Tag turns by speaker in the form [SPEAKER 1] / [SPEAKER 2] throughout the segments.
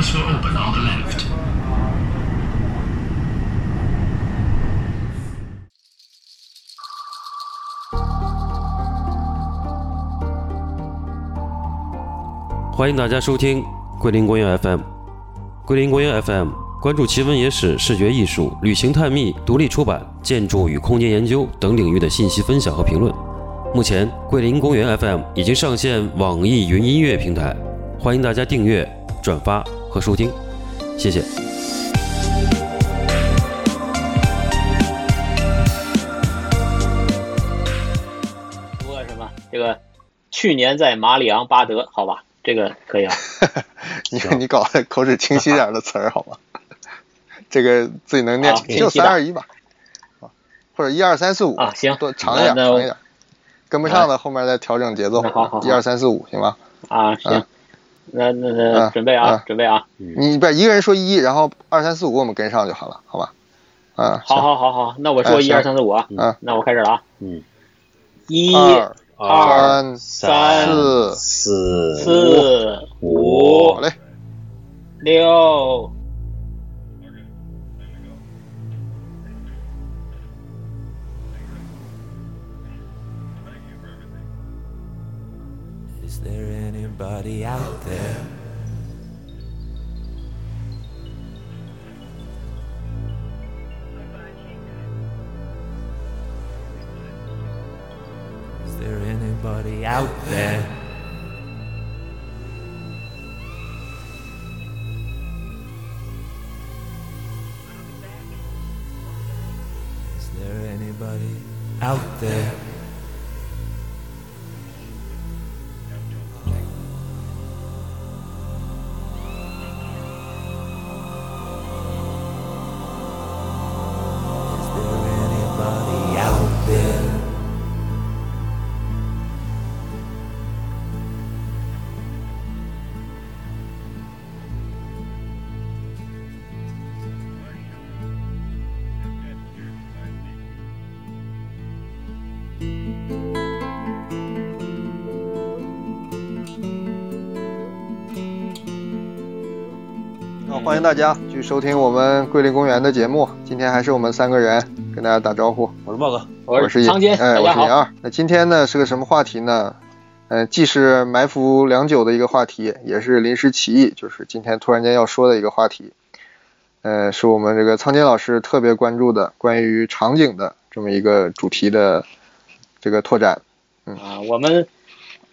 [SPEAKER 1] on the left.
[SPEAKER 2] 欢迎大家收听桂林公园 FM。桂林公园 FM 关注奇闻野史、视觉艺术、旅行探秘、独立出版、建筑与空间研究等领域的信息分享和评论。目前，桂林公园 FM 已经上线网易云音乐平台，欢迎大家订阅、转发和收听，谢谢。
[SPEAKER 3] 说什么？这个去年在马里昂巴德，好吧，这个可以啊。
[SPEAKER 4] 你 你搞的口齿清晰点的词儿好吗？这个自己能念
[SPEAKER 3] 好，啊清晰
[SPEAKER 4] 就
[SPEAKER 3] 点
[SPEAKER 4] 三二一吧，啊或者一二三四五
[SPEAKER 3] 啊行
[SPEAKER 4] 多长一点，
[SPEAKER 3] 那
[SPEAKER 4] 长
[SPEAKER 3] 那
[SPEAKER 4] 一点，跟不上的后面再调整节奏
[SPEAKER 3] 那好好，好
[SPEAKER 4] 一二三四五行吗？
[SPEAKER 3] 啊，行
[SPEAKER 4] 嗯，
[SPEAKER 3] 那那那
[SPEAKER 4] 嗯
[SPEAKER 3] 准备啊
[SPEAKER 4] 嗯，
[SPEAKER 3] 准备啊，
[SPEAKER 4] 你不是一个人说一，然后二三四五我们跟上就好了，好吧？嗯，
[SPEAKER 3] 好好好好，那我说
[SPEAKER 4] 嗯
[SPEAKER 3] 一
[SPEAKER 4] 行
[SPEAKER 3] 二三四五啊，
[SPEAKER 4] 嗯
[SPEAKER 3] 那我开始了啊，
[SPEAKER 5] 嗯，
[SPEAKER 3] 一
[SPEAKER 4] 行，二
[SPEAKER 3] 二
[SPEAKER 4] 三
[SPEAKER 3] 三
[SPEAKER 4] 四
[SPEAKER 5] 四
[SPEAKER 3] 四
[SPEAKER 4] 好
[SPEAKER 3] 五
[SPEAKER 4] 嘞，
[SPEAKER 3] 六，
[SPEAKER 6] Is there anybody out there? Is there anybody out there? Is there anybody out there? Is there anybody out there?
[SPEAKER 4] 好欢迎大家去收听我们桂林公园的节目。今天还是我们三个人跟大家打招呼。
[SPEAKER 5] 我是豹哥，
[SPEAKER 3] 我
[SPEAKER 4] 是
[SPEAKER 3] 仓坚，
[SPEAKER 4] 哎，
[SPEAKER 3] 大
[SPEAKER 4] 我
[SPEAKER 3] 家
[SPEAKER 4] 是尹
[SPEAKER 3] 好，
[SPEAKER 4] 二。那今天呢是个什么话题呢？呃，既是埋伏良久的一个话题，也是临时起意，就是今天突然间要说的一个话题。呃，是我们这个仓坚老师特别关注的关于场景的这么一个主题的这个拓展。
[SPEAKER 3] 啊，我们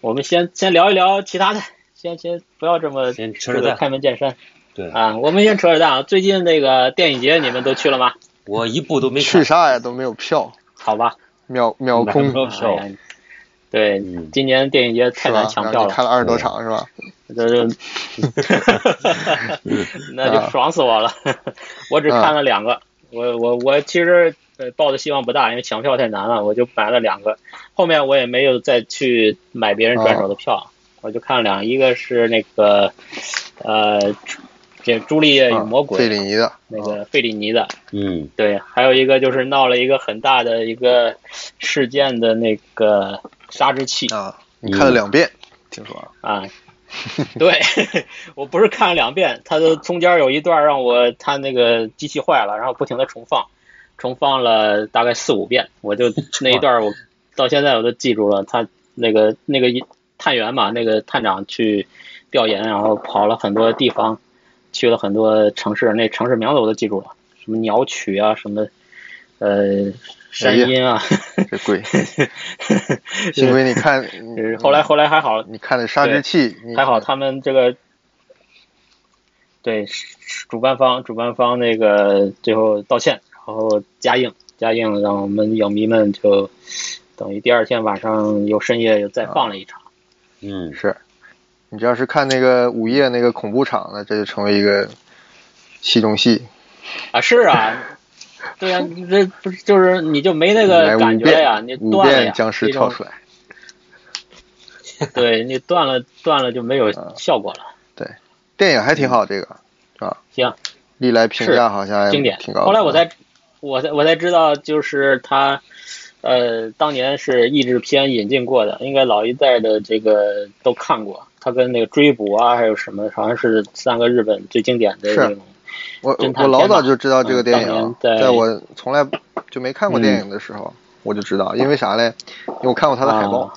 [SPEAKER 3] 我们先先聊一聊其他的，先先不要这么
[SPEAKER 5] 先扯
[SPEAKER 3] 这
[SPEAKER 5] 扯
[SPEAKER 3] 个
[SPEAKER 5] 淡。
[SPEAKER 3] 开门见山
[SPEAKER 5] 对，
[SPEAKER 3] 啊，我们先扯扯淡啊，最近那个电影节你们都去了吗？
[SPEAKER 5] 我一部都没
[SPEAKER 4] 去
[SPEAKER 5] 看。
[SPEAKER 4] 啥呀都没有票，
[SPEAKER 3] 好吧，
[SPEAKER 4] 秒秒空
[SPEAKER 5] 买不着票
[SPEAKER 3] 哎呀对
[SPEAKER 5] 嗯，
[SPEAKER 3] 今年电影节 太
[SPEAKER 4] 是吧
[SPEAKER 3] 难？抢
[SPEAKER 4] 然后
[SPEAKER 3] 票
[SPEAKER 4] 你看
[SPEAKER 3] 了，
[SPEAKER 4] 了二十多场是吧？
[SPEAKER 3] 这就，
[SPEAKER 4] 嗯
[SPEAKER 3] 那就爽死我了。我只看了两个，我我我其实呃抱的希望不大，因为抢票太难了，我就买了两个。后面我也没有再去买别人转手
[SPEAKER 4] 哦
[SPEAKER 3] 的票，我就看了两个，一个是那个呃，这《朱丽叶与魔
[SPEAKER 4] 啊费
[SPEAKER 3] 鬼》
[SPEAKER 4] 里尼的，
[SPEAKER 3] 那个费里尼的，
[SPEAKER 5] 嗯，
[SPEAKER 3] 对，还有一个就是闹了一个很大的一个事件的那个杀之气
[SPEAKER 4] 啊，你
[SPEAKER 3] 嗯
[SPEAKER 4] 看了两遍，听说啊
[SPEAKER 3] 啊。对， 我不是看了两遍，它的中间有一段让我它那个机器坏了，然后不停的重放，重放了大概四五遍，我 就那一段我到现在我都记住了。他那个那个一探员嘛，那个探长去调研，然后跑了很多地方，去了很多城市，那城市名字我都记住了，什么鸟曲啊，什么
[SPEAKER 4] 哎
[SPEAKER 3] 呃山阴啊，
[SPEAKER 4] 这鬼，幸亏你 看，你
[SPEAKER 3] 后来后来还好，
[SPEAKER 4] 你看的《杀之气》，你
[SPEAKER 3] 还好他们这个，对是是主办方主办方那个最后道歉，然后加映加映，让我们影迷们就等于第二天晚上又深夜又再放了一场。
[SPEAKER 5] 嗯，
[SPEAKER 4] 是，你只要是看那个午夜那个恐怖场呢，这就成为一个戏中戏。
[SPEAKER 3] 啊，是啊，对呀、你这不是就是你就没那
[SPEAKER 4] 来
[SPEAKER 3] 个
[SPEAKER 4] 五
[SPEAKER 3] 感觉呀，你，
[SPEAKER 4] 遍五
[SPEAKER 3] 断了呀
[SPEAKER 4] 遍，僵尸
[SPEAKER 3] 这
[SPEAKER 4] 跳
[SPEAKER 3] 种
[SPEAKER 4] 出来，
[SPEAKER 3] 对你断了断了就没有
[SPEAKER 4] 啊
[SPEAKER 3] 效果了。
[SPEAKER 4] 电影还挺好，这个
[SPEAKER 3] 行，
[SPEAKER 4] 历来评价好像还
[SPEAKER 3] 嗯经典
[SPEAKER 4] 挺。高的。嗯
[SPEAKER 3] 后来我才，我才我才知道，就是他，呃，当年是译制片引进过的，应该老一代的这个都看过。它跟那个追捕啊，还有什么，好像是三个日本最经典的
[SPEAKER 4] 是
[SPEAKER 3] 那种。
[SPEAKER 4] 我
[SPEAKER 3] 侦探
[SPEAKER 4] 我老
[SPEAKER 3] 片嘛
[SPEAKER 4] 早就知道这个电
[SPEAKER 3] 嗯
[SPEAKER 4] 影，
[SPEAKER 3] 当年在
[SPEAKER 4] 在我从来就没看过电影的时候，我就知道，因为啥嘞？因为我看过他的海报
[SPEAKER 3] 啊，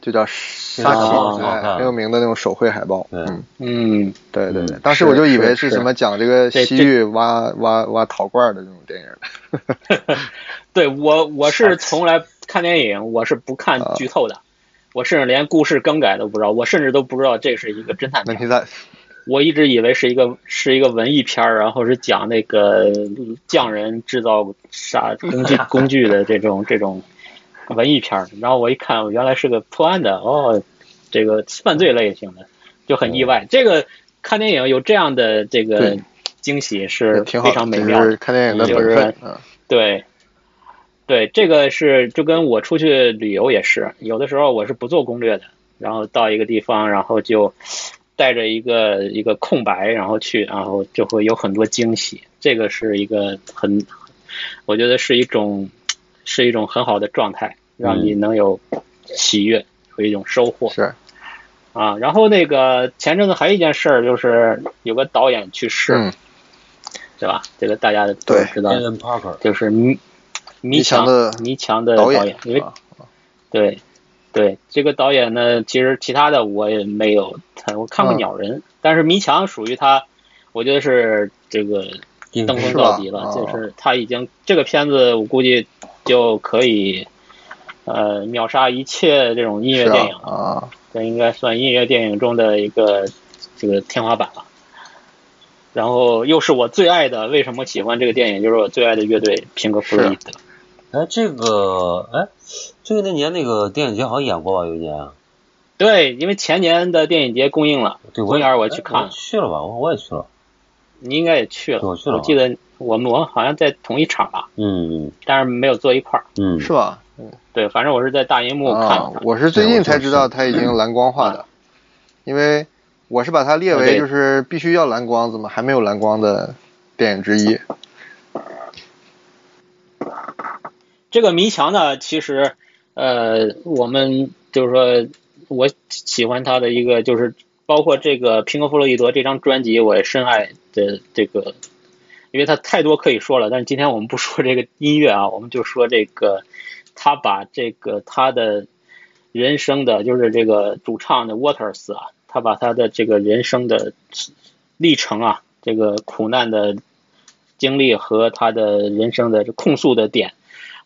[SPEAKER 4] 就叫《沙
[SPEAKER 3] 啊
[SPEAKER 4] 琪》，
[SPEAKER 5] 好
[SPEAKER 4] 对
[SPEAKER 5] 看
[SPEAKER 4] 很有名的那种手绘海报。
[SPEAKER 5] 对
[SPEAKER 4] 嗯，
[SPEAKER 3] 嗯，
[SPEAKER 4] 对对对
[SPEAKER 5] 嗯，
[SPEAKER 4] 当时我就以为
[SPEAKER 3] 是
[SPEAKER 4] 是
[SPEAKER 3] 是
[SPEAKER 4] 什么讲这个
[SPEAKER 3] 对
[SPEAKER 4] 西
[SPEAKER 3] 这
[SPEAKER 4] 域挖挖挖陶罐的这种电影。
[SPEAKER 3] 对我我是从来看电影，我是不看
[SPEAKER 4] 啊
[SPEAKER 3] 剧透的，我甚至连故事更改都不知道，我甚至都不知道这是一个侦探
[SPEAKER 4] 那
[SPEAKER 3] 片。
[SPEAKER 4] 你咋？
[SPEAKER 3] 我一直以为是一个是一个文艺片儿，然后是讲那个匠人制造啥工 具工具的这种这种文艺片儿。然后我一看，我原来是个破案的哦，这个犯罪类型的，就很意外。这个看电影有这样的这个
[SPEAKER 4] 哦对
[SPEAKER 3] 惊喜
[SPEAKER 4] 也
[SPEAKER 3] 是
[SPEAKER 4] 挺好
[SPEAKER 3] 非
[SPEAKER 4] 的，
[SPEAKER 3] 常美
[SPEAKER 4] 就
[SPEAKER 3] 妙的
[SPEAKER 4] 是。看电影的
[SPEAKER 3] 就
[SPEAKER 4] 本
[SPEAKER 3] 是
[SPEAKER 4] 分。嗯，
[SPEAKER 3] 对，对，这个是就跟我出去旅游也是，有的时候我是不做攻略的，然后到一个地方，然后就带着一个一个空白，然后去，然后就会有很多惊喜。这个是一个很，我觉得是一种是一种很好的状态，让
[SPEAKER 4] 嗯
[SPEAKER 3] 你能有喜悦，有一种收获
[SPEAKER 4] 是
[SPEAKER 3] 啊。然后那个前阵子还有一件事儿，就是有个导演去世，
[SPEAKER 4] 嗯，
[SPEAKER 3] 对吧？这个大家都
[SPEAKER 4] 对
[SPEAKER 3] 知道。
[SPEAKER 5] Alan Parker，
[SPEAKER 3] 就是迷迷
[SPEAKER 4] 强
[SPEAKER 3] 强
[SPEAKER 4] 的
[SPEAKER 3] 迷强的
[SPEAKER 4] 导
[SPEAKER 3] 演，
[SPEAKER 4] 演
[SPEAKER 3] 因为
[SPEAKER 4] 啊
[SPEAKER 3] 对对这个导演呢，其实其他的我也没有，我看过《
[SPEAKER 4] 嗯
[SPEAKER 3] 鸟人》但是迷强属于他，我觉得是这个
[SPEAKER 5] 顶
[SPEAKER 3] 登峰
[SPEAKER 4] 是
[SPEAKER 3] 造
[SPEAKER 4] 吧
[SPEAKER 3] 极
[SPEAKER 4] 啊
[SPEAKER 3] 了，就是他已经这个片子我估计就可以呃秒杀一切这种音乐
[SPEAKER 4] 是啊
[SPEAKER 3] 电影嗯了，
[SPEAKER 4] 啊，
[SPEAKER 3] 这应该算音乐电影中的一个这个天花板了。然后又是我最爱的，为什么喜欢这个电影？就是我最爱的乐队平克·弗洛伊
[SPEAKER 4] 啊
[SPEAKER 3] 德。
[SPEAKER 5] 哎，这个哎，这个那年那个电影节好像演过吧？有一年，
[SPEAKER 3] 对，因为前年的电影节公映了，
[SPEAKER 5] 对，
[SPEAKER 3] 公
[SPEAKER 5] 我
[SPEAKER 3] 园我
[SPEAKER 5] 哎
[SPEAKER 3] 也去看了
[SPEAKER 5] 去了吧？我我也去了，
[SPEAKER 3] 你应该也去了。
[SPEAKER 5] 我去了
[SPEAKER 3] 记得我们我们好像在同一场吧，
[SPEAKER 5] 嗯
[SPEAKER 3] 但是没有坐一块儿。
[SPEAKER 5] 嗯
[SPEAKER 4] 是吧？
[SPEAKER 3] 对，反正我是在大荧幕看
[SPEAKER 4] 啊
[SPEAKER 5] 哦
[SPEAKER 3] 的，。
[SPEAKER 4] 我是最
[SPEAKER 5] 对我
[SPEAKER 4] 近
[SPEAKER 5] 就
[SPEAKER 4] 才知
[SPEAKER 5] 是
[SPEAKER 4] 道它已经蓝 光化的，因为我是把它列为
[SPEAKER 3] 啊对
[SPEAKER 4] 就是必须要蓝光，怎么还没有蓝光的电影之
[SPEAKER 3] 啊
[SPEAKER 4] 一？
[SPEAKER 3] 这个迷墙呢，其实，呃，我们就是说，我喜欢他的一个就是，包括这个《平克·弗洛伊德》这张专辑，我也深爱的这个，因为他太多可以说了。但是今天我们不说这个音乐啊，我们就说这个，他把这个他的人生的，就是这个主唱的 Waters 啊，他把他的这个人生的历程啊，这个苦难的经历和他的人生的控诉的点。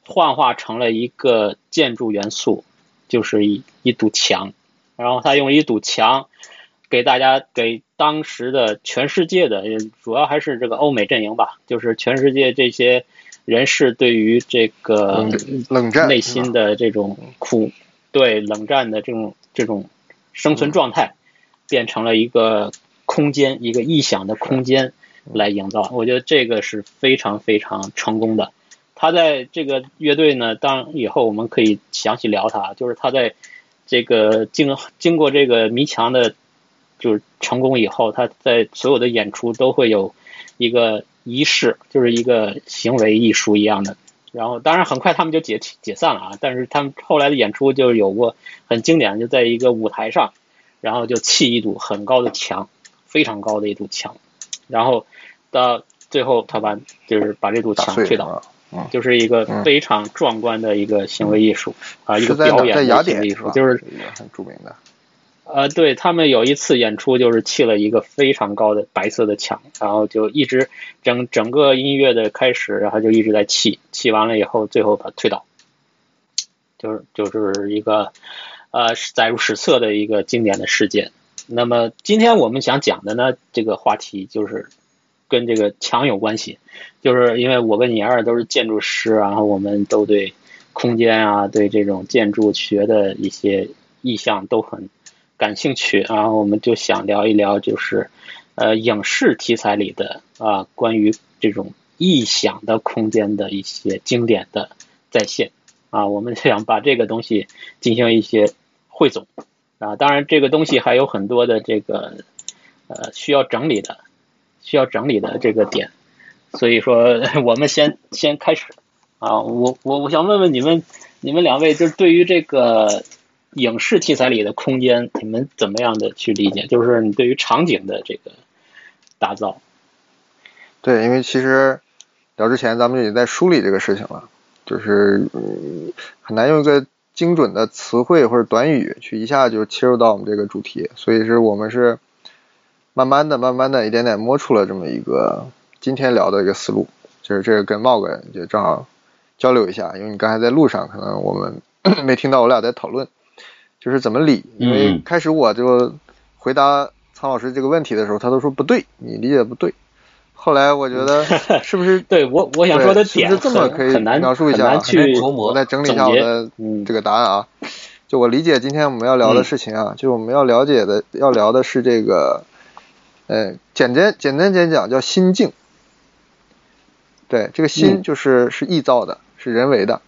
[SPEAKER 3] 幻化成了一个建筑元素，就是一一堵墙，然后他用一堵墙给大家给当时的全世界的，也主要还是这个欧美阵营吧，就是全世界这些人士对于这个
[SPEAKER 4] 冷冷战
[SPEAKER 3] 内
[SPEAKER 4] 是吧
[SPEAKER 3] 心的这种苦，对冷战的这种这种生
[SPEAKER 4] 嗯
[SPEAKER 3] 存状态，变成了一个空间，一个臆想的空间
[SPEAKER 4] 嗯
[SPEAKER 3] 来营造。我觉得这个是非常非常成功的。他在这个乐队呢，当然以后我们可以详细聊他，就是他在这个经经过这个迷墙的，就是成功以后，他在所有的演出都会有一个仪式，就是一个行为艺术一样的。然后，当然很快他们就解解散了啊。但是他们后来的演出就有过很经典，就在一个舞台上，然后就砌一堵很高的墙，非常高的一堵墙，然后到最后他把就是把这堵
[SPEAKER 4] 打
[SPEAKER 3] 墙
[SPEAKER 4] 碎
[SPEAKER 3] 推
[SPEAKER 4] 了
[SPEAKER 3] 倒，
[SPEAKER 4] 啊。
[SPEAKER 3] 就是一个
[SPEAKER 4] 嗯
[SPEAKER 3] 非常壮观的一个行为艺术啊，一
[SPEAKER 4] 是
[SPEAKER 3] 个
[SPEAKER 4] 在
[SPEAKER 3] 表
[SPEAKER 4] 哪？
[SPEAKER 3] 演
[SPEAKER 4] 在
[SPEAKER 3] 的
[SPEAKER 4] 雅
[SPEAKER 3] 行
[SPEAKER 4] 典
[SPEAKER 3] 为艺
[SPEAKER 4] 是
[SPEAKER 3] 术
[SPEAKER 4] 吧，？
[SPEAKER 3] 就是
[SPEAKER 4] 一个很著名的。
[SPEAKER 3] 呃，对他们有一次演出就是砌了一个非常高的白色的墙，然后就一直整整个音乐的开始，然后就一直在砌，砌完了以后最后把它推倒，就是就是一个呃载入史册的一个经典的事件。那么今天我们想讲的呢，这个话题就是跟这个墙有关系，就是因为我跟你二都是建筑师，然后我们都对空间啊，对这种建筑学的一些意象都很感兴趣，然后我们就想聊一聊，就是呃影视题材里的啊、关于这种意想的空间的一些经典的再现啊，我们 想把这个东西进行一些汇总啊，当然这个东西还有很多的这个呃需要整理的，需要整理的这个点，所以说 我们先先开始啊，我我我想问问你们你们两位，就是对于这个影视题材里的空间，你们怎么样的去理解？就是你对于场景的这个打造，
[SPEAKER 4] 对，因为其实聊之前咱们已经在梳理这个事情了，就是、嗯、很难用一个精准的词汇或者短语去一下就切入到我们这个主题，所以是我们是慢慢的、慢慢的、一点点摸出了这么一个今天聊的一个思路，就是这个跟茂哥也正好交流一下，因为你刚才在路上可能我们 没听到我俩在讨论，就是怎么理，因为
[SPEAKER 5] 嗯
[SPEAKER 4] 开始我就回答苍老师这个问题的时候，他都说不对，你理解不对。后来我觉 得是不是
[SPEAKER 3] 对我我想说的
[SPEAKER 4] 对
[SPEAKER 3] 点
[SPEAKER 4] 是不是这么
[SPEAKER 3] 很
[SPEAKER 4] 可以
[SPEAKER 3] 很难
[SPEAKER 4] 描述一下啊？
[SPEAKER 3] 很难去
[SPEAKER 5] 琢磨
[SPEAKER 4] 我再整理一下我的
[SPEAKER 3] 嗯
[SPEAKER 4] 这个答案啊。就我理解，今天我们要聊的事情啊，就是我们要了解的要聊的是这个，呃，简单简单简讲叫心境。对，这个心
[SPEAKER 3] 嗯
[SPEAKER 4] 就是、是臆造的，是人为的，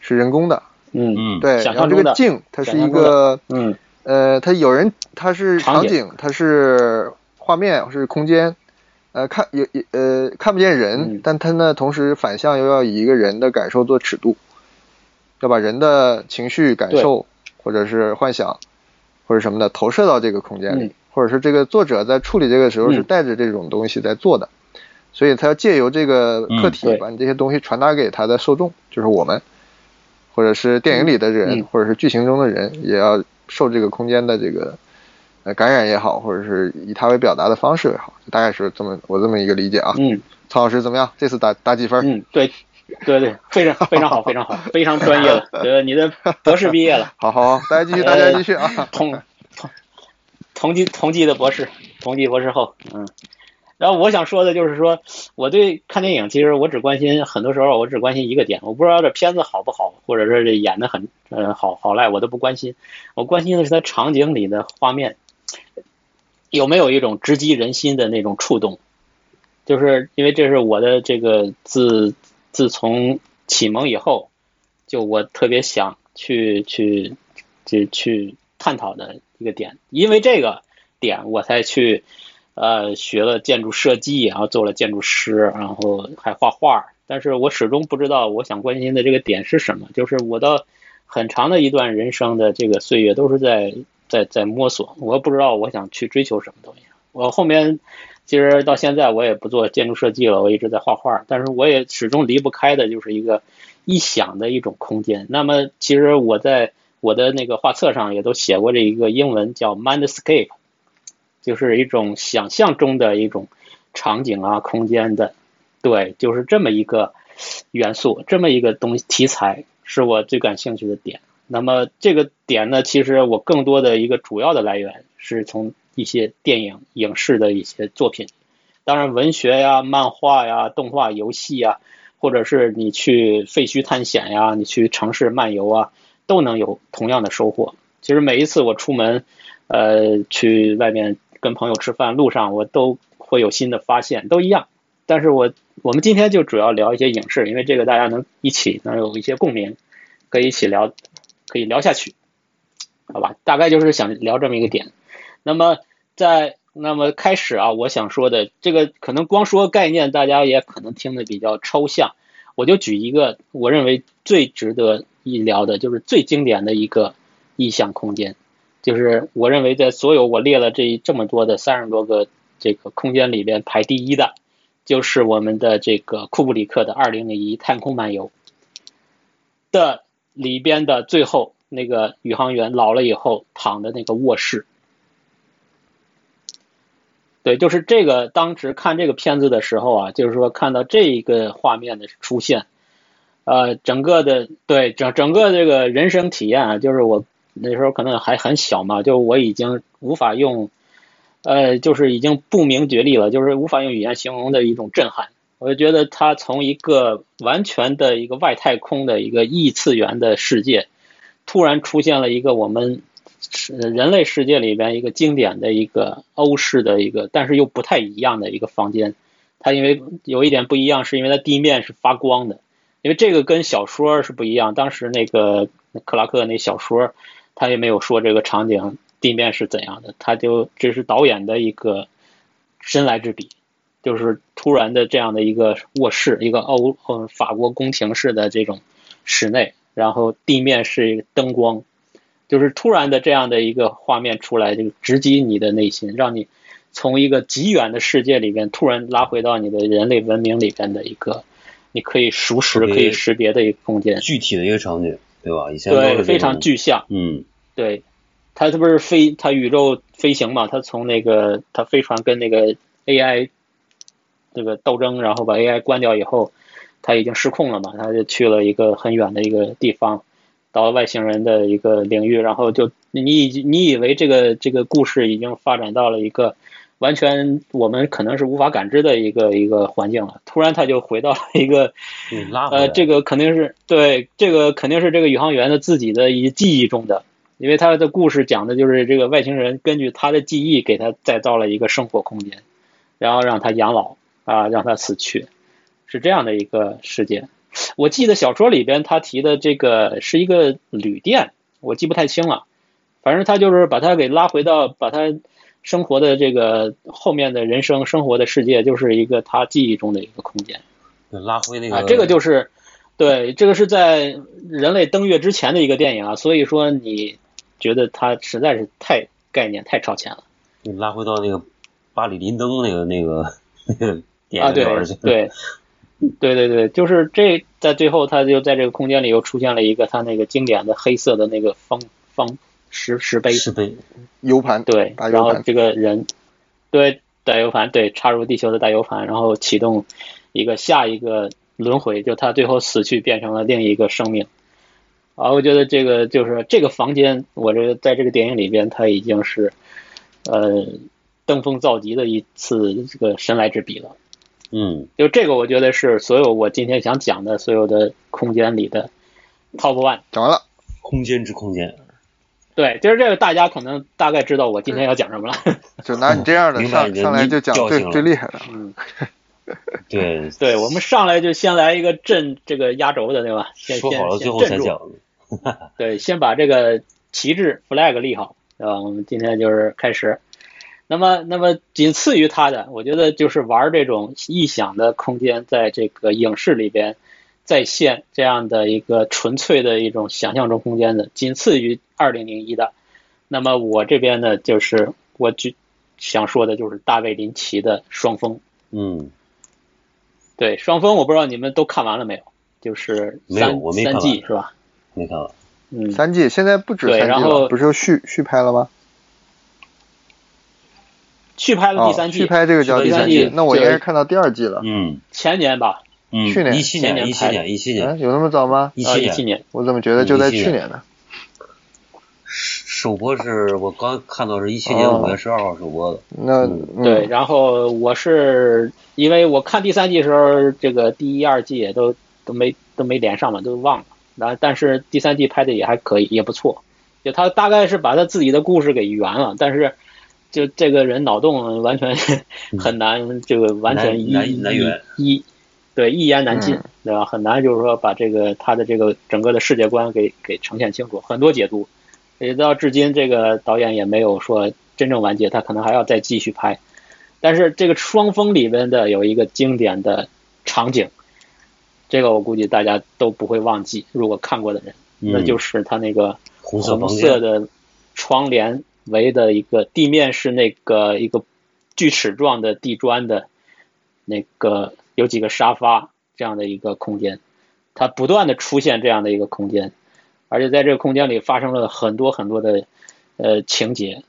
[SPEAKER 4] 是人工的。
[SPEAKER 3] 嗯
[SPEAKER 5] 嗯，
[SPEAKER 4] 对，
[SPEAKER 3] 想
[SPEAKER 4] 然
[SPEAKER 3] 象
[SPEAKER 4] 后
[SPEAKER 3] 中的
[SPEAKER 4] 这个境它是
[SPEAKER 3] 想
[SPEAKER 4] 一
[SPEAKER 3] 象中
[SPEAKER 4] 个
[SPEAKER 3] 的嗯
[SPEAKER 4] 呃，它有人，它是
[SPEAKER 3] 场
[SPEAKER 4] 场
[SPEAKER 3] 景
[SPEAKER 4] 景，它是画面，是空间，呃，看也也呃看不见人，
[SPEAKER 3] 嗯
[SPEAKER 4] 但它呢，同时反向又要以一个人的感受做尺度，要把人的情绪感
[SPEAKER 3] 对
[SPEAKER 4] 受或者是幻想或者什么的投射到这个空间里，
[SPEAKER 3] 嗯
[SPEAKER 4] 或者是这个作者在处理这个时候是
[SPEAKER 3] 嗯
[SPEAKER 4] 带着这种东西在做的，所以他要借由这个客
[SPEAKER 5] 嗯
[SPEAKER 4] 体
[SPEAKER 3] 对
[SPEAKER 4] 把你这些东西传达给他的受众，就是我们，或者是电影里的人，
[SPEAKER 3] 嗯
[SPEAKER 4] 或者是剧情中的人，也要受这个空间的这个呃感染也好，或者是以它为表达的方式也好，大概是这么我这么一个理解啊。
[SPEAKER 3] 嗯
[SPEAKER 4] 曹老师怎么样？这次打打几分？
[SPEAKER 3] 嗯，对对对，非常非常好，非常好，非常专业 了，呃，你的博士毕业了，
[SPEAKER 4] 好好好，大家继续，大家继续 啊。
[SPEAKER 3] 同同同济同济的博士，同济博士后，嗯。然后我想说的就是说，我对看电影，其实我只关心，很多时候我只关心一个点，我不知道这片子好不好，或者是这演的很呃好好赖，我都不关心，我关心的是它场景里的画面有没有一种直击人心的那种触动，就是因为这是我的这个自自从启蒙以后，就我特别想去去去去探讨的一个点，因为这个点我才去呃学了建筑设计，然后做了建筑师，然后还画画，但是我始终不知道我想关心的这个点是什么，就是我到很长的一段人生的这个岁月都是在在在摸索，我也不知道我想去追求什么东西。我后面其实到现在我也不做建筑设计了，我一直在画画，但是我也始终离不开的就是一个臆想的一种空间。那么其实我在我的那个画册上也都写过这一个英文叫 mindscape，就是一种想象中的一种场景啊、空间的，对，就是这么一个元素，这么一个东西题材是我最感兴趣的点。那么这个点呢，其实我更多的一个主要的来源是从一些电影、影视的一些作品，当然文学呀、漫画呀、动画、游戏呀，或者是你去废墟探险呀、你去城市漫游啊，都能有同样的收获。其实每一次我出门，呃，去外面跟朋友吃饭，路上我都会有新的发现，都一样。但是我我们今天就主要聊一些影视，因为这个大家能一起能有一些共鸣，可以一起聊，可以聊下去，好吧？大概就是想聊这么一个点。那么在那么开始啊，我想说的这个可能光说概念，大家也可能听得比较抽象。我就举一个我认为最值得一聊的，就是最经典的一个意向空间，就是我认为在所有我列了这这么多的三十多个这个空间里边排第一的，就是我们的这个库布里克的《二零零一太空漫游》的里边的最后那个宇航员老了以后躺的那个卧室。对，就是这个。当时看这个片子的时候啊，就是说看到这一个画面的出现，呃，整个的对整整个这个人生体验啊，就是我那时候可能还很小嘛，就我已经无法用，呃，就是已经不明觉厉了，就是无法用语言形容的一种震撼。我就觉得他从一个完全的一个外太空的一个异次元的世界，突然出现了一个我们是人类世界里边一个经典的一个欧式的一个，但是又不太一样的一个房间。它因为有一点不一样，是因为它地面是发光的，因为这个跟小说是不一样。当时那个克拉克那小说，他也没有说这个场景地面是怎样的，他就这是导演的一个深来之笔，就是突然的这样的一个卧室，一个欧呃法国宫廷式的这种室内，然后地面是一个灯光，就是突然的这样的一个画面出来，就是直击你的内心，让你从一个极远的世界里边突然拉回到你的人类文明里边的一个，你可以熟识、
[SPEAKER 5] 特别
[SPEAKER 3] 可以识别的一个空间。
[SPEAKER 5] 具体的一个场景，对吧？以前都是
[SPEAKER 3] 对，
[SPEAKER 5] 这
[SPEAKER 3] 非常
[SPEAKER 5] 种
[SPEAKER 3] 具象。
[SPEAKER 5] 嗯，
[SPEAKER 3] 对，他他不是飞，他宇宙飞行嘛，他从那个他飞船跟那个 AI 这个斗争，然后把 AI 关掉以后，他已经失控了嘛，他就去了一个很远的一个地方，到了外星人的一个领域，然后就你以你以为这个这个故事已经发展到了一个。完全，我们可能是无法感知的一个一个环境了。突然，他就回到了一个
[SPEAKER 5] 对，拉回来
[SPEAKER 3] 呃，这个肯定是对，这个肯定是这个宇航员的自己的一记忆中的，因为他的故事讲的就是这个外星人根据他的记忆给他再造了一个生活空间，然后让他养老啊，让他死去，是这样的一个世界。我记得小说里边他提的这个是一个旅店，我记不太清了，反正他就是把他给拉回到把他生活的这个后面的人生生活的世界，就是一个他记忆中的一个空间。
[SPEAKER 5] 对拉回那个
[SPEAKER 3] 啊，这个就是，对，这个是在人类登月之前的一个电影啊，所以说你觉得它实在是太概念太超前了
[SPEAKER 5] 对拉回到那个巴里林登那个那个那个电
[SPEAKER 3] 啊，
[SPEAKER 5] 影里
[SPEAKER 3] 对
[SPEAKER 5] 边去。，
[SPEAKER 3] 对，对对对，就是这在最后，它就在这个空间里又出现了一个它那个经典的黑色的那个方方石石碑，
[SPEAKER 5] 是被
[SPEAKER 4] ，U 盘，
[SPEAKER 3] 对，
[SPEAKER 4] 大 U
[SPEAKER 3] 然后
[SPEAKER 4] 盘
[SPEAKER 3] 这个人对大 U 盘对插入地球的大 U 盘，然后启动一个下一个轮回，就他最后死去变成了另一个生命。啊，我觉得这个就是这个房间，我这个在这个电影里边，他已经是呃登峰造极的一次这个神来之笔了。
[SPEAKER 5] 嗯，
[SPEAKER 3] 就这个，我觉得是所有我今天想讲的所有的空间里的 top one。
[SPEAKER 4] 讲完了。
[SPEAKER 5] 空间之空间，
[SPEAKER 3] 对，就是这个，大家可能大概知道我今天要讲什么了。
[SPEAKER 4] 就拿你这样的
[SPEAKER 5] 明白
[SPEAKER 4] 上
[SPEAKER 5] 你的
[SPEAKER 4] 上来就讲
[SPEAKER 5] 调性
[SPEAKER 4] 最
[SPEAKER 5] 了
[SPEAKER 4] 最厉害的，
[SPEAKER 3] 嗯。
[SPEAKER 5] 对，
[SPEAKER 3] 对，我们上来就先来一个镇这个压轴的，对吧？先
[SPEAKER 5] 说好了
[SPEAKER 3] 先
[SPEAKER 5] 最后
[SPEAKER 3] 先
[SPEAKER 5] 才
[SPEAKER 3] 镇住
[SPEAKER 5] 讲。
[SPEAKER 3] 对，先把这个旗帜 flag 立好，对吧？我们今天就是开始。那么，那么仅次于它的，我觉得就是玩这种臆想的空间，在这个影视里边再现这样的一个纯粹的一种想象中空间的，仅次于二零零一的。那么我这边呢，就是我就想说的就是大卫林奇的《双峰》。
[SPEAKER 5] 嗯，
[SPEAKER 3] 对，双峰我不知道你们都看完了没有，就是
[SPEAKER 5] 没有
[SPEAKER 3] 三
[SPEAKER 5] 我没看
[SPEAKER 3] 三
[SPEAKER 5] 完
[SPEAKER 3] 季是吧？
[SPEAKER 5] 没看完，
[SPEAKER 3] 嗯，
[SPEAKER 4] 三季现在不止
[SPEAKER 3] 对
[SPEAKER 4] 三
[SPEAKER 3] 然
[SPEAKER 4] 季
[SPEAKER 3] 后
[SPEAKER 4] 了，不是又续续拍了吗？
[SPEAKER 3] 续拍了
[SPEAKER 4] 哦
[SPEAKER 3] 第三，季，
[SPEAKER 4] 续拍这个叫第
[SPEAKER 5] 续拍
[SPEAKER 4] 三
[SPEAKER 5] 第三
[SPEAKER 4] 季
[SPEAKER 5] 季，
[SPEAKER 4] 那我应该
[SPEAKER 3] 就是
[SPEAKER 4] 看到第二季了。
[SPEAKER 5] 嗯
[SPEAKER 3] 前年吧，
[SPEAKER 5] 嗯，
[SPEAKER 4] 去年
[SPEAKER 5] 一七
[SPEAKER 3] 前
[SPEAKER 5] 年
[SPEAKER 3] 年
[SPEAKER 5] 一七
[SPEAKER 3] 拍
[SPEAKER 5] 年一七
[SPEAKER 4] 哎，
[SPEAKER 5] 年
[SPEAKER 4] 有那么早吗？
[SPEAKER 5] 嗯一
[SPEAKER 3] 呃，
[SPEAKER 5] 七
[SPEAKER 3] 一七
[SPEAKER 5] 年
[SPEAKER 3] 年，
[SPEAKER 4] 我怎么觉得就在去年呢？
[SPEAKER 5] 首播是我刚看到是一七年
[SPEAKER 4] 哦
[SPEAKER 5] 五月十二号首播的，
[SPEAKER 4] 那
[SPEAKER 5] 嗯
[SPEAKER 3] 对，
[SPEAKER 4] 嗯
[SPEAKER 3] 然后我是因为我看第三季的时候，这个第一、二季也都都没都没连上嘛，都忘了。然后但是第三季拍的也还可以，也不错。就他大概是把他自己的故事给圆了，但是就这个人脑洞完全 很难，这个完全一
[SPEAKER 5] 嗯难难圆
[SPEAKER 3] 一一对一言难尽
[SPEAKER 4] 嗯，
[SPEAKER 3] 对吧？很难就是说把这个他的这个整个的世界观给给呈现清楚，很多解读。也到至今，这个导演也没有说真正完结，他可能还要再继续拍。但是这个《双峰》里边的有一个经典的场景，这个我估计大家都不会忘记，如果看过的人，
[SPEAKER 5] 嗯
[SPEAKER 3] 那就是他那个
[SPEAKER 5] 红色
[SPEAKER 3] 红
[SPEAKER 5] 房
[SPEAKER 3] 色
[SPEAKER 5] 间，
[SPEAKER 3] 的窗帘围的一个地面是那个一个锯齿状的地砖的，那个有几个沙发这样的一个空间，它不断的出现这样的一个空间，而且在这个空间里发生了很多很多的呃情节，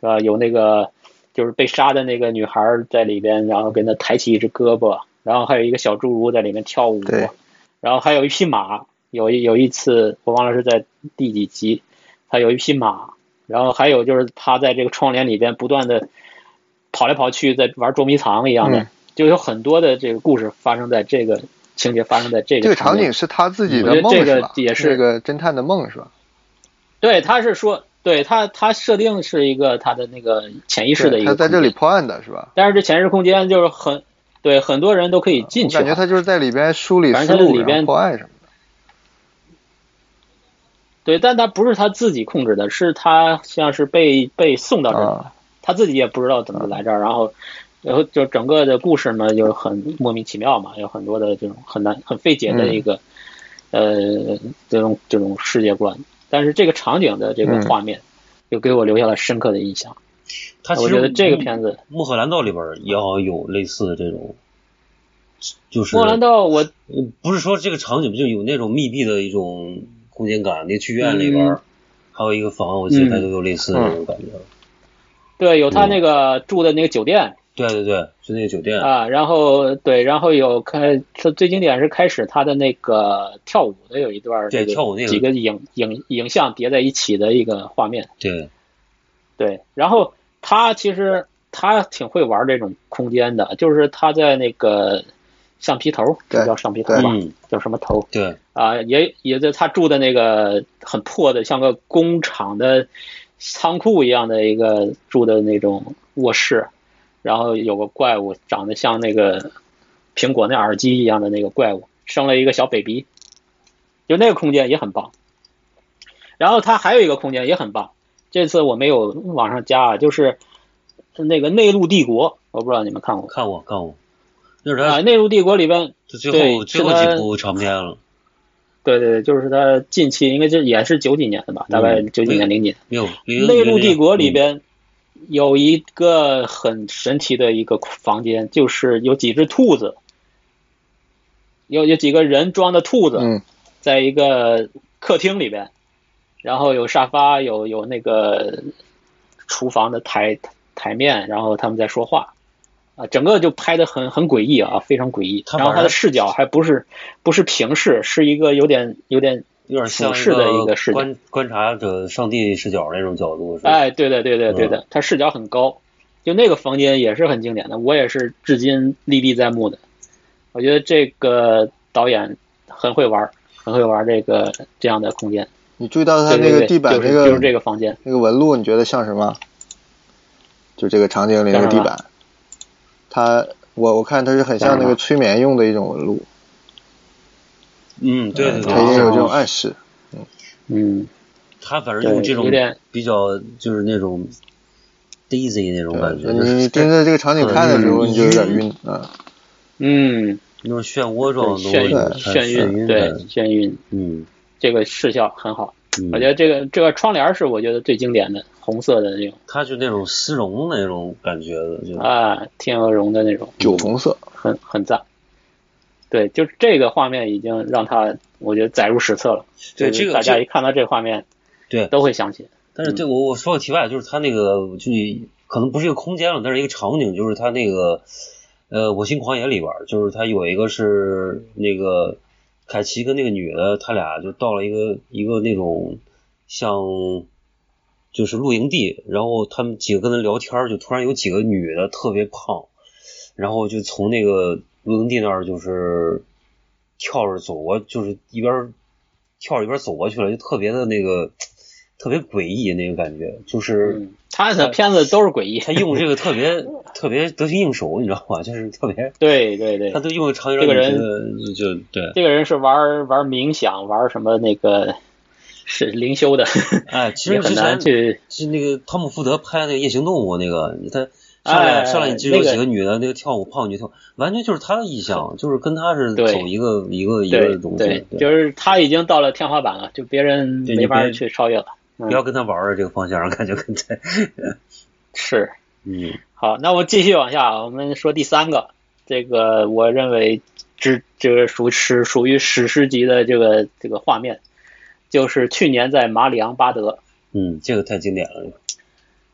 [SPEAKER 3] 是吧？有那个就是被杀的那个女孩儿在里边，然后跟她抬起一只胳膊，然后还有一个小侏儒在里面跳舞
[SPEAKER 4] 对，
[SPEAKER 3] 然后还有一匹马，有一有一次我忘了是在第几集，他有一匹马，然后还有就是他在这个窗帘里边不断的跑来跑去，在玩捉迷藏一样的，
[SPEAKER 4] 嗯
[SPEAKER 3] 就有很多的这个故事发生在这个情节发生在这
[SPEAKER 4] 这
[SPEAKER 3] 个
[SPEAKER 4] 个场
[SPEAKER 3] 面
[SPEAKER 4] 景是他自己
[SPEAKER 3] 我
[SPEAKER 4] 的
[SPEAKER 3] 觉得
[SPEAKER 4] 梦
[SPEAKER 3] 这个
[SPEAKER 4] 是吧？
[SPEAKER 3] 也是
[SPEAKER 4] 那个侦探的梦是吧？
[SPEAKER 3] 对，他是说，对他他设定是一个他的那个潜意识的
[SPEAKER 4] 对
[SPEAKER 3] 一
[SPEAKER 4] 他
[SPEAKER 3] 个，
[SPEAKER 4] 在这里，破案的是吧？
[SPEAKER 3] 但是这潜意识空间就是很对很多人都可以进
[SPEAKER 4] 我
[SPEAKER 3] 去
[SPEAKER 4] 感觉
[SPEAKER 3] 啊，
[SPEAKER 4] 他就是在里边梳理
[SPEAKER 3] 反
[SPEAKER 4] 思
[SPEAKER 3] 正他在
[SPEAKER 4] 路，
[SPEAKER 3] 里边
[SPEAKER 4] 然后破案什么的。
[SPEAKER 3] 对，但他不是他自己控制的，是他像是被被送到这里
[SPEAKER 4] 啊，
[SPEAKER 3] 他自己也不知道怎么来这儿，然后，然后就整个的故事嘛，就很莫名其妙嘛，有很多
[SPEAKER 4] 嗯
[SPEAKER 3] 的这种很难、很费解的一个，呃，这种这种世界观。但是这个场景的
[SPEAKER 4] 嗯
[SPEAKER 3] 这个画面，就给我留下了深刻的印象。
[SPEAKER 5] 他其
[SPEAKER 3] 我
[SPEAKER 5] 实
[SPEAKER 3] 觉得这个片子，
[SPEAKER 5] 《穆赫兰道》里边也好像有类似的这种，就是
[SPEAKER 3] 莫兰道我
[SPEAKER 5] 呃不是说这个场景，就有那种密闭的一种空间感。那剧院里边
[SPEAKER 3] 嗯
[SPEAKER 5] 儿、还有一个房，我记得它都有类似的这种感觉。
[SPEAKER 3] 对有他
[SPEAKER 5] 嗯
[SPEAKER 3] 那个住的那个酒店
[SPEAKER 5] 对对对，就那个酒店，
[SPEAKER 3] 啊，然后对，然后有开最最经典是开始他的那个跳舞的有一段儿，
[SPEAKER 5] 对
[SPEAKER 3] 这个
[SPEAKER 5] 跳舞那个
[SPEAKER 3] 几个影影影像叠在一起的一个画面。
[SPEAKER 5] 对，
[SPEAKER 3] 对，然后他其实他挺会玩这种空间的，就是他在那个橡皮头，这
[SPEAKER 4] 对
[SPEAKER 3] 叫橡皮头吧，
[SPEAKER 5] 嗯，
[SPEAKER 3] 叫什么头
[SPEAKER 5] 对，
[SPEAKER 3] 啊？也也在他住的那个很破的，像个工厂的仓库一样的一个住的那种卧室，然后有个怪物长得像那个苹果那耳机一样的那个怪物，生了一个小 baby，就那个空间也很棒。然后它还有一个空间也很棒，这次我没有往上加啊，就是那个《内陆帝国》，我不知道你们看过
[SPEAKER 5] 看过看过，那是
[SPEAKER 3] 啊，
[SPEAKER 5] 他
[SPEAKER 3] 《内陆帝国》里边
[SPEAKER 5] 最
[SPEAKER 3] 对
[SPEAKER 5] 后最后
[SPEAKER 3] 是他
[SPEAKER 5] 几部长篇了，
[SPEAKER 3] 对对对，就是他近期应该这也是九几年的吧，大概
[SPEAKER 5] 嗯
[SPEAKER 3] 九几年零几年。
[SPEAKER 5] 没有嗯《
[SPEAKER 3] 内陆帝国》里
[SPEAKER 5] 边。
[SPEAKER 3] 边有一个很神奇的一个房间，就是有几只兔子，有有几个人装的兔子，
[SPEAKER 4] 嗯
[SPEAKER 3] 在一个客厅里边，然后有沙发，有有那个厨房的台台面，然后他们在说话，啊，整个就拍的很很诡异啊，非常诡异。
[SPEAKER 5] 他
[SPEAKER 3] 然后
[SPEAKER 5] 反
[SPEAKER 3] 他
[SPEAKER 5] 而
[SPEAKER 3] 的视角还不是不是平视，是一个有点有点
[SPEAKER 5] 有点
[SPEAKER 3] 俯
[SPEAKER 5] 像
[SPEAKER 3] 视的一个视角
[SPEAKER 5] 观观察者上帝视角那种角度，是吧？
[SPEAKER 3] 哎，对的，对
[SPEAKER 5] 嗯
[SPEAKER 3] 的，对的，他视角很高，就那个房间也是很经典的，我也是至今历历在目的。我觉得这个导演很会玩儿，很会玩儿这个这样的空间。
[SPEAKER 4] 你注意到它
[SPEAKER 3] 对
[SPEAKER 4] 那
[SPEAKER 3] 对
[SPEAKER 4] 个
[SPEAKER 3] 对，
[SPEAKER 4] 地板
[SPEAKER 3] 就是
[SPEAKER 4] 那
[SPEAKER 3] 就是这
[SPEAKER 4] 个
[SPEAKER 3] 个房间，
[SPEAKER 4] 那个纹路，你觉得像什么？就这个场景里那个地板，它我我看它是很像那个催眠用的一种纹路，
[SPEAKER 5] 嗯，对对
[SPEAKER 4] 它一定
[SPEAKER 5] 对，
[SPEAKER 4] 有这种暗示。
[SPEAKER 3] 嗯，
[SPEAKER 5] 他反正
[SPEAKER 3] 对
[SPEAKER 5] 用这种
[SPEAKER 3] 有点
[SPEAKER 5] 比较就是那种 daisy 那种感觉，就是
[SPEAKER 4] 你真的这个场景看的时候，
[SPEAKER 5] 嗯
[SPEAKER 4] 你就有点晕啊。
[SPEAKER 3] 嗯，
[SPEAKER 5] 那种漩涡
[SPEAKER 3] 对
[SPEAKER 5] 状的
[SPEAKER 3] 眩晕，
[SPEAKER 5] 东西，
[SPEAKER 3] 眩晕，
[SPEAKER 5] 晕
[SPEAKER 3] 对
[SPEAKER 5] 感，
[SPEAKER 3] 眩晕，
[SPEAKER 5] 嗯，
[SPEAKER 3] 这个视效很好。
[SPEAKER 5] 嗯
[SPEAKER 3] 我觉得这个这个窗帘是我觉得最经典的，红色的那种
[SPEAKER 5] 他就那种丝绒那种感觉的，就
[SPEAKER 3] 啊，天鹅绒的那种。
[SPEAKER 4] 酒红色，
[SPEAKER 3] 很很赞。对，就是这个画面已经让他，我觉得载入史册了。
[SPEAKER 5] 对
[SPEAKER 3] 就
[SPEAKER 5] 这
[SPEAKER 3] 是
[SPEAKER 5] 个
[SPEAKER 3] 大家
[SPEAKER 5] 这
[SPEAKER 3] 一嗯看到这个画面，
[SPEAKER 5] 对
[SPEAKER 3] 都会想起。
[SPEAKER 5] 但是对我我说个题外，就是他那个就可能不是一个空间了，但是一个场景，就是他那个呃《我心狂野》里边儿，就是他有一个是那个凯奇跟那个女的，他俩就到了一个一个那种像就是露营地，然后他们几个跟他聊天儿，就突然有几个女的特别胖，然后就从那个露营地那儿就是跳着走过，就是一边儿跳着一边儿走过去了，就特别的那个特别诡异那个感觉，就是
[SPEAKER 3] 嗯，他的片子都是诡异。
[SPEAKER 5] 他用这个特别 特别得心应手，你知道吧？就是特别
[SPEAKER 3] 对对对
[SPEAKER 5] 他，都用的场景
[SPEAKER 3] 这个
[SPEAKER 5] 让你
[SPEAKER 3] 人
[SPEAKER 5] 觉得就就对，
[SPEAKER 3] 这个人是玩玩冥想，玩什么那个是灵修的，
[SPEAKER 5] 哎， 其
[SPEAKER 3] 也
[SPEAKER 5] 实
[SPEAKER 3] 很
[SPEAKER 5] 之
[SPEAKER 3] 难
[SPEAKER 5] 前
[SPEAKER 3] 去。
[SPEAKER 5] 是那个汤姆·福德拍那个《夜行动物》那个，他上来、
[SPEAKER 3] 哎
[SPEAKER 5] 上来你记住有
[SPEAKER 3] 那个
[SPEAKER 5] 几个女的，那个跳舞胖女跳舞，完全就是他的意向，就是跟他是
[SPEAKER 3] 对
[SPEAKER 5] 走一个一个一
[SPEAKER 3] 对
[SPEAKER 5] 个东西，
[SPEAKER 3] 对，
[SPEAKER 5] 对
[SPEAKER 3] 就是他已经到了天花板了，就别人
[SPEAKER 5] 对
[SPEAKER 3] 没
[SPEAKER 5] 你
[SPEAKER 3] 法
[SPEAKER 5] 别
[SPEAKER 3] 去超越了。
[SPEAKER 5] 不要跟他玩儿这个方向，感觉跟 他，
[SPEAKER 3] 是，
[SPEAKER 5] 嗯，
[SPEAKER 3] 好，那我们继续往下，我们说第三个，这个我认为只这个属史属于史诗级的这个这个画面，就是去年在马里昂巴德。
[SPEAKER 5] 嗯，这个太经典了。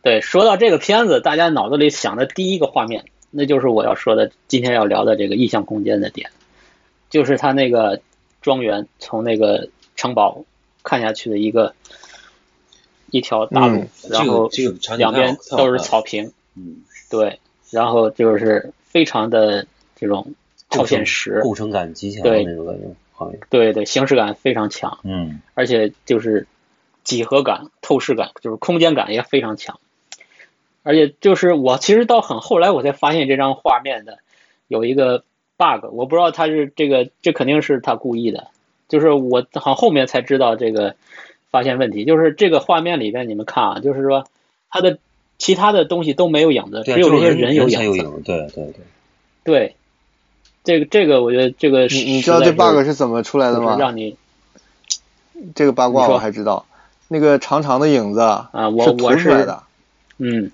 [SPEAKER 3] 对，说到这个片子，大家脑子里想的第一个画面，那就是我要说的今天要聊的这个意象空间的点，就是他那个庄园从那个城堡看下去的一个一条大路，
[SPEAKER 4] 嗯
[SPEAKER 3] 然后
[SPEAKER 5] 这个这个场景
[SPEAKER 3] 两
[SPEAKER 5] 太好
[SPEAKER 3] 边
[SPEAKER 5] 太好
[SPEAKER 3] 都是
[SPEAKER 5] 看了
[SPEAKER 3] 草坪，
[SPEAKER 5] 嗯，
[SPEAKER 3] 对，然后就是非常的这种超
[SPEAKER 5] 构成
[SPEAKER 3] 现实，
[SPEAKER 5] 构成感极强
[SPEAKER 3] 对
[SPEAKER 5] 的那种感觉，好像，
[SPEAKER 3] 对对，形式感非常强，
[SPEAKER 5] 嗯，
[SPEAKER 3] 而且就是几何感、透视感，就是空间感也非常强。而且就是我其实到很后来我才发现这张画面的有一个 bug，我不知道他是这个，这肯定是他故意的，就是我很后面才知道这个发现问题，就是这个画面里边你们看啊，就是说他的其他的东西都没有影子，
[SPEAKER 5] 对啊，
[SPEAKER 3] 只有
[SPEAKER 5] 就
[SPEAKER 3] 这
[SPEAKER 5] 是
[SPEAKER 3] 些
[SPEAKER 5] 人
[SPEAKER 3] 有影
[SPEAKER 5] 才有
[SPEAKER 3] 子。
[SPEAKER 5] 影，对对对，
[SPEAKER 3] 对，这个这个我觉得这个
[SPEAKER 4] 你你知道这 bug 是怎么出来
[SPEAKER 3] 来
[SPEAKER 4] 的吗？
[SPEAKER 3] 让你
[SPEAKER 4] 这个八卦
[SPEAKER 3] 你说
[SPEAKER 4] 我还知道，那个长长的影子啊
[SPEAKER 3] 啊我
[SPEAKER 4] 是涂
[SPEAKER 3] 我
[SPEAKER 4] 出来
[SPEAKER 3] 是
[SPEAKER 4] 的，
[SPEAKER 3] 嗯，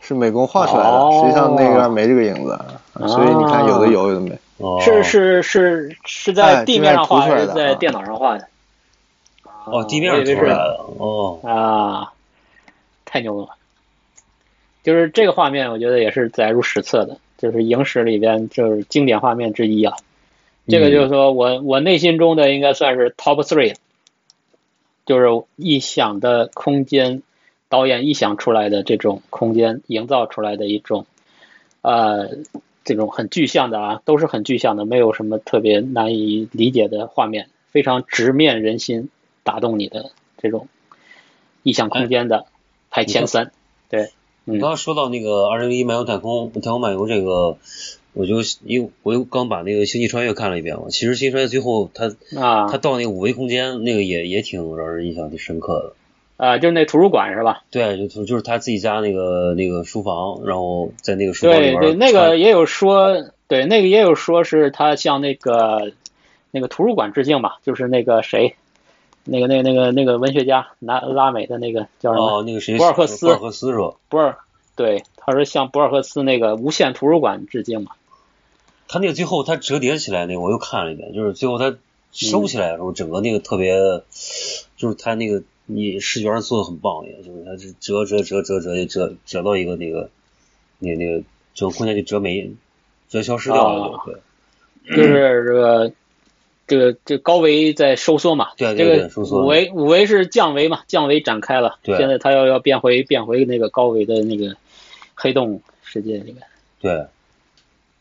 [SPEAKER 4] 是美工画出来的。
[SPEAKER 3] 哦
[SPEAKER 4] 实际上那边没这个影子，啊所以你看有的有，有的没。
[SPEAKER 5] 哦
[SPEAKER 3] 是是是是
[SPEAKER 4] 哎
[SPEAKER 3] 在地面上画
[SPEAKER 4] 地面涂出
[SPEAKER 3] 还
[SPEAKER 4] 来
[SPEAKER 3] 是
[SPEAKER 4] 的
[SPEAKER 3] 在
[SPEAKER 4] 啊
[SPEAKER 3] 电脑上画的？
[SPEAKER 5] 哦，地
[SPEAKER 3] 我
[SPEAKER 5] 面
[SPEAKER 3] 以为
[SPEAKER 5] 涂
[SPEAKER 3] 是
[SPEAKER 5] 出来的哦，
[SPEAKER 3] 啊，太牛了！就是这个画面，我觉得也是载入史册的，就是影史里边就是经典画面之一啊。这个就是说我我内心中的应该算是 top three，就是臆想的空间，导演臆想出来的这种空间营造出来的一种，呃，这种很具象的啊，都是很具象的，没有什么特别难以理解的画面，非常直面人心，打动你的这种意向空间的排前三。嗯
[SPEAKER 5] 哎你刚刚说到那个二零一漫游太空太空漫游这个，我就因为我又刚把那个星际穿越看了一遍嘛，其实星际穿越最后他
[SPEAKER 3] 啊
[SPEAKER 5] 他到那个五维空间那个也也挺让人印象挺深刻
[SPEAKER 3] 啊，就是那图书馆是吧
[SPEAKER 5] 的。？对，就就就是他自己家那个那个书房，然后在那个书房里
[SPEAKER 3] 对
[SPEAKER 5] 边
[SPEAKER 3] 对，那
[SPEAKER 5] 穿
[SPEAKER 3] 个也有说，对那个也有说是他向那个那个图书馆致敬吧，就是那个谁，那个那个那个那个文学家南拉美的那个叫什么？
[SPEAKER 5] 哦，那个谁，
[SPEAKER 3] 博尔赫斯
[SPEAKER 5] 博尔赫斯是吧？
[SPEAKER 3] 博尔，对，他是向博尔赫斯那个无限图书馆致敬嘛。
[SPEAKER 5] 他那个最后他折叠起来那个，我又看了一遍，就是最后他
[SPEAKER 3] 嗯
[SPEAKER 5] 收起来的时候，整个那个特别，就是他那个你视觉上做的很棒，也就是他是折折折折折折折到一个那个那个那个整个空间就折没折消失掉了，
[SPEAKER 3] 啊
[SPEAKER 5] 对嗯
[SPEAKER 3] 就是这个这个这个高维在收缩嘛，
[SPEAKER 5] 对对对
[SPEAKER 3] 这
[SPEAKER 5] 收
[SPEAKER 3] 个
[SPEAKER 5] 缩了
[SPEAKER 3] 五维五维是降维嘛，降维展开了，
[SPEAKER 5] 对
[SPEAKER 3] 现在它要要变回变回那个高维的那个黑洞世界里面。
[SPEAKER 5] 对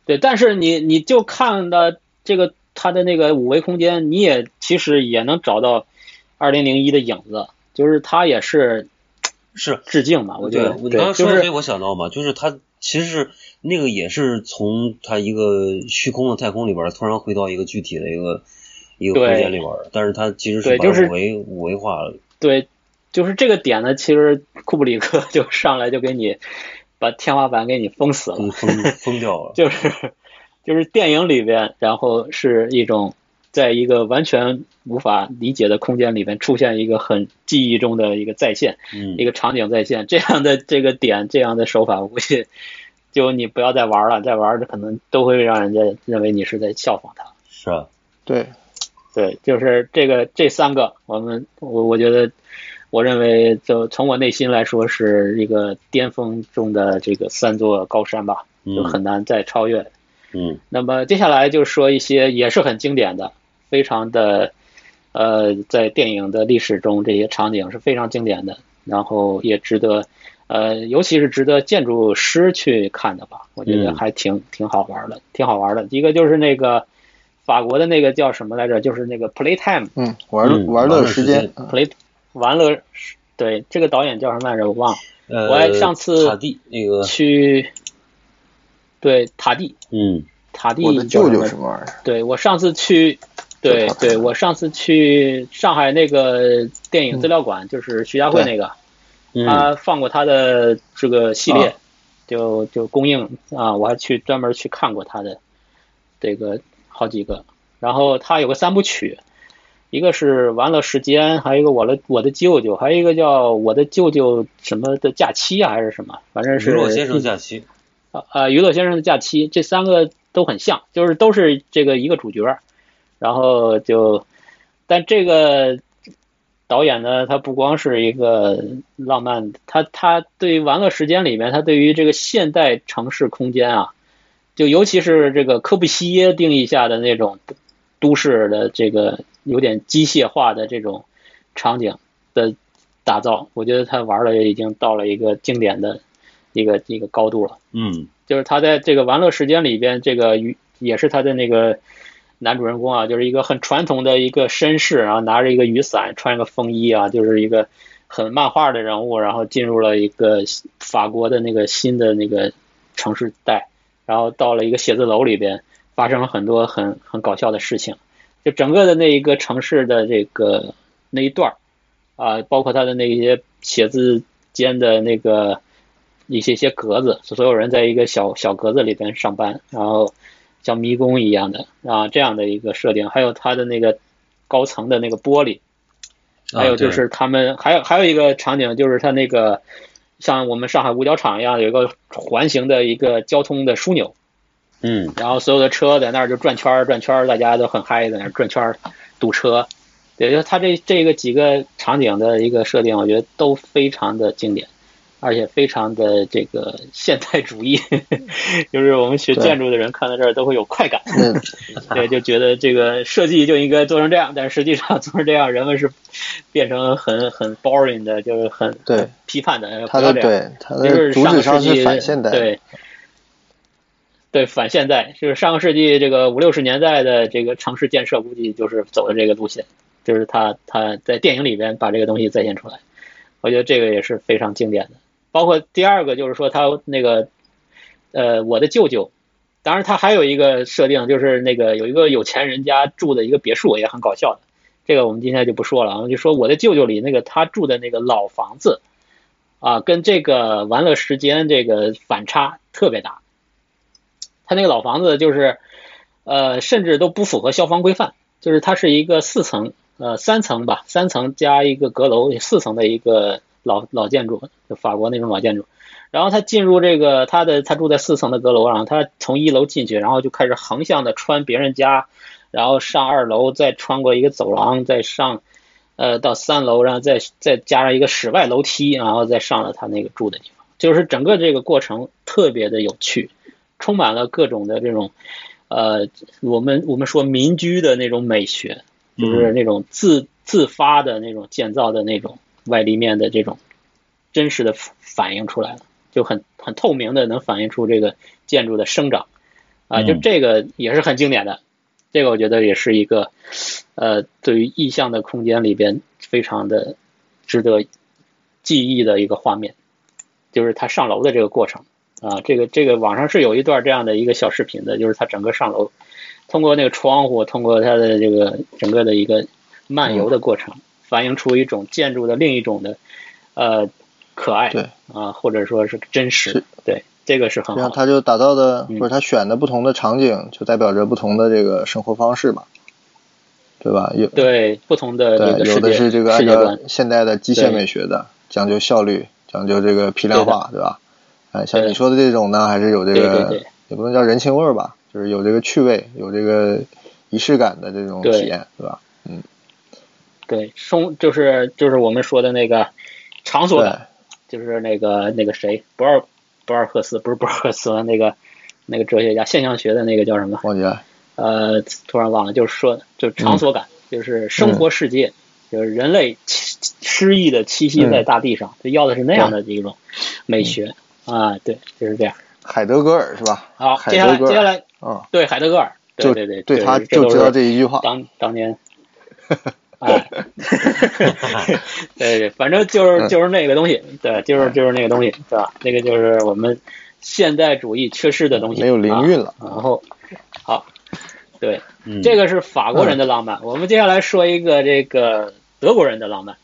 [SPEAKER 3] 对，但是你你就看到这个它的那个五维空间，你也其实也能找到二零零一的影子，就是它也是
[SPEAKER 5] 是。
[SPEAKER 3] 致敬嘛，我觉得
[SPEAKER 5] 我你
[SPEAKER 3] 对
[SPEAKER 5] 刚刚
[SPEAKER 3] 就
[SPEAKER 5] 说的，所以
[SPEAKER 3] 是
[SPEAKER 5] 我想到嘛，就是他其实是那个也是从他一个虚空的太空里边儿突然回到一个具体的一个一个空
[SPEAKER 3] 对
[SPEAKER 5] 间里边儿，但是他其实
[SPEAKER 3] 对
[SPEAKER 5] 是把
[SPEAKER 3] 就是
[SPEAKER 5] 五维五维 化了，
[SPEAKER 3] 对，就是这个点呢，其实库布里克 就上来就给你把天花板给你封死了，
[SPEAKER 5] 封封封掉了。
[SPEAKER 3] 就是就是电影里边，然后是一种在一个完全无法理解的空间里边出现一个很记忆中的一个再现，
[SPEAKER 5] 嗯
[SPEAKER 3] 一个场景再现，这样的这个点，这样的手法，我估计就你不要再玩了，再玩儿可能都会让人家认为你是在效仿他。
[SPEAKER 5] 是啊，
[SPEAKER 4] 对，
[SPEAKER 3] 对，就是这个这三个，我们我我觉得，我认为就从我内心来说是一个巅峰中的这个三座高山吧，就
[SPEAKER 5] 嗯
[SPEAKER 3] 很难再超越。
[SPEAKER 5] 嗯
[SPEAKER 3] 那么接下来就说一些也是很经典的，非常的，呃，在电影的历史中这些场景是非常经典的，然后也值得，呃，尤其是值得建筑师去看的吧，我觉得
[SPEAKER 5] 嗯
[SPEAKER 3] 还挺挺好玩的，挺好玩的。一个就是那个法国的那个叫什么来着，就是那个 Playtime
[SPEAKER 4] 嗯，玩
[SPEAKER 5] 嗯
[SPEAKER 4] 玩
[SPEAKER 5] 玩乐
[SPEAKER 4] 乐
[SPEAKER 5] 时
[SPEAKER 4] 时
[SPEAKER 5] 间
[SPEAKER 4] 间，嗯
[SPEAKER 3] Play 玩乐是，对，这个导演叫什么来着，我忘了。
[SPEAKER 5] 呃，
[SPEAKER 3] 我还上次
[SPEAKER 5] 塔地那个，
[SPEAKER 3] 去，对塔蒂，
[SPEAKER 5] 嗯
[SPEAKER 3] 塔蒂
[SPEAKER 4] 我的舅
[SPEAKER 3] 叫
[SPEAKER 4] 舅
[SPEAKER 3] 么
[SPEAKER 4] 什么 玩意儿？
[SPEAKER 3] 对我上次去，对
[SPEAKER 4] 就他
[SPEAKER 3] 对，我上次去上海那个电影资料馆，就是徐家汇那个，
[SPEAKER 5] 嗯，
[SPEAKER 3] 他放过他的这个系列
[SPEAKER 4] 啊，
[SPEAKER 3] 就就供应啊，我还去专门去看过他的这个好几个，然后他有个三部曲。一个是玩乐时间，还有一个我的我的舅舅，还有一个叫我的舅舅什么的假期啊，还是什么，反正是
[SPEAKER 5] 日落先生假期，
[SPEAKER 3] 啊呃，娱乐先生的假期，这三个都很像，就是都是这个一个主角儿，然后就，但这个导演呢，他不光是一个浪漫，他他对于玩乐时间里面，他对于这个现代城市空间啊，就尤其是这个柯布西耶定义下的那种都市的这个有点机械化的这种场景的打造，我觉得他玩的已经到了一个经典的一个一个高度了。
[SPEAKER 5] 嗯
[SPEAKER 3] 就是他在这个玩乐时间里边，这个与也是他的那个男主人公啊，就是一个很传统的一个绅士，然后拿着一个雨伞，穿个风衣啊，就是一个很漫画的人物，然后进入了一个法国的那个新的那个城市带，然后到了一个写字楼里边，发生了很多很很搞笑的事情，就整个的那一个城市的这个那一段儿啊、包括他的那些写字间的那个一些些格子，所有人在一个小小格子里边上班，然后像迷宫一样的啊这样的一个设定，还有它的那个高层的那个玻璃，还有就是他们，还有还有一个场景就是他那个像我们上海五角场一样，有一个环形的一个交通的枢纽，
[SPEAKER 5] 嗯，
[SPEAKER 3] 然后所有的车在那儿就转圈儿转圈儿，大家都很嗨，在那儿转圈儿堵车。也就是他这这个几个场景的一个设定，我觉得都非常的经典，而且非常的这个现代主义， 就是我们学
[SPEAKER 4] 对
[SPEAKER 3] 建筑的人看到这儿都会有快感。
[SPEAKER 4] 嗯，
[SPEAKER 3] 对，就觉得这个设计就应该做成这样，但实际上做成这样，人们是变成很很 boring 的，就是很
[SPEAKER 4] 对
[SPEAKER 3] 批判的。哎
[SPEAKER 4] 它
[SPEAKER 3] 不要
[SPEAKER 4] 的
[SPEAKER 3] 这样
[SPEAKER 4] 对它
[SPEAKER 3] 就
[SPEAKER 4] 的
[SPEAKER 3] 是
[SPEAKER 4] 主
[SPEAKER 3] 上
[SPEAKER 4] 旨
[SPEAKER 3] 个世
[SPEAKER 4] 上
[SPEAKER 3] 纪
[SPEAKER 4] 是反现代，
[SPEAKER 3] 对，对反现代，就是上个世纪这个五六十年代的这个城市建设，估计就是走的这个路线，就是他他在电影里边把这个东西再现出来，我觉得这个也是非常经典的。包括第二个就是说他那个，呃，我的舅舅，当然他还有一个设定就是那个有一个有钱人家住的一个别墅也很搞笑的，这个我们今天就不说了啊，我们就说我的舅舅里那个他住的那个老房子，啊，跟这个玩乐时间这个反差特别大。他那个老房子就是，呃，甚至都不符合消防规范，就是它是一个四层，呃，三层吧，三层加一个阁楼，四层的一个老老建筑，就法国那种老建筑。然后他进入这个他的他住在四层的阁楼，然后他从一楼进去，然后就开始横向的穿别人家，然后上二楼，再穿过一个走廊，再上呃，到三楼，然后再再加上一个室外楼梯，然后再上了他那个住的地方。就是整个这个过程特别的有趣，充满了各种的这种，呃，我们我们说民居的那种美学，
[SPEAKER 5] 嗯
[SPEAKER 3] 就是那种自自发的那种建造的那种外立面的这种真实的反映出来了，就很很透明的能反映出这个建筑的生长，啊、就
[SPEAKER 5] 嗯
[SPEAKER 3] 这个也是很经典的，这个我觉得也是一个，呃，对于意象的空间里边非常的值得记忆的一个画面，就是他上楼的这个过程啊，这个这个网上是有一段这样的一个小视频的，就是他整个上楼，通过那个窗户，通过他的这个整个的一个漫游的过程，
[SPEAKER 4] 嗯
[SPEAKER 3] 反映出一种建筑的另一种的呃可爱
[SPEAKER 4] 对
[SPEAKER 3] 啊，或者说是真实
[SPEAKER 4] 是，
[SPEAKER 3] 对，这个是很好
[SPEAKER 4] 这样
[SPEAKER 3] 的。
[SPEAKER 4] 他就打造的
[SPEAKER 3] 啊嗯
[SPEAKER 4] 或者他选的不同的场景，就代表着不同的这个生活方式嘛，对吧？有
[SPEAKER 3] 对不同的这个
[SPEAKER 4] 对，有
[SPEAKER 3] 世
[SPEAKER 4] 的
[SPEAKER 3] 界
[SPEAKER 4] 是这个
[SPEAKER 3] 世
[SPEAKER 4] 按
[SPEAKER 3] 界观
[SPEAKER 4] 照，现代的机械美学的，讲究效率，讲究这个批量化，对吧？哎，像
[SPEAKER 3] 对
[SPEAKER 4] 你说的这种呢，还是有这
[SPEAKER 3] 对对
[SPEAKER 4] 个
[SPEAKER 3] 对
[SPEAKER 4] 也不能叫人情味儿吧，就是有这个趣味，有这个仪式感的这种
[SPEAKER 3] 对
[SPEAKER 4] 体验，对吧？
[SPEAKER 3] 对，生就是就是我们说的那个场所
[SPEAKER 4] 对
[SPEAKER 3] 感，就是那个那个谁，博尔博尔赫斯不是博尔赫斯那个那个哲学家，现象学的那个叫什么？
[SPEAKER 4] 忘记了，
[SPEAKER 3] 呃，突然忘了，就是说，就是场所感，
[SPEAKER 4] 嗯
[SPEAKER 3] 就是生活世界，就是人类栖诗意的栖息
[SPEAKER 4] 嗯
[SPEAKER 3] 在大地上，就要的是那样的一种美学、啊，对，就是这样。
[SPEAKER 4] 海德格尔是吧？
[SPEAKER 3] 好，
[SPEAKER 4] 海
[SPEAKER 3] 接下来
[SPEAKER 4] 德
[SPEAKER 3] 接
[SPEAKER 4] 格
[SPEAKER 3] 下
[SPEAKER 4] 尔，
[SPEAKER 3] 来
[SPEAKER 4] 嗯，
[SPEAKER 3] 对海德格尔，对
[SPEAKER 4] 就
[SPEAKER 3] 对对，
[SPEAKER 4] 他
[SPEAKER 3] 这
[SPEAKER 4] 就
[SPEAKER 3] 都
[SPEAKER 4] 知道
[SPEAKER 3] 是
[SPEAKER 4] 这一句话，
[SPEAKER 3] 当当 年，哎，对对，反正
[SPEAKER 4] 嗯
[SPEAKER 3] 就是就是那个东西，对，就是就是那个东西，对吧？那个就是我们现代主义缺失的东西，
[SPEAKER 4] 没有灵韵了
[SPEAKER 3] 啊。然后，好，对，
[SPEAKER 5] 嗯
[SPEAKER 3] 这个是法国人的浪漫。
[SPEAKER 4] 嗯
[SPEAKER 3] 我们接下来说一个这个德国人的浪漫。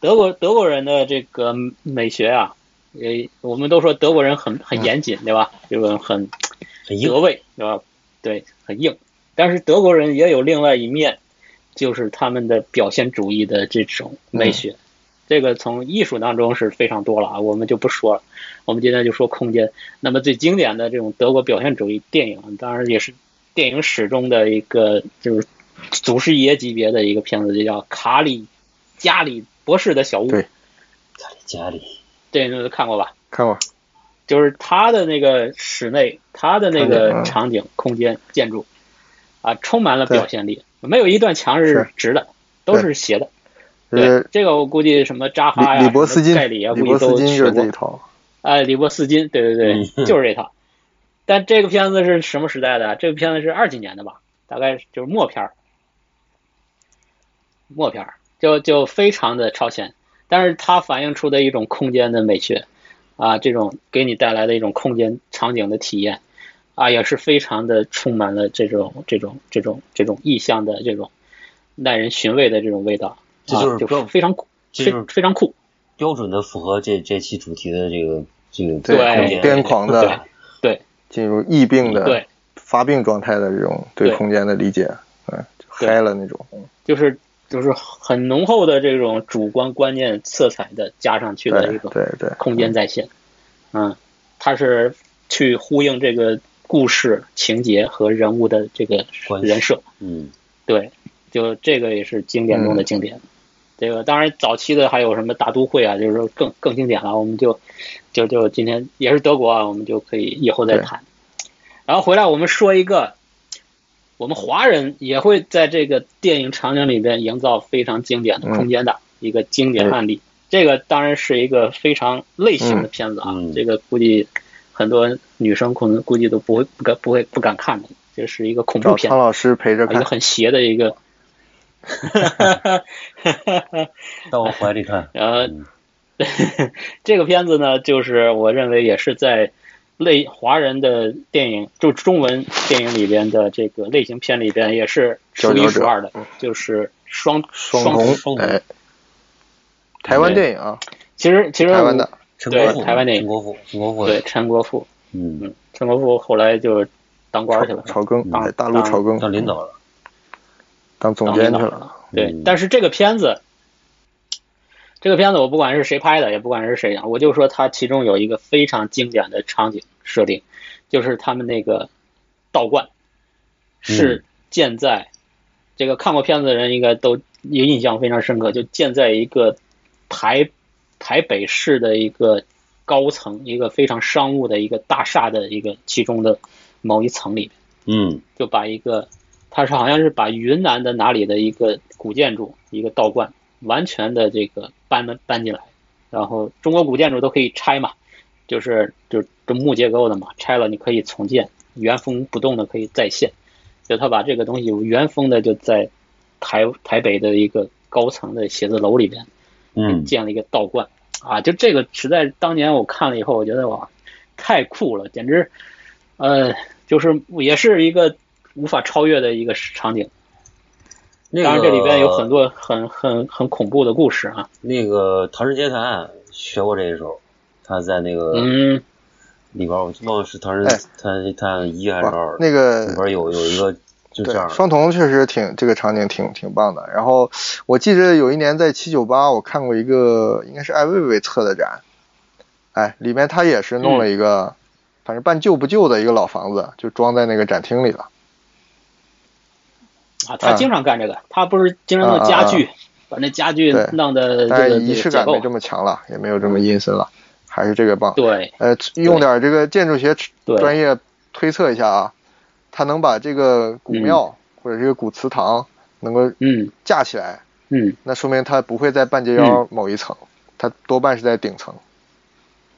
[SPEAKER 3] 德国德国人的这个美学啊，也我们都说德国人很很严谨，对吧？就是很
[SPEAKER 5] 很硬
[SPEAKER 3] 德味，对吧？对，很硬。但是德国人也有另外一面，就是他们的表现主义的这种美学，这个从艺术当中是非常多了啊，我们就不说了。我们今天就说空间。那么最经典的这种德国表现主义电影，当然也是电影史中的一个就是祖师爷级别的一个片子，就叫《卡里加里博士的小屋》。
[SPEAKER 4] 对
[SPEAKER 5] 家里家里，
[SPEAKER 3] 这你都看过吧？
[SPEAKER 4] 看过，
[SPEAKER 3] 就是他的那个室内，他的那
[SPEAKER 4] 嗯
[SPEAKER 3] 个场景、空间、建筑，啊，充满了表现力，没有一段墙是
[SPEAKER 4] 是
[SPEAKER 3] 直的，都是斜的。
[SPEAKER 4] 就
[SPEAKER 3] 对
[SPEAKER 4] 是，
[SPEAKER 3] 这个我估计什么扎哈呀、
[SPEAKER 4] 李李伯斯
[SPEAKER 3] 什
[SPEAKER 4] 金
[SPEAKER 3] 么盖里啊，，
[SPEAKER 4] 李
[SPEAKER 3] 估
[SPEAKER 4] 伯
[SPEAKER 3] 计
[SPEAKER 4] 斯
[SPEAKER 3] 都
[SPEAKER 4] 金就
[SPEAKER 3] 学
[SPEAKER 4] 是这一
[SPEAKER 3] 过。
[SPEAKER 4] 套，
[SPEAKER 3] 哎，李伯斯金，对对对，
[SPEAKER 5] 嗯
[SPEAKER 3] 就是这套。但这个片子是什么时代的？这个片子是二几年的吧，大概就是默片儿，默片儿就就非常的超前，但是它反映出的一种空间的美学，啊，这种给你带来的一种空间场景的体验，啊，也是非常的充满了这种这种这种这种意象的这种耐人寻味的这种味道，
[SPEAKER 5] 这就是
[SPEAKER 3] 啊、
[SPEAKER 5] 标
[SPEAKER 3] 就非常酷，
[SPEAKER 5] 这就是
[SPEAKER 3] 非非常酷，
[SPEAKER 5] 标准的符合这这期主题的这个这个
[SPEAKER 4] 对
[SPEAKER 3] 对
[SPEAKER 5] 空间
[SPEAKER 4] 癫狂的
[SPEAKER 3] 对
[SPEAKER 4] 进入疫病的
[SPEAKER 3] 对。
[SPEAKER 4] 发病状态的这种
[SPEAKER 3] 对
[SPEAKER 4] 对空间的理解，嗯，就
[SPEAKER 3] 对
[SPEAKER 4] 嗨了那种，
[SPEAKER 3] 就是就是很浓厚的这种主观观念色彩的加上去的一
[SPEAKER 4] 对
[SPEAKER 3] 种
[SPEAKER 4] 对对，
[SPEAKER 3] 空间在线，嗯，它是去呼应这个故事情节和人物的这个
[SPEAKER 5] 关系
[SPEAKER 3] 人设，
[SPEAKER 5] 嗯，
[SPEAKER 3] 对，就这个也是经典中的经典。这个当然早期的还有什么大都会啊，就是说更更经典了，我们就就就今天也是德国啊，我们就可以以后再
[SPEAKER 4] 对
[SPEAKER 3] 谈。然后回来我们说一个，我们华人也会在这个电影场景里边营造非常经典的空间的一个经典案例。这个当然是一个非常类型的片子啊，
[SPEAKER 5] 嗯嗯
[SPEAKER 3] 这个估计很多女生可能估计都不会不敢不会不敢看的，这是一个恐怖
[SPEAKER 4] 找
[SPEAKER 3] 片啊
[SPEAKER 4] 苍。老师陪着
[SPEAKER 3] 一个
[SPEAKER 4] 看。
[SPEAKER 3] 很邪的一 个，
[SPEAKER 5] 到我怀里看，
[SPEAKER 3] 呃
[SPEAKER 5] 嗯，
[SPEAKER 3] 这个片子呢，就是我认为也是在类华人的电影，就中文电影里边的这个类型片里边，也是数一数二的，就是双
[SPEAKER 4] 嗯双
[SPEAKER 3] 瞳。
[SPEAKER 5] 双瞳
[SPEAKER 4] 哎，台湾电影啊，
[SPEAKER 3] 其实其实
[SPEAKER 4] 台湾的，
[SPEAKER 5] 陈国富，
[SPEAKER 3] 对台湾电影
[SPEAKER 5] 陈国富，陈国富，
[SPEAKER 3] 对，陈国富，
[SPEAKER 5] 嗯，
[SPEAKER 3] 陈国富后来就当官 去了，
[SPEAKER 4] 草根
[SPEAKER 3] 当
[SPEAKER 4] 在哎大陆草根
[SPEAKER 5] 当领导了，
[SPEAKER 4] 当总监去了，
[SPEAKER 3] 对
[SPEAKER 5] 嗯，
[SPEAKER 3] 但是这个片子，这个片子我不管是谁拍的，也不管是谁演，我就说它其中有一个非常经典的场景设定，就是他们那个道
[SPEAKER 4] 嗯
[SPEAKER 3] 观是建在、这个看过片子的人应该都也印象非常深刻，就建在一个台台北市的一个高层，一个非常商务的一个大厦的一个其中的某一层里边。
[SPEAKER 5] 嗯
[SPEAKER 3] 就把一个，他是好像是把云南的哪里的一个古建筑，一个道观，完全的这个搬了搬进来，然后中国古建筑都可以拆嘛，就是就是这木结构的嘛，拆了你可以重建，原封不动的可以再现，就他把这个东西原封的就在台台北的一个高层的写字楼里边
[SPEAKER 5] 嗯，
[SPEAKER 3] 建了一个道观啊，就这个实在当年我看了以后，我觉得哇，太酷了，简直，呃，就是也是一个无法超越的一个场景。
[SPEAKER 5] 那个
[SPEAKER 3] 当然，这里边有很多很很很恐怖的故事啊。
[SPEAKER 5] 那个《唐人街探案》学过这一首，他在那个
[SPEAKER 3] 嗯，
[SPEAKER 5] 里边，我忘了是《唐人
[SPEAKER 4] 哎
[SPEAKER 5] 探探案一》还是
[SPEAKER 4] 哇
[SPEAKER 5] 二，，
[SPEAKER 4] 那
[SPEAKER 5] 里
[SPEAKER 4] 个
[SPEAKER 5] 边有有一个就这
[SPEAKER 4] 对
[SPEAKER 5] 样，
[SPEAKER 4] 双瞳确实挺这个场景挺挺棒的。然后我记着有一年在七九八，我看过一个应该是艾未未策的展，哎，里面他也是
[SPEAKER 3] 嗯
[SPEAKER 4] 弄了一个，反正半旧不旧的一个老房子，就装在那个展厅里了。
[SPEAKER 3] 啊，
[SPEAKER 4] 嗯
[SPEAKER 3] 他经常干这个，他不是经常弄家具，
[SPEAKER 4] 啊
[SPEAKER 3] 把那家具
[SPEAKER 4] 对
[SPEAKER 3] 弄的这
[SPEAKER 4] 但
[SPEAKER 3] 个
[SPEAKER 4] 是仪式
[SPEAKER 3] 这个
[SPEAKER 4] 感没
[SPEAKER 3] 结
[SPEAKER 4] 这
[SPEAKER 3] 构。
[SPEAKER 4] 么强了，也没有这么阴森了，还是这个棒。
[SPEAKER 3] 对
[SPEAKER 4] 呃，用点这个建筑学
[SPEAKER 3] 对
[SPEAKER 4] 专业推测一下啊，它能把这个古庙或者这个古祠堂能够
[SPEAKER 3] 嗯
[SPEAKER 4] 架起来，
[SPEAKER 3] 嗯，
[SPEAKER 4] 那说明它不会在半截腰某一层，它多半是在顶层，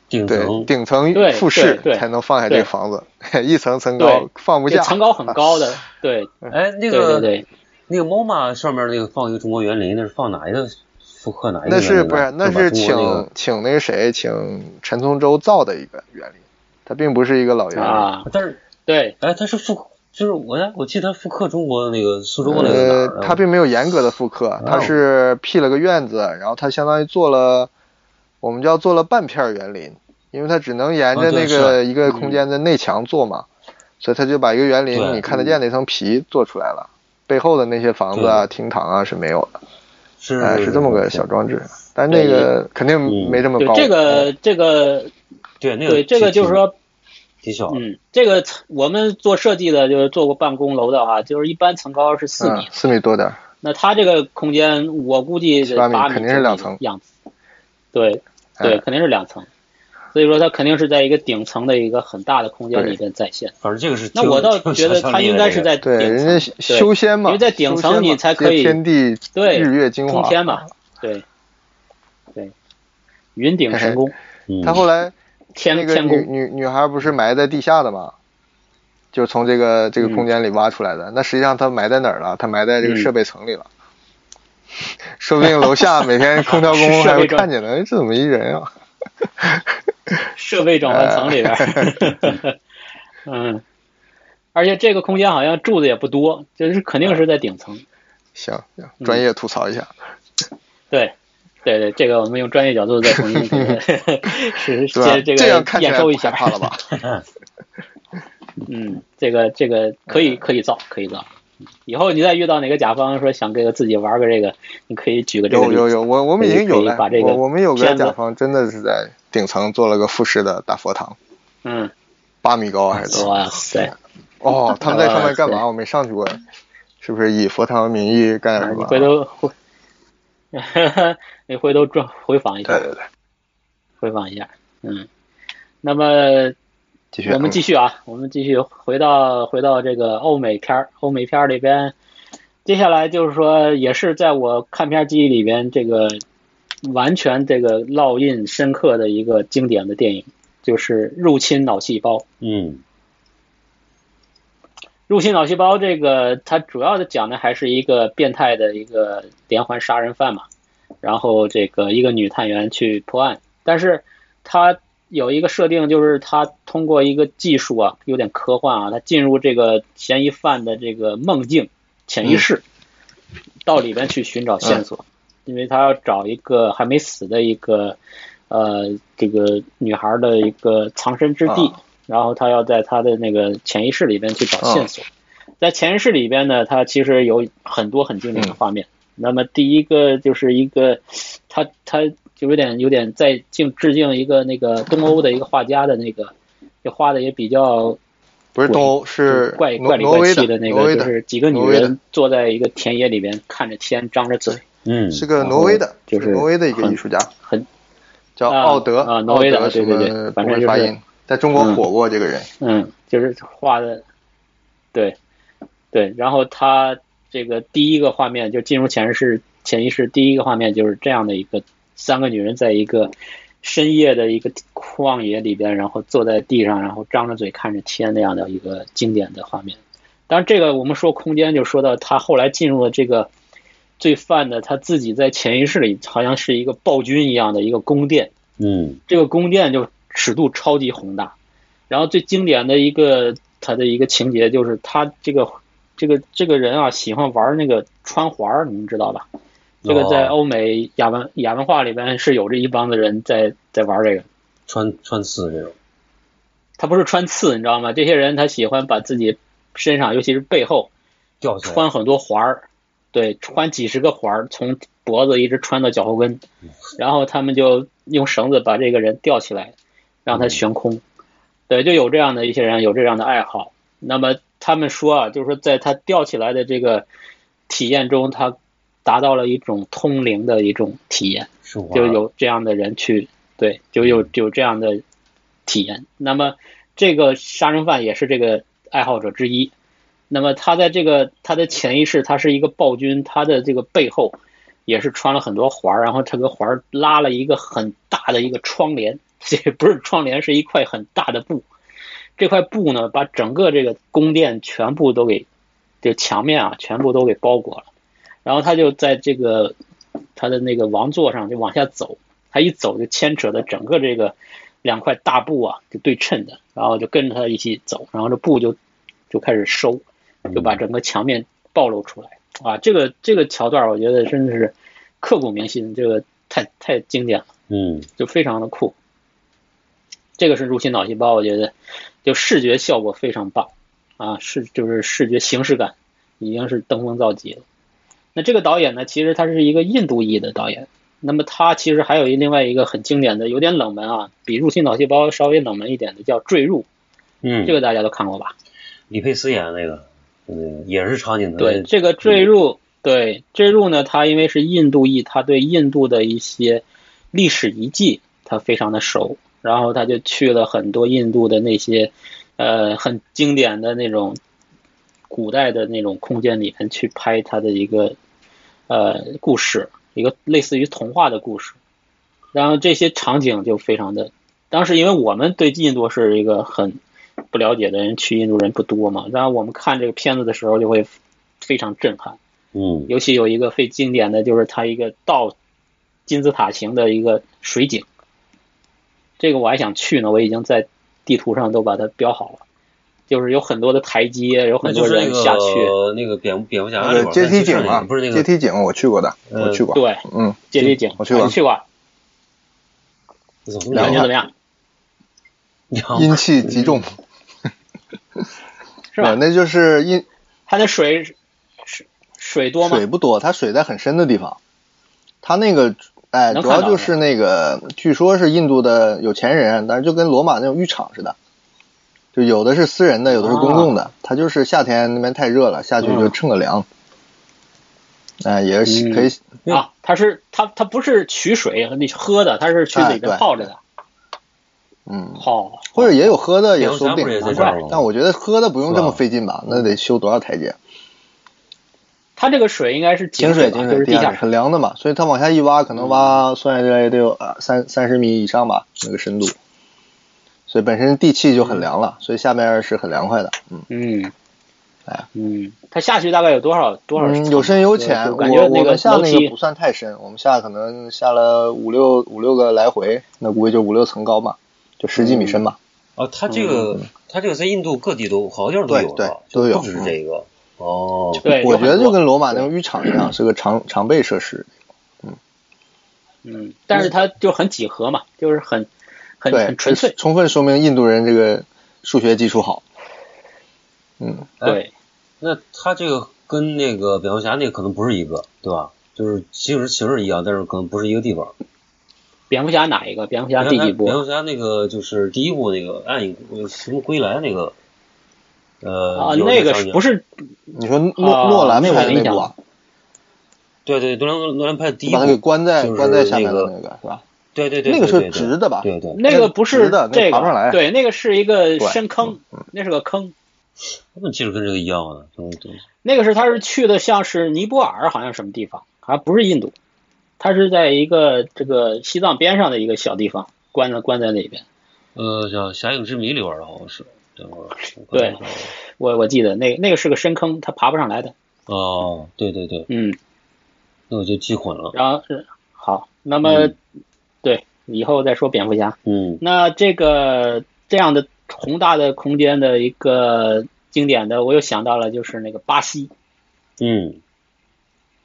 [SPEAKER 5] 顶
[SPEAKER 4] 对，
[SPEAKER 5] 层，
[SPEAKER 4] 顶层
[SPEAKER 3] 对
[SPEAKER 4] 复式
[SPEAKER 3] 对对
[SPEAKER 4] 才能放下这
[SPEAKER 3] 对
[SPEAKER 4] 个房子，一层层
[SPEAKER 3] 对
[SPEAKER 4] 高放不啊
[SPEAKER 3] 这
[SPEAKER 4] 下，
[SPEAKER 3] 层高很高的，对
[SPEAKER 5] 哎，那
[SPEAKER 3] 对
[SPEAKER 5] 个
[SPEAKER 3] 对对，
[SPEAKER 5] 那个 MoMA 上面那个放一个中国园林，那是放哪一个复刻哪一个
[SPEAKER 4] 那
[SPEAKER 5] 园林
[SPEAKER 4] 是
[SPEAKER 5] 啊？
[SPEAKER 4] 不是？那
[SPEAKER 5] 就是把中
[SPEAKER 4] 请
[SPEAKER 5] 国那个
[SPEAKER 4] 请那个谁，请陈从洲造的一个园林，它并不是一个老园林。
[SPEAKER 3] 啊，
[SPEAKER 5] 但是
[SPEAKER 3] 对
[SPEAKER 5] 哎，它是复，就是我哎，我记得它复刻中国的那个苏州那个哪
[SPEAKER 4] 呃
[SPEAKER 5] 儿，啊
[SPEAKER 4] 它并没有严格的复
[SPEAKER 3] 哦
[SPEAKER 4] 刻，它是辟了个院子，然后它相当于做了，我们叫做了半片园林，因为它只能
[SPEAKER 3] 哦
[SPEAKER 4] 沿
[SPEAKER 5] 啊
[SPEAKER 4] 着
[SPEAKER 5] 对
[SPEAKER 4] 那
[SPEAKER 5] 是
[SPEAKER 4] 个一个
[SPEAKER 3] 嗯
[SPEAKER 4] 空间的内墙做嘛，所以它就把一个园
[SPEAKER 5] 对
[SPEAKER 4] 林你看
[SPEAKER 3] 嗯
[SPEAKER 4] 得见的一层皮做出来了，背后的那些房子啊、厅堂啊是没有的，
[SPEAKER 3] 嗯
[SPEAKER 5] 是
[SPEAKER 4] 哎，是这么个小装置，但是那
[SPEAKER 3] 对
[SPEAKER 4] 个肯定没这么
[SPEAKER 3] 对
[SPEAKER 4] 高，，嗯哦
[SPEAKER 3] 这个这个
[SPEAKER 5] 对那个
[SPEAKER 3] 对这个
[SPEAKER 5] 挺
[SPEAKER 3] 就是说
[SPEAKER 5] 挺
[SPEAKER 4] 啊
[SPEAKER 5] 小的，
[SPEAKER 3] 嗯，这个层我们做设计的，就是做过办公楼的哈，就是一般层高是四米，
[SPEAKER 4] 嗯，四米多点儿，
[SPEAKER 3] 那它这个空间我估计是
[SPEAKER 4] 七八米
[SPEAKER 3] 米，
[SPEAKER 4] 肯定是两层
[SPEAKER 3] 样子。对对，
[SPEAKER 4] 哎
[SPEAKER 3] 肯定是两层，所以说它肯定是在一个顶层的一个很大的空间里边在线。
[SPEAKER 5] 反正这个是挺
[SPEAKER 3] 那我倒
[SPEAKER 5] 挺有
[SPEAKER 3] 觉得
[SPEAKER 5] 想象
[SPEAKER 3] 它
[SPEAKER 5] 力
[SPEAKER 3] 应
[SPEAKER 5] 的
[SPEAKER 3] 该
[SPEAKER 5] 这
[SPEAKER 3] 是
[SPEAKER 5] 个
[SPEAKER 3] 在
[SPEAKER 4] 对，
[SPEAKER 3] 顶层
[SPEAKER 4] 人家，修仙嘛，
[SPEAKER 3] 因为在顶层
[SPEAKER 4] 修仙嘛
[SPEAKER 3] 你才可以
[SPEAKER 4] 接天地
[SPEAKER 3] 对
[SPEAKER 4] 日月精华啊
[SPEAKER 3] 通天嘛，对对，云顶神功，
[SPEAKER 5] 嗯
[SPEAKER 4] 他后来
[SPEAKER 3] 天
[SPEAKER 4] 哎那个
[SPEAKER 3] 天
[SPEAKER 4] 女
[SPEAKER 3] 宫，
[SPEAKER 4] 女女孩不是埋在地下的吗？就是从这个这个空间里挖出来的。那实际上她埋在哪儿了？她埋在这个
[SPEAKER 3] 嗯
[SPEAKER 4] 设备层里了。 说不定楼下每天空 调
[SPEAKER 3] 是
[SPEAKER 4] 工
[SPEAKER 3] 设
[SPEAKER 4] 还
[SPEAKER 3] 备
[SPEAKER 4] 会
[SPEAKER 3] 装
[SPEAKER 4] 看见呢，哎这怎么一人啊？
[SPEAKER 3] 设备转换层里边
[SPEAKER 4] 哎
[SPEAKER 3] 儿。 嗯，而且这个空间好像住的也不多，就是肯定是在顶层。
[SPEAKER 4] 行，行
[SPEAKER 3] 嗯
[SPEAKER 4] 专业吐槽一下。
[SPEAKER 3] 对，对对，这个我们用专业角度再重 新这个是
[SPEAKER 4] 对吧
[SPEAKER 3] 是这
[SPEAKER 4] 这样
[SPEAKER 3] 个
[SPEAKER 4] 看起
[SPEAKER 3] 验
[SPEAKER 4] 来
[SPEAKER 3] 收一
[SPEAKER 4] 不
[SPEAKER 3] 下
[SPEAKER 4] 害，怕了吧？哎
[SPEAKER 3] 嗯，这个这个可以可以造可以造，以后你再遇到哪个甲方说想给个自己玩个这个，你可以 举个这个
[SPEAKER 4] 有
[SPEAKER 3] 例
[SPEAKER 4] 有
[SPEAKER 3] 子。
[SPEAKER 4] 有，我我们已经有
[SPEAKER 3] 可以
[SPEAKER 4] 了
[SPEAKER 3] 把，这个
[SPEAKER 4] 我我们有个
[SPEAKER 3] 片子
[SPEAKER 4] 甲方真的是在顶层做了个复式的大佛堂，
[SPEAKER 3] 嗯，
[SPEAKER 4] 八米高还是多少？
[SPEAKER 3] 哇塞，
[SPEAKER 4] 哦，他们在上面干
[SPEAKER 3] 哇
[SPEAKER 4] 嘛？
[SPEAKER 3] 塞
[SPEAKER 4] 我没上去过，是不是以佛堂名义干点什
[SPEAKER 3] 啊你
[SPEAKER 4] 么？
[SPEAKER 3] 回头回， 你回头转回访一下
[SPEAKER 4] 对，对对，
[SPEAKER 3] 回访一下。嗯，那么
[SPEAKER 4] 继续，嗯
[SPEAKER 3] 我们继续啊，我们继续回到回到这个欧美片儿，欧美片儿里边，接下来就是说，也是在我看片儿记忆里边，这个完全这个烙印深刻的一个经典的电影，就是《入侵脑细胞》。
[SPEAKER 5] 嗯
[SPEAKER 3] 入侵脑细胞这个，它主要的讲的还是一个变态的一个连环杀人犯嘛，然后这个一个女探员去破案，但是它有一个设定，就是它通过一个技术啊，有点科幻啊，它进入这个嫌疑犯的这个梦境、潜意识，到里边去寻找线索，因为他要找一个还没死的一个呃这个女孩的一个藏身之地。
[SPEAKER 4] 啊
[SPEAKER 3] 然后他要在他的那个潜意识里边去找线
[SPEAKER 4] 哦
[SPEAKER 3] 索。在潜意识里边呢，它其实有很多很经典的画
[SPEAKER 4] 嗯
[SPEAKER 3] 面。那么第一个就是一个，他他就有点有点在敬致敬一个那个东欧的一个画家的那个，就画的也比较
[SPEAKER 4] 不是东欧，是
[SPEAKER 3] 怪
[SPEAKER 4] 挪
[SPEAKER 3] 怪里
[SPEAKER 4] 挪
[SPEAKER 3] 怪
[SPEAKER 4] 威
[SPEAKER 3] 气
[SPEAKER 4] 的，
[SPEAKER 3] 那
[SPEAKER 4] 挪
[SPEAKER 3] 个，
[SPEAKER 4] 威
[SPEAKER 3] 就
[SPEAKER 4] 的，
[SPEAKER 3] 是几个女
[SPEAKER 4] 挪威的
[SPEAKER 3] 人坐在一个田野里边，看着天，张着嘴，
[SPEAKER 5] 嗯，
[SPEAKER 4] 是个
[SPEAKER 3] 然
[SPEAKER 4] 挪
[SPEAKER 3] 后
[SPEAKER 4] 威的，
[SPEAKER 3] 就是
[SPEAKER 4] 挪威的一个
[SPEAKER 3] 很
[SPEAKER 4] 艺术家，
[SPEAKER 3] 很
[SPEAKER 4] 叫
[SPEAKER 3] 啊
[SPEAKER 4] 奥德，
[SPEAKER 3] 啊挪
[SPEAKER 4] 奥
[SPEAKER 3] 威的
[SPEAKER 4] 德
[SPEAKER 3] 对
[SPEAKER 4] 什
[SPEAKER 3] 对对
[SPEAKER 4] 么
[SPEAKER 3] 反
[SPEAKER 4] 不
[SPEAKER 3] 正
[SPEAKER 4] 会
[SPEAKER 3] 就
[SPEAKER 4] 发
[SPEAKER 3] 是
[SPEAKER 4] 音，在中国
[SPEAKER 3] 嗯
[SPEAKER 4] 火过这个人，
[SPEAKER 3] 嗯，就是画的，对，对，然后他这个第一个画面就进入潜意识，潜意识第一个画面就是这样的一个三个女人在一个深夜的一个旷野里边，然后坐在地上，然后张着嘴看着天那样的一个经典的画面。当然，这个我们说空间就说到他后来进入了这个罪犯的他自己在潜意识里好像是一个暴君一样的一个宫殿，
[SPEAKER 5] 嗯
[SPEAKER 3] 这个宫殿就尺度超级宏大。然后最经典的一个他的一个情节就是他这个这个这个人啊，喜欢玩那个穿环儿，你们知道吧？这个在
[SPEAKER 5] 哦
[SPEAKER 3] 欧美亚文亚文化里边是有这一帮的人在在玩这个。
[SPEAKER 5] 穿穿刺这种，
[SPEAKER 3] 他不是穿刺，你知道吗？这些人他喜欢把自己身上，尤其是背后
[SPEAKER 5] 吊起来，
[SPEAKER 3] 穿很多环儿，对，穿几十个环儿，从脖子一直穿到脚后跟，
[SPEAKER 5] 嗯
[SPEAKER 3] 然后他们就用绳子把这个人吊起来，让
[SPEAKER 5] 嗯
[SPEAKER 3] 他悬空。对，就有这样的一些人有这样的爱好。那么他们说啊，就是说在他吊起来的这个体验中，他达到了一种通灵的一种体验。
[SPEAKER 5] 是滑
[SPEAKER 3] 就有这样的人去，对，就有有这样的体验。那么这个杀人犯也是这个爱好者之一。那么他在这个他的潜意识，他是一个暴君，他的这个背后也是穿了很多环儿，然后这个环儿拉了一个很大的一个窗帘， 这不是窗帘，是一块很大的布。这块布呢，把整个这个宫殿全部都给，就墙面啊，全部都给包裹了。然后他就在这个他的那个王座上就往下走，他一走就牵扯的整个这个两块大布啊，就对称的，然后就跟着他一起走，然后这布就就开始收，就把整个墙面暴露出来啊！这个这个桥段，我觉得真的是刻骨铭心，这个太太经典了，
[SPEAKER 5] 嗯
[SPEAKER 3] 就非常的酷。这个是入侵脑细胞，我觉得就视觉效果非常棒啊，视就是视觉形式感已经是登峰造极了。那这个导演呢，其实他是一个印度裔的导演。那么他其实还有一另外一个很经典的，有点冷门啊，比《入侵脑细胞》稍微冷门一点的叫《坠入》，
[SPEAKER 5] 嗯，
[SPEAKER 3] 这个大家都看过吧？
[SPEAKER 5] 李佩斯演的那个，嗯，也是场景的，
[SPEAKER 3] 对，这个《坠入》，对《坠入》呢，他因为是印度裔，他对印度的一些历史遗迹他非常的熟，然后他就去了很多印度的那些呃很经典的那种古代的那种空间里面去拍他的一个呃故事，一个类似于童话的故事。然后这些场景就非常的，当时因为我们对印度是一个很不了解的人，去印度人不多嘛，然后我们看这个片子的时候就会非常震撼。
[SPEAKER 5] 嗯
[SPEAKER 3] 尤其有一个非经典的就是它一个倒金字塔形的一个水井，这个我还想去呢，我已经在地图上都把它标好了，就是有很多的台阶，有
[SPEAKER 5] 那
[SPEAKER 3] 很
[SPEAKER 5] 就
[SPEAKER 3] 多
[SPEAKER 5] 是那
[SPEAKER 3] 人下去，
[SPEAKER 5] 个那个蝙蝙蝠侠
[SPEAKER 4] 那
[SPEAKER 5] 里边
[SPEAKER 4] 个
[SPEAKER 5] 儿
[SPEAKER 4] 阶
[SPEAKER 5] 但
[SPEAKER 4] 梯
[SPEAKER 5] 其实
[SPEAKER 4] 井啊，
[SPEAKER 5] 不是那
[SPEAKER 4] 阶
[SPEAKER 5] 个，
[SPEAKER 4] 梯井，我去过的，
[SPEAKER 5] 呃
[SPEAKER 4] 我去过，
[SPEAKER 3] 对，
[SPEAKER 4] 嗯，
[SPEAKER 3] 接力井，
[SPEAKER 4] 我去过
[SPEAKER 3] 啊你去过，
[SPEAKER 5] 怎么
[SPEAKER 3] 感觉
[SPEAKER 5] 聊啊
[SPEAKER 3] 怎么样？
[SPEAKER 5] 聊
[SPEAKER 4] 阴气极重，
[SPEAKER 3] 是吧
[SPEAKER 4] 呃那就是阴
[SPEAKER 3] 它那水水多吗？
[SPEAKER 4] 水不多，它水在很深的地方。它那个哎，
[SPEAKER 3] 能
[SPEAKER 4] 主
[SPEAKER 3] 看
[SPEAKER 4] 要
[SPEAKER 3] 到
[SPEAKER 4] 就是那个，据说是印度的有钱人，但是就跟罗马那种浴场似的，就有的是私人的，有的是公共的。
[SPEAKER 3] 啊
[SPEAKER 4] 它就是夏天那边太热了，下去
[SPEAKER 3] 嗯
[SPEAKER 4] 就乘个凉。哎，也是可以，
[SPEAKER 3] 啊，它是它它不是取水你喝的，它是去里
[SPEAKER 4] 哎对
[SPEAKER 3] 边泡着的。
[SPEAKER 4] 嗯，
[SPEAKER 3] 哦，
[SPEAKER 4] 或者也有喝的，也
[SPEAKER 5] 梁
[SPEAKER 4] 说
[SPEAKER 5] 山
[SPEAKER 4] 不
[SPEAKER 5] 不是
[SPEAKER 4] 定啊
[SPEAKER 5] 也在
[SPEAKER 3] 这儿
[SPEAKER 5] 吗。
[SPEAKER 4] 但我觉得喝的不用这么
[SPEAKER 5] 是吧
[SPEAKER 4] 费劲吧，那得修多少台阶？
[SPEAKER 3] 它这个水应该是
[SPEAKER 4] 井
[SPEAKER 3] 水
[SPEAKER 4] 水，
[SPEAKER 3] 吧，
[SPEAKER 4] 井
[SPEAKER 3] 就
[SPEAKER 4] 水
[SPEAKER 3] 是
[SPEAKER 4] 地
[SPEAKER 3] 地下嗯水。
[SPEAKER 4] 很凉的嘛，所以它往下一挖，可能挖算下来得有呃三三十米以上吧，那个深度。所以本身地气就很凉了，所以下面是很凉快的。嗯，
[SPEAKER 3] 嗯，
[SPEAKER 4] 哎，
[SPEAKER 3] 嗯，它下去大概有多少多少长
[SPEAKER 4] 嗯
[SPEAKER 3] 度？
[SPEAKER 4] 有深有
[SPEAKER 3] 就
[SPEAKER 4] 浅，
[SPEAKER 3] 就
[SPEAKER 4] 我
[SPEAKER 3] 感觉
[SPEAKER 4] 我
[SPEAKER 3] 个
[SPEAKER 4] 们下
[SPEAKER 3] 楼
[SPEAKER 4] 那个
[SPEAKER 3] 梯
[SPEAKER 4] 不算太深，我们下可能下了五六五六个来回，那估计就五六层高嘛，就十几米深嘛。
[SPEAKER 5] 啊，它这个它这个在印度各地都好多地方都
[SPEAKER 4] 嗯对
[SPEAKER 5] 有，
[SPEAKER 4] 对
[SPEAKER 5] 是吧
[SPEAKER 4] 都有嗯
[SPEAKER 5] 不只是这个。哦，
[SPEAKER 3] 对，嗯
[SPEAKER 4] 我
[SPEAKER 3] 有
[SPEAKER 4] 觉
[SPEAKER 3] 很
[SPEAKER 4] 得就
[SPEAKER 3] 多
[SPEAKER 4] 跟罗马那种浴场一样，是个常常备设施。
[SPEAKER 3] 嗯，但是它就很几何嘛，就是很很
[SPEAKER 4] 对
[SPEAKER 3] 很，纯粹。
[SPEAKER 4] 充分说明印度人这个数学基础好。嗯，
[SPEAKER 5] 哎
[SPEAKER 3] 对，
[SPEAKER 5] 那它这个跟那个蝙蝠侠那个可能不是一个，对吧？就是其实形式一样，但是可能不是一个地方。
[SPEAKER 3] 蝙蝠侠哪一个？蝙蝠侠
[SPEAKER 5] 蝙
[SPEAKER 3] 第
[SPEAKER 5] 蝠侠
[SPEAKER 3] 几
[SPEAKER 5] 蝙
[SPEAKER 3] 部？
[SPEAKER 5] 蝠侠那个就是第一部那个暗影呃什么归来那个，呃，
[SPEAKER 3] 啊，
[SPEAKER 5] 有
[SPEAKER 3] 那个
[SPEAKER 5] 场景
[SPEAKER 3] 是不是
[SPEAKER 4] 你说诺
[SPEAKER 3] 啊
[SPEAKER 4] 诺兰
[SPEAKER 3] 那我
[SPEAKER 4] 拍的
[SPEAKER 3] 没印
[SPEAKER 4] 那
[SPEAKER 3] 象
[SPEAKER 4] 部啊，
[SPEAKER 5] 对对，诺兰诺兰拍的第
[SPEAKER 4] 就
[SPEAKER 5] 一
[SPEAKER 4] 把他给
[SPEAKER 5] 部，
[SPEAKER 4] 关在
[SPEAKER 5] 就是
[SPEAKER 4] 关在下面
[SPEAKER 5] 那
[SPEAKER 4] 的
[SPEAKER 5] 个
[SPEAKER 4] 那个是吧？
[SPEAKER 5] 对对对，
[SPEAKER 4] 那个
[SPEAKER 5] 对
[SPEAKER 4] 是
[SPEAKER 5] 对对
[SPEAKER 4] 直的吧？
[SPEAKER 5] 对对，
[SPEAKER 3] 那个不是
[SPEAKER 4] 直的那
[SPEAKER 3] 这
[SPEAKER 4] 爬不上
[SPEAKER 3] 个？
[SPEAKER 4] 来
[SPEAKER 3] 对，那个是一个
[SPEAKER 4] 对嗯
[SPEAKER 3] 深坑，那是个坑。
[SPEAKER 5] 他们其实跟这个一样的，就是对
[SPEAKER 3] 那个是他是去的像是尼泊尔，好像什么地方，好像不是印度，他是在一个这个西藏边上的一个小地方，关了关在那边。
[SPEAKER 5] 呃，叫《侠影之谜》里边的好像是，等会儿我
[SPEAKER 3] 对
[SPEAKER 5] 看一下
[SPEAKER 3] 我我记得那个那个是个深坑，他爬不上来的。
[SPEAKER 5] 哦，对对对，
[SPEAKER 3] 嗯，
[SPEAKER 5] 那我就记混了，
[SPEAKER 3] 然后是好，那么、对以后再说蝙蝠侠。
[SPEAKER 5] 嗯，
[SPEAKER 3] 那这个这样的宏大的空间的一个经典的，我又想到了就是那个巴西，
[SPEAKER 5] 嗯，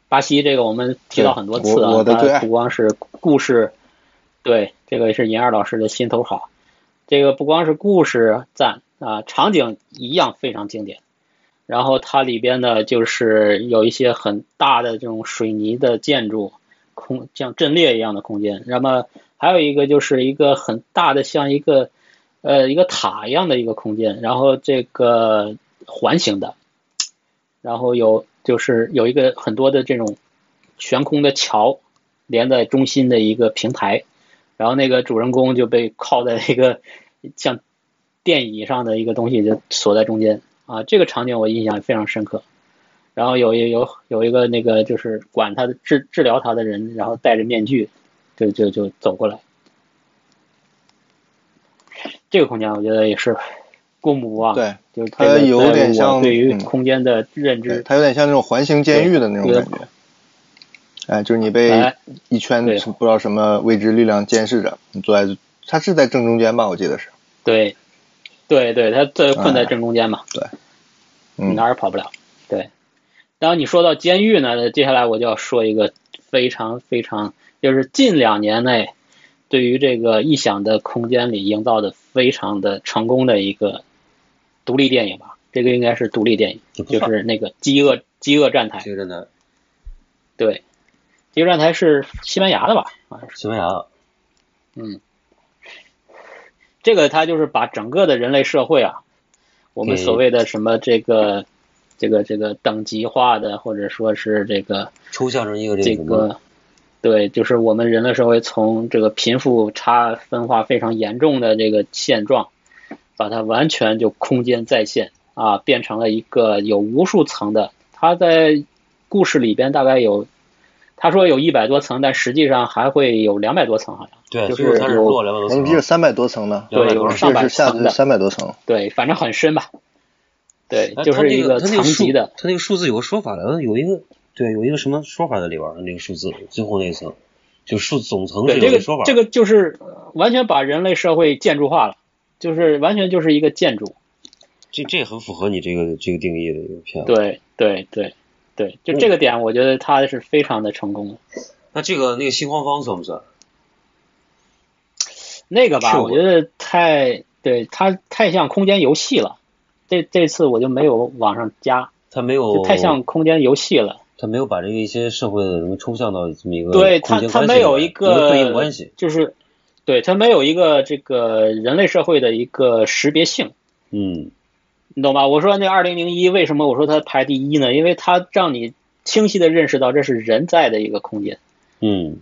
[SPEAKER 3] 巴西这个我们提到很多次啊，
[SPEAKER 4] 对我我的最
[SPEAKER 3] 它
[SPEAKER 4] 爱
[SPEAKER 3] 不光是故事，对，这个是银二老师的心头好。这个不光是故事赞啊，场景一样非常经典。然后它里边呢，就是有一些很大的这种水泥的建筑，空像阵列一样的空间。那么还有一个就是一个很大的像一个呃一个塔一样的一个空间，然后这个环形的，然后有就是有一个很多的这种悬空的桥连在中心的一个平台，然后那个主人公就被靠在一个像电椅上的一个东西就锁在中间啊，这个场景我印象非常深刻。然后有一有有一个那个就是管他的治治疗他的人，然后戴着面具，就就就走过来。这个空间我觉得也是共舞啊，
[SPEAKER 4] 对，
[SPEAKER 3] 就是
[SPEAKER 4] 它
[SPEAKER 3] 这个
[SPEAKER 4] 有
[SPEAKER 3] 在
[SPEAKER 4] 点
[SPEAKER 3] 我
[SPEAKER 4] 像
[SPEAKER 3] 对于
[SPEAKER 4] 嗯
[SPEAKER 3] 空间的认知
[SPEAKER 4] 对，它有点像那种环形监狱的那种
[SPEAKER 3] 对
[SPEAKER 4] 感觉。哎，就是你被
[SPEAKER 3] 哎
[SPEAKER 4] 一圈
[SPEAKER 3] 对
[SPEAKER 4] 什不知道什么未知力量监视着，你坐在它是在正中间吧？我记得是，
[SPEAKER 3] 对，对对，他最困在
[SPEAKER 4] 哎
[SPEAKER 3] 正中间嘛，你
[SPEAKER 4] 嗯
[SPEAKER 3] 哪，儿也跑不了。对，当你说到监狱呢，接下来我就要说一个非常非常，就是近两年内对于这个异想的空间里营造的非常的成功的一个独立电影吧，这个应该是独立电影，
[SPEAKER 5] 也不
[SPEAKER 3] 就
[SPEAKER 5] 算
[SPEAKER 3] 是那个《饥饿饥饿站台》。
[SPEAKER 5] 这个站台，
[SPEAKER 3] 对，《饥饿站台》是西班牙的吧？好像是。
[SPEAKER 5] 西班牙，
[SPEAKER 3] 这个它就是把整个的人类社会啊，我们
[SPEAKER 5] 给
[SPEAKER 3] 所谓的什么这个这个这个等级化的，或者说是这个
[SPEAKER 5] 抽象成一个
[SPEAKER 3] 这
[SPEAKER 5] 个什么，
[SPEAKER 3] 个，对，就是我们人类社会从这个贫富差分化非常严重的这个现状，把它完全就空间再现啊，变成了一个有无数层的。它在故事里边大概有，他说有一百多层，但实际上还会有两百多层，啊好像
[SPEAKER 5] 对，
[SPEAKER 3] 就
[SPEAKER 5] 最后
[SPEAKER 3] 是
[SPEAKER 5] 它
[SPEAKER 3] 有
[SPEAKER 5] 落两百多
[SPEAKER 4] 我
[SPEAKER 5] 层
[SPEAKER 4] 们，记得三百多层呢，
[SPEAKER 5] 对
[SPEAKER 4] 我
[SPEAKER 5] 有
[SPEAKER 4] 记
[SPEAKER 3] 上
[SPEAKER 4] 得
[SPEAKER 3] 百
[SPEAKER 4] 是下
[SPEAKER 3] 层的
[SPEAKER 4] 去三百多层，
[SPEAKER 3] 对，反正很深吧。对
[SPEAKER 5] 哎，
[SPEAKER 3] 就
[SPEAKER 5] 它
[SPEAKER 3] 是
[SPEAKER 5] 那
[SPEAKER 3] 一
[SPEAKER 5] 个它那
[SPEAKER 3] 层
[SPEAKER 5] 个数
[SPEAKER 3] 级的，
[SPEAKER 5] 它那个数字有个说法的，有一个对有一个什么说法在里边儿，那个数字最后那一层，就数总层
[SPEAKER 3] 对
[SPEAKER 5] 是有
[SPEAKER 3] 这
[SPEAKER 5] 一
[SPEAKER 3] 个
[SPEAKER 5] 说法，
[SPEAKER 3] 这个就是呃完全把人类社会建筑化了，就是完全就是一个建筑。
[SPEAKER 5] 这这也很符合你这个这个定义的一个片子。
[SPEAKER 3] 对对对对，
[SPEAKER 5] 嗯
[SPEAKER 3] 就这个点，我觉得他是非常的成功的。
[SPEAKER 5] 那这个那个新荒方算不算？
[SPEAKER 3] 那个
[SPEAKER 5] 是
[SPEAKER 3] 吧，
[SPEAKER 5] 我
[SPEAKER 3] 我觉得太对他太像空间游戏了。这这次我就没有往上加，
[SPEAKER 5] 它没有
[SPEAKER 3] 就太像空间游戏了。
[SPEAKER 5] 他没有把这个一些社会的什么抽象到这么一个
[SPEAKER 3] 对
[SPEAKER 5] 哦空
[SPEAKER 3] 他，
[SPEAKER 5] 间
[SPEAKER 3] 他
[SPEAKER 5] 关系
[SPEAKER 3] 没有
[SPEAKER 5] 里
[SPEAKER 3] 一
[SPEAKER 5] 面个对应
[SPEAKER 3] 个
[SPEAKER 5] 关系，
[SPEAKER 3] 就是对他没有一个这个人类社会的一个识别性，
[SPEAKER 5] 嗯
[SPEAKER 3] 你懂吧？我说那二零零一为什么我说它排第一呢？因为它让你清晰的认识到这是人在的一个空间，
[SPEAKER 5] 嗯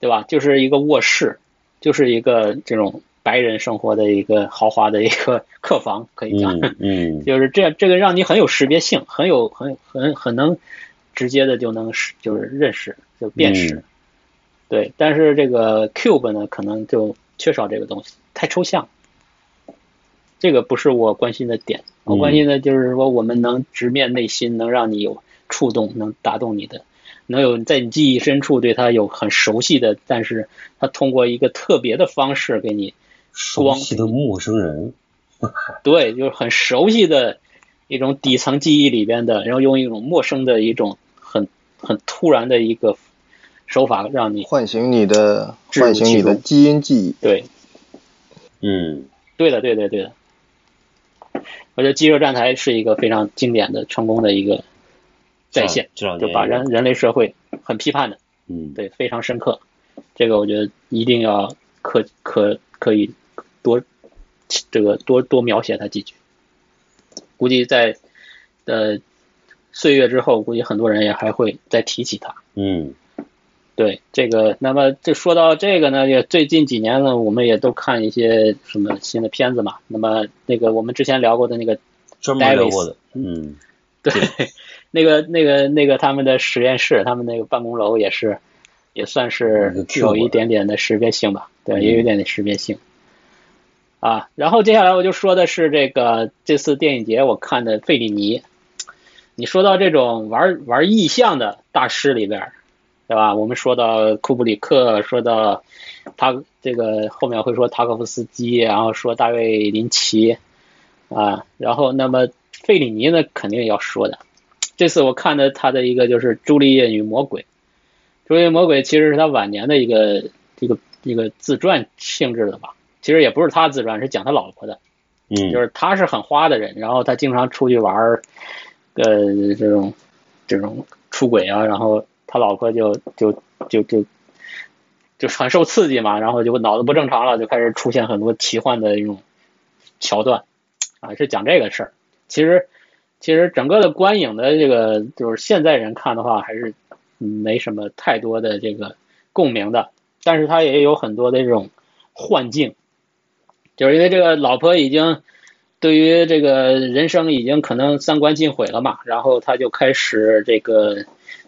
[SPEAKER 3] 对吧？就是一个卧室，就是一个这种白人生活的一个豪华的一个 客房，可以 讲。
[SPEAKER 5] 嗯嗯
[SPEAKER 3] 就是这这个让你很有识别性，很有很很很能直接的就能识就是认识就辨识，
[SPEAKER 5] 嗯
[SPEAKER 3] 对。但是这个 Cube 呢，可能就缺少这个东西，太抽象。这个不是我关心的点，我关心的
[SPEAKER 5] 嗯
[SPEAKER 3] 就是说我们能直面内心，能让你有触动，能打动你的，能有在你记忆深处对它有很熟悉的，但是它通过一个特别的方式给你
[SPEAKER 5] 熟
[SPEAKER 3] 光
[SPEAKER 5] 悉的陌生人，
[SPEAKER 3] 对，就是很熟悉的一种底层记忆里边的，然后用一种陌生的一种很很突然的一个手法让你
[SPEAKER 4] 唤醒你的
[SPEAKER 3] 置入
[SPEAKER 4] 唤醒
[SPEAKER 3] 其
[SPEAKER 4] 你的
[SPEAKER 3] 中
[SPEAKER 4] 基因记忆。
[SPEAKER 3] 对
[SPEAKER 5] 嗯
[SPEAKER 3] 对的对的对的。我觉得《肌肉站台》是一个非常经典的、成功的一个再现，
[SPEAKER 5] 这两
[SPEAKER 3] 就
[SPEAKER 5] 年
[SPEAKER 3] 把人人类社会很批判的，
[SPEAKER 5] 嗯
[SPEAKER 3] 对，非常深刻。这个我觉得一定要可可可以多这个多多描写他几句。估计在呃岁月之后，估计很多人也还会再提起他。
[SPEAKER 5] 嗯
[SPEAKER 3] 对这个，那么就说到这个呢，也最近几年呢，我们也都看一些什么新的片子嘛。那么那个我们之前聊过的那个，
[SPEAKER 5] 专门聊过的，嗯
[SPEAKER 3] 对，那个那个那个他们的实验室，他们那个办公楼也是，也算
[SPEAKER 5] 那个
[SPEAKER 3] 是
[SPEAKER 5] Q
[SPEAKER 3] 有一
[SPEAKER 5] 版
[SPEAKER 3] 点点的识别性吧，对，也有
[SPEAKER 5] 嗯
[SPEAKER 3] 一点点识别性。啊，然后接下来我就说的是这个这次电影节我看的费里尼，你说到这种玩玩意象的大师里边儿，对吧？我们说到库布里克，说到他这个后面会说塔可夫斯基，然后说大卫林奇，啊，然后那么费里尼呢肯定要说的。这次我看的他的一个就是《朱丽叶与魔鬼》，《朱丽叶与魔鬼》其实是他晚年的一个一个一个自传性质的吧，其实也不是他自传，是讲他老婆的。
[SPEAKER 5] 嗯，
[SPEAKER 3] 就是他是很花的人，然后他经常出去玩儿，呃，这种这种出轨啊，然后他老婆就就就就就很受刺激嘛，然后就脑子不正常了，就开始出现很多奇幻的一种桥段啊，是讲这个事儿。其实其实整个的观影的这个就是现在人看的话，还是没什么太多的这个共鸣的，但是他也有很多的这种幻境。就是因为这个老婆已经对于这个人生已经可能三观尽毁了嘛，然后他就开始这个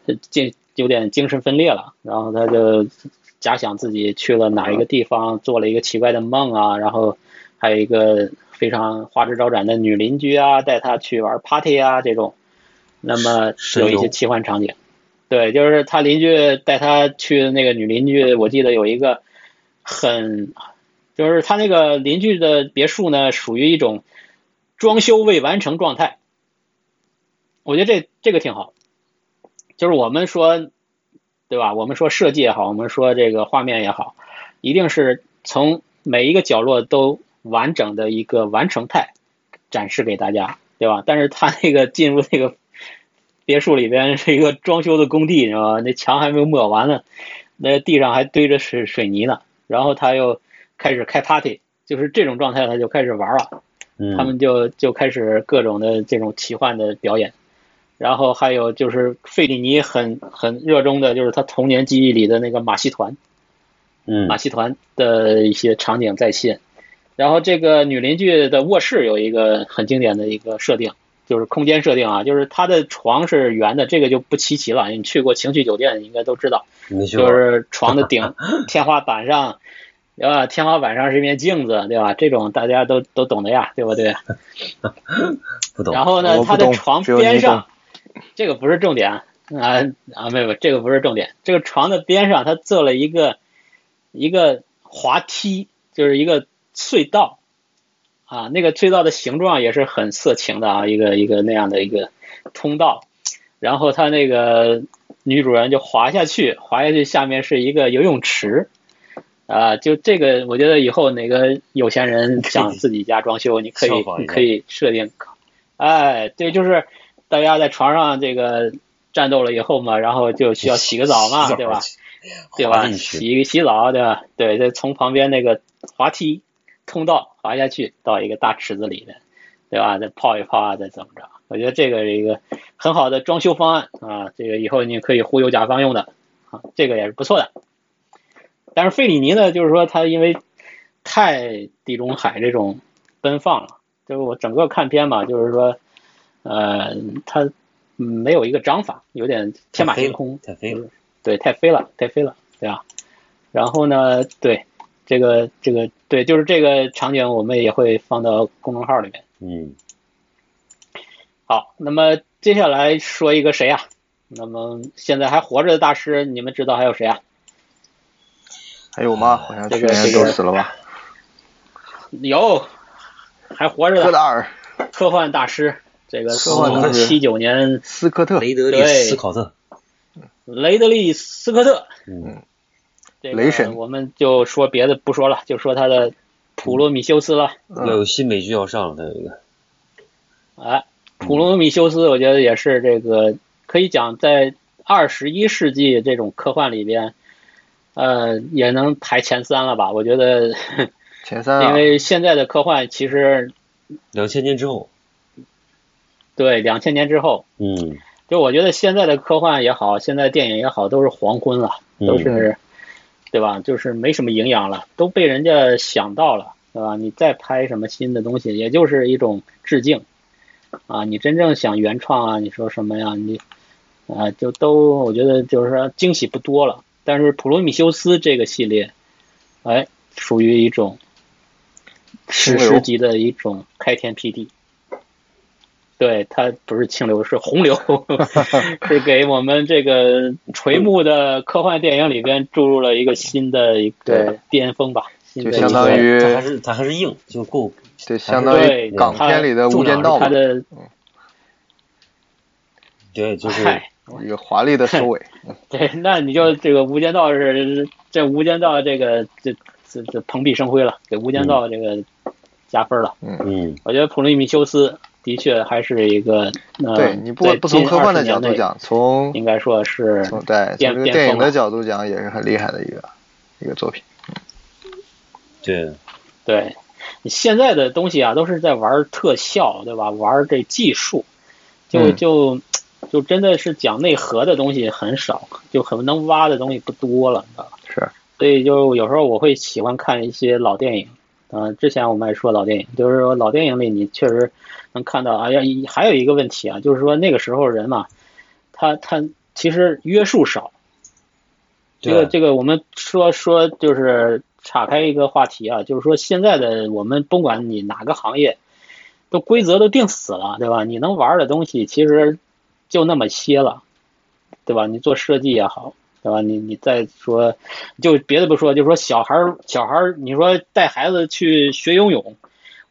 [SPEAKER 3] 呃精有点精神分裂了，然后他就假想自己去了哪一个地方，做了一个奇怪的梦啊，然后还有一个非常花枝招展的女邻居啊，带他去玩 party 啊这种，那么
[SPEAKER 5] 是
[SPEAKER 3] 有一
[SPEAKER 5] 有
[SPEAKER 3] 些奇幻场景。对，就是他邻居带他去那个女邻居，我记得有一个很，就是他那个邻居的别墅呢，属于一种装修未完成状态。我觉得这这个挺好，就是我们说，对吧？我们说设计也好，我们说这个画面也好，一定是从每一个角落都完整的一个完成态展示给大家，对吧？但是他那个进入那个别墅里边是一个装修的工地，你知道吧？那墙还没有抹完呢，那地上还堆着水水泥呢。然后他又开始开 party，就是这种状态，他就开始玩了。
[SPEAKER 5] 嗯
[SPEAKER 3] 他们就就开始各种的这种奇幻的表演。然后还有就是费里尼很很热衷的，就是他童年记忆里的那个马戏团，
[SPEAKER 5] 嗯
[SPEAKER 3] 马戏团的一些场景再现。然后这个女邻居的卧室有一个很经典的一个设定，就是空间设定啊，就是她的床是圆的，这个就不稀奇了。你去过情趣酒店应该都知道，
[SPEAKER 5] 没去
[SPEAKER 3] 就
[SPEAKER 5] 过
[SPEAKER 3] 是床的顶、天花板上，对吧？天花板上是一面镜子，对吧？这种大家都都懂的呀，对不对？
[SPEAKER 5] 不懂，
[SPEAKER 3] 然后
[SPEAKER 4] 我
[SPEAKER 3] 呢，
[SPEAKER 4] 不
[SPEAKER 3] 他的
[SPEAKER 4] 懂
[SPEAKER 3] 床
[SPEAKER 4] 只有你
[SPEAKER 3] 边
[SPEAKER 4] 懂
[SPEAKER 3] 上，这个不是重点啊啊，没有，没有这个不是重点。这个床的边上，他做了一个一个滑梯，就是一个隧道啊，那个隧道的形状也是很色情的啊，一个一个那样的一个通道。然后他那个女主人就滑下去，滑下去下面是一个游泳池。啊，就这个，我觉得以后哪个有钱人想自己家装修，你可
[SPEAKER 5] 效
[SPEAKER 3] 以
[SPEAKER 5] 仿一下
[SPEAKER 3] 可以设定哎，对，就是大家在床上这个战斗了以后嘛，然后就需要洗个澡嘛，对吧？对吧？
[SPEAKER 5] 洗
[SPEAKER 3] 洗洗澡，对吧？对，再从旁边那个滑梯通道滑下去，到一个大池子里面，对吧？再泡一泡啊，再怎么着？我觉得这个是一个很好的装修方案啊，这个以后你可以忽悠甲方用的啊，这个也是不错的。但是费里尼呢，就是说他因为太地中海这种奔放了，就是我整个看片嘛，就是说，呃，他没有一个章法，有点天马行空，
[SPEAKER 5] 太飞了，
[SPEAKER 3] 嗯对，太飞了，太飞了，对吧？然后呢，对这个这个对，就是这个场景我们也会放到公众号里面。
[SPEAKER 5] 嗯，
[SPEAKER 3] 好，那么接下来说一个谁啊？那么现在还活着的大师，你们知道还有谁啊？
[SPEAKER 4] 还有吗？好像
[SPEAKER 3] 这
[SPEAKER 4] 去
[SPEAKER 3] 个
[SPEAKER 4] 年
[SPEAKER 3] 这
[SPEAKER 4] 都
[SPEAKER 3] 个
[SPEAKER 4] 死了吧？
[SPEAKER 3] 有，还活着
[SPEAKER 4] 戈
[SPEAKER 3] 的
[SPEAKER 4] 达尔、
[SPEAKER 3] 科幻大师，这个
[SPEAKER 4] 科幻大师
[SPEAKER 3] 七九年
[SPEAKER 4] 斯科特、
[SPEAKER 5] 雷德利
[SPEAKER 3] 对
[SPEAKER 5] ·斯考特，
[SPEAKER 3] 雷德利·斯科特，
[SPEAKER 5] 嗯，
[SPEAKER 3] 这个
[SPEAKER 4] 雷神
[SPEAKER 3] 我们就说别的不说了，就说他的《普罗米修斯》了。
[SPEAKER 5] 要有新美剧要上了，他有一个，
[SPEAKER 3] 哎，普罗米修斯，我觉得也是这个可以讲在二十一世纪这种科幻里边，呃，也能排前三了吧？我觉得，
[SPEAKER 4] 前三
[SPEAKER 3] 因
[SPEAKER 4] 啊，
[SPEAKER 3] 为现在的科幻其实
[SPEAKER 5] 两千年之后，
[SPEAKER 3] 对两千年之后，
[SPEAKER 5] 嗯，
[SPEAKER 3] 就我觉得现在的科幻也好，现在电影也好，都是黄昏了，
[SPEAKER 5] 嗯
[SPEAKER 3] 都是，对吧？就是没什么营养了，都被人家想到了，对吧？你再拍什么新的东西，也就是一种致敬，啊，你真正想原创啊，你说什么呀？你，啊，就都我觉得就是说惊喜不多了。但是《普罗米修斯》这个系列，哎，属于一种史诗级的一种开天辟地。对，它不是清流，是洪 流，是给我们这个垂暮的科幻电影里边注入了一个新的一个
[SPEAKER 4] 对
[SPEAKER 3] 巅峰吧，新的
[SPEAKER 4] 就
[SPEAKER 3] 一个
[SPEAKER 4] 相当于
[SPEAKER 5] 他还是他还是硬，就够
[SPEAKER 4] 对，相当
[SPEAKER 3] 对
[SPEAKER 4] 于港片里的《无间道》
[SPEAKER 3] 它
[SPEAKER 4] 嘛，
[SPEAKER 3] 的
[SPEAKER 5] 对，就是
[SPEAKER 3] 嗨，
[SPEAKER 4] 一个华丽的收尾。
[SPEAKER 3] 对，那你就这个《无间道》是这《无间道》这个这这这蓬荜生辉了，给《无间道》这个加分了。
[SPEAKER 5] 嗯，
[SPEAKER 3] 我觉得《普罗米修斯》的确还是一个，呃、
[SPEAKER 4] 对你不不从科幻的角度，讲，从
[SPEAKER 3] 应该说是
[SPEAKER 4] 从对
[SPEAKER 3] 巅
[SPEAKER 4] 从这个
[SPEAKER 3] 巅
[SPEAKER 4] 电影
[SPEAKER 3] 峰吧
[SPEAKER 4] 的角度讲，也是很厉害的一个一个作品。
[SPEAKER 5] 对，
[SPEAKER 3] 对，你现在的东西啊，都是在玩特效，对吧？玩这技术，就
[SPEAKER 4] 嗯
[SPEAKER 3] 就就真的是讲内核的东西很少，就很能挖的东西不多了，你知道吧？
[SPEAKER 4] 是，
[SPEAKER 3] 所以就有时候我会喜欢看一些老电影。呃，之前我们也说老电影，就是说老电影里你确实能看到，哎呀，一还有一个问题啊，就是说那个时候人嘛，他他其实约束少，这个这
[SPEAKER 5] 对，
[SPEAKER 3] 个，我们说说就是岔开一个话题啊，就是说现在的我们甭管你哪个行业，都规则都定死了，对吧？你能玩的东西其实就那么些了，对吧？你做设计也好，对吧？你你再说，就别的不说，就说小孩儿小孩儿，你说带孩子去学游泳，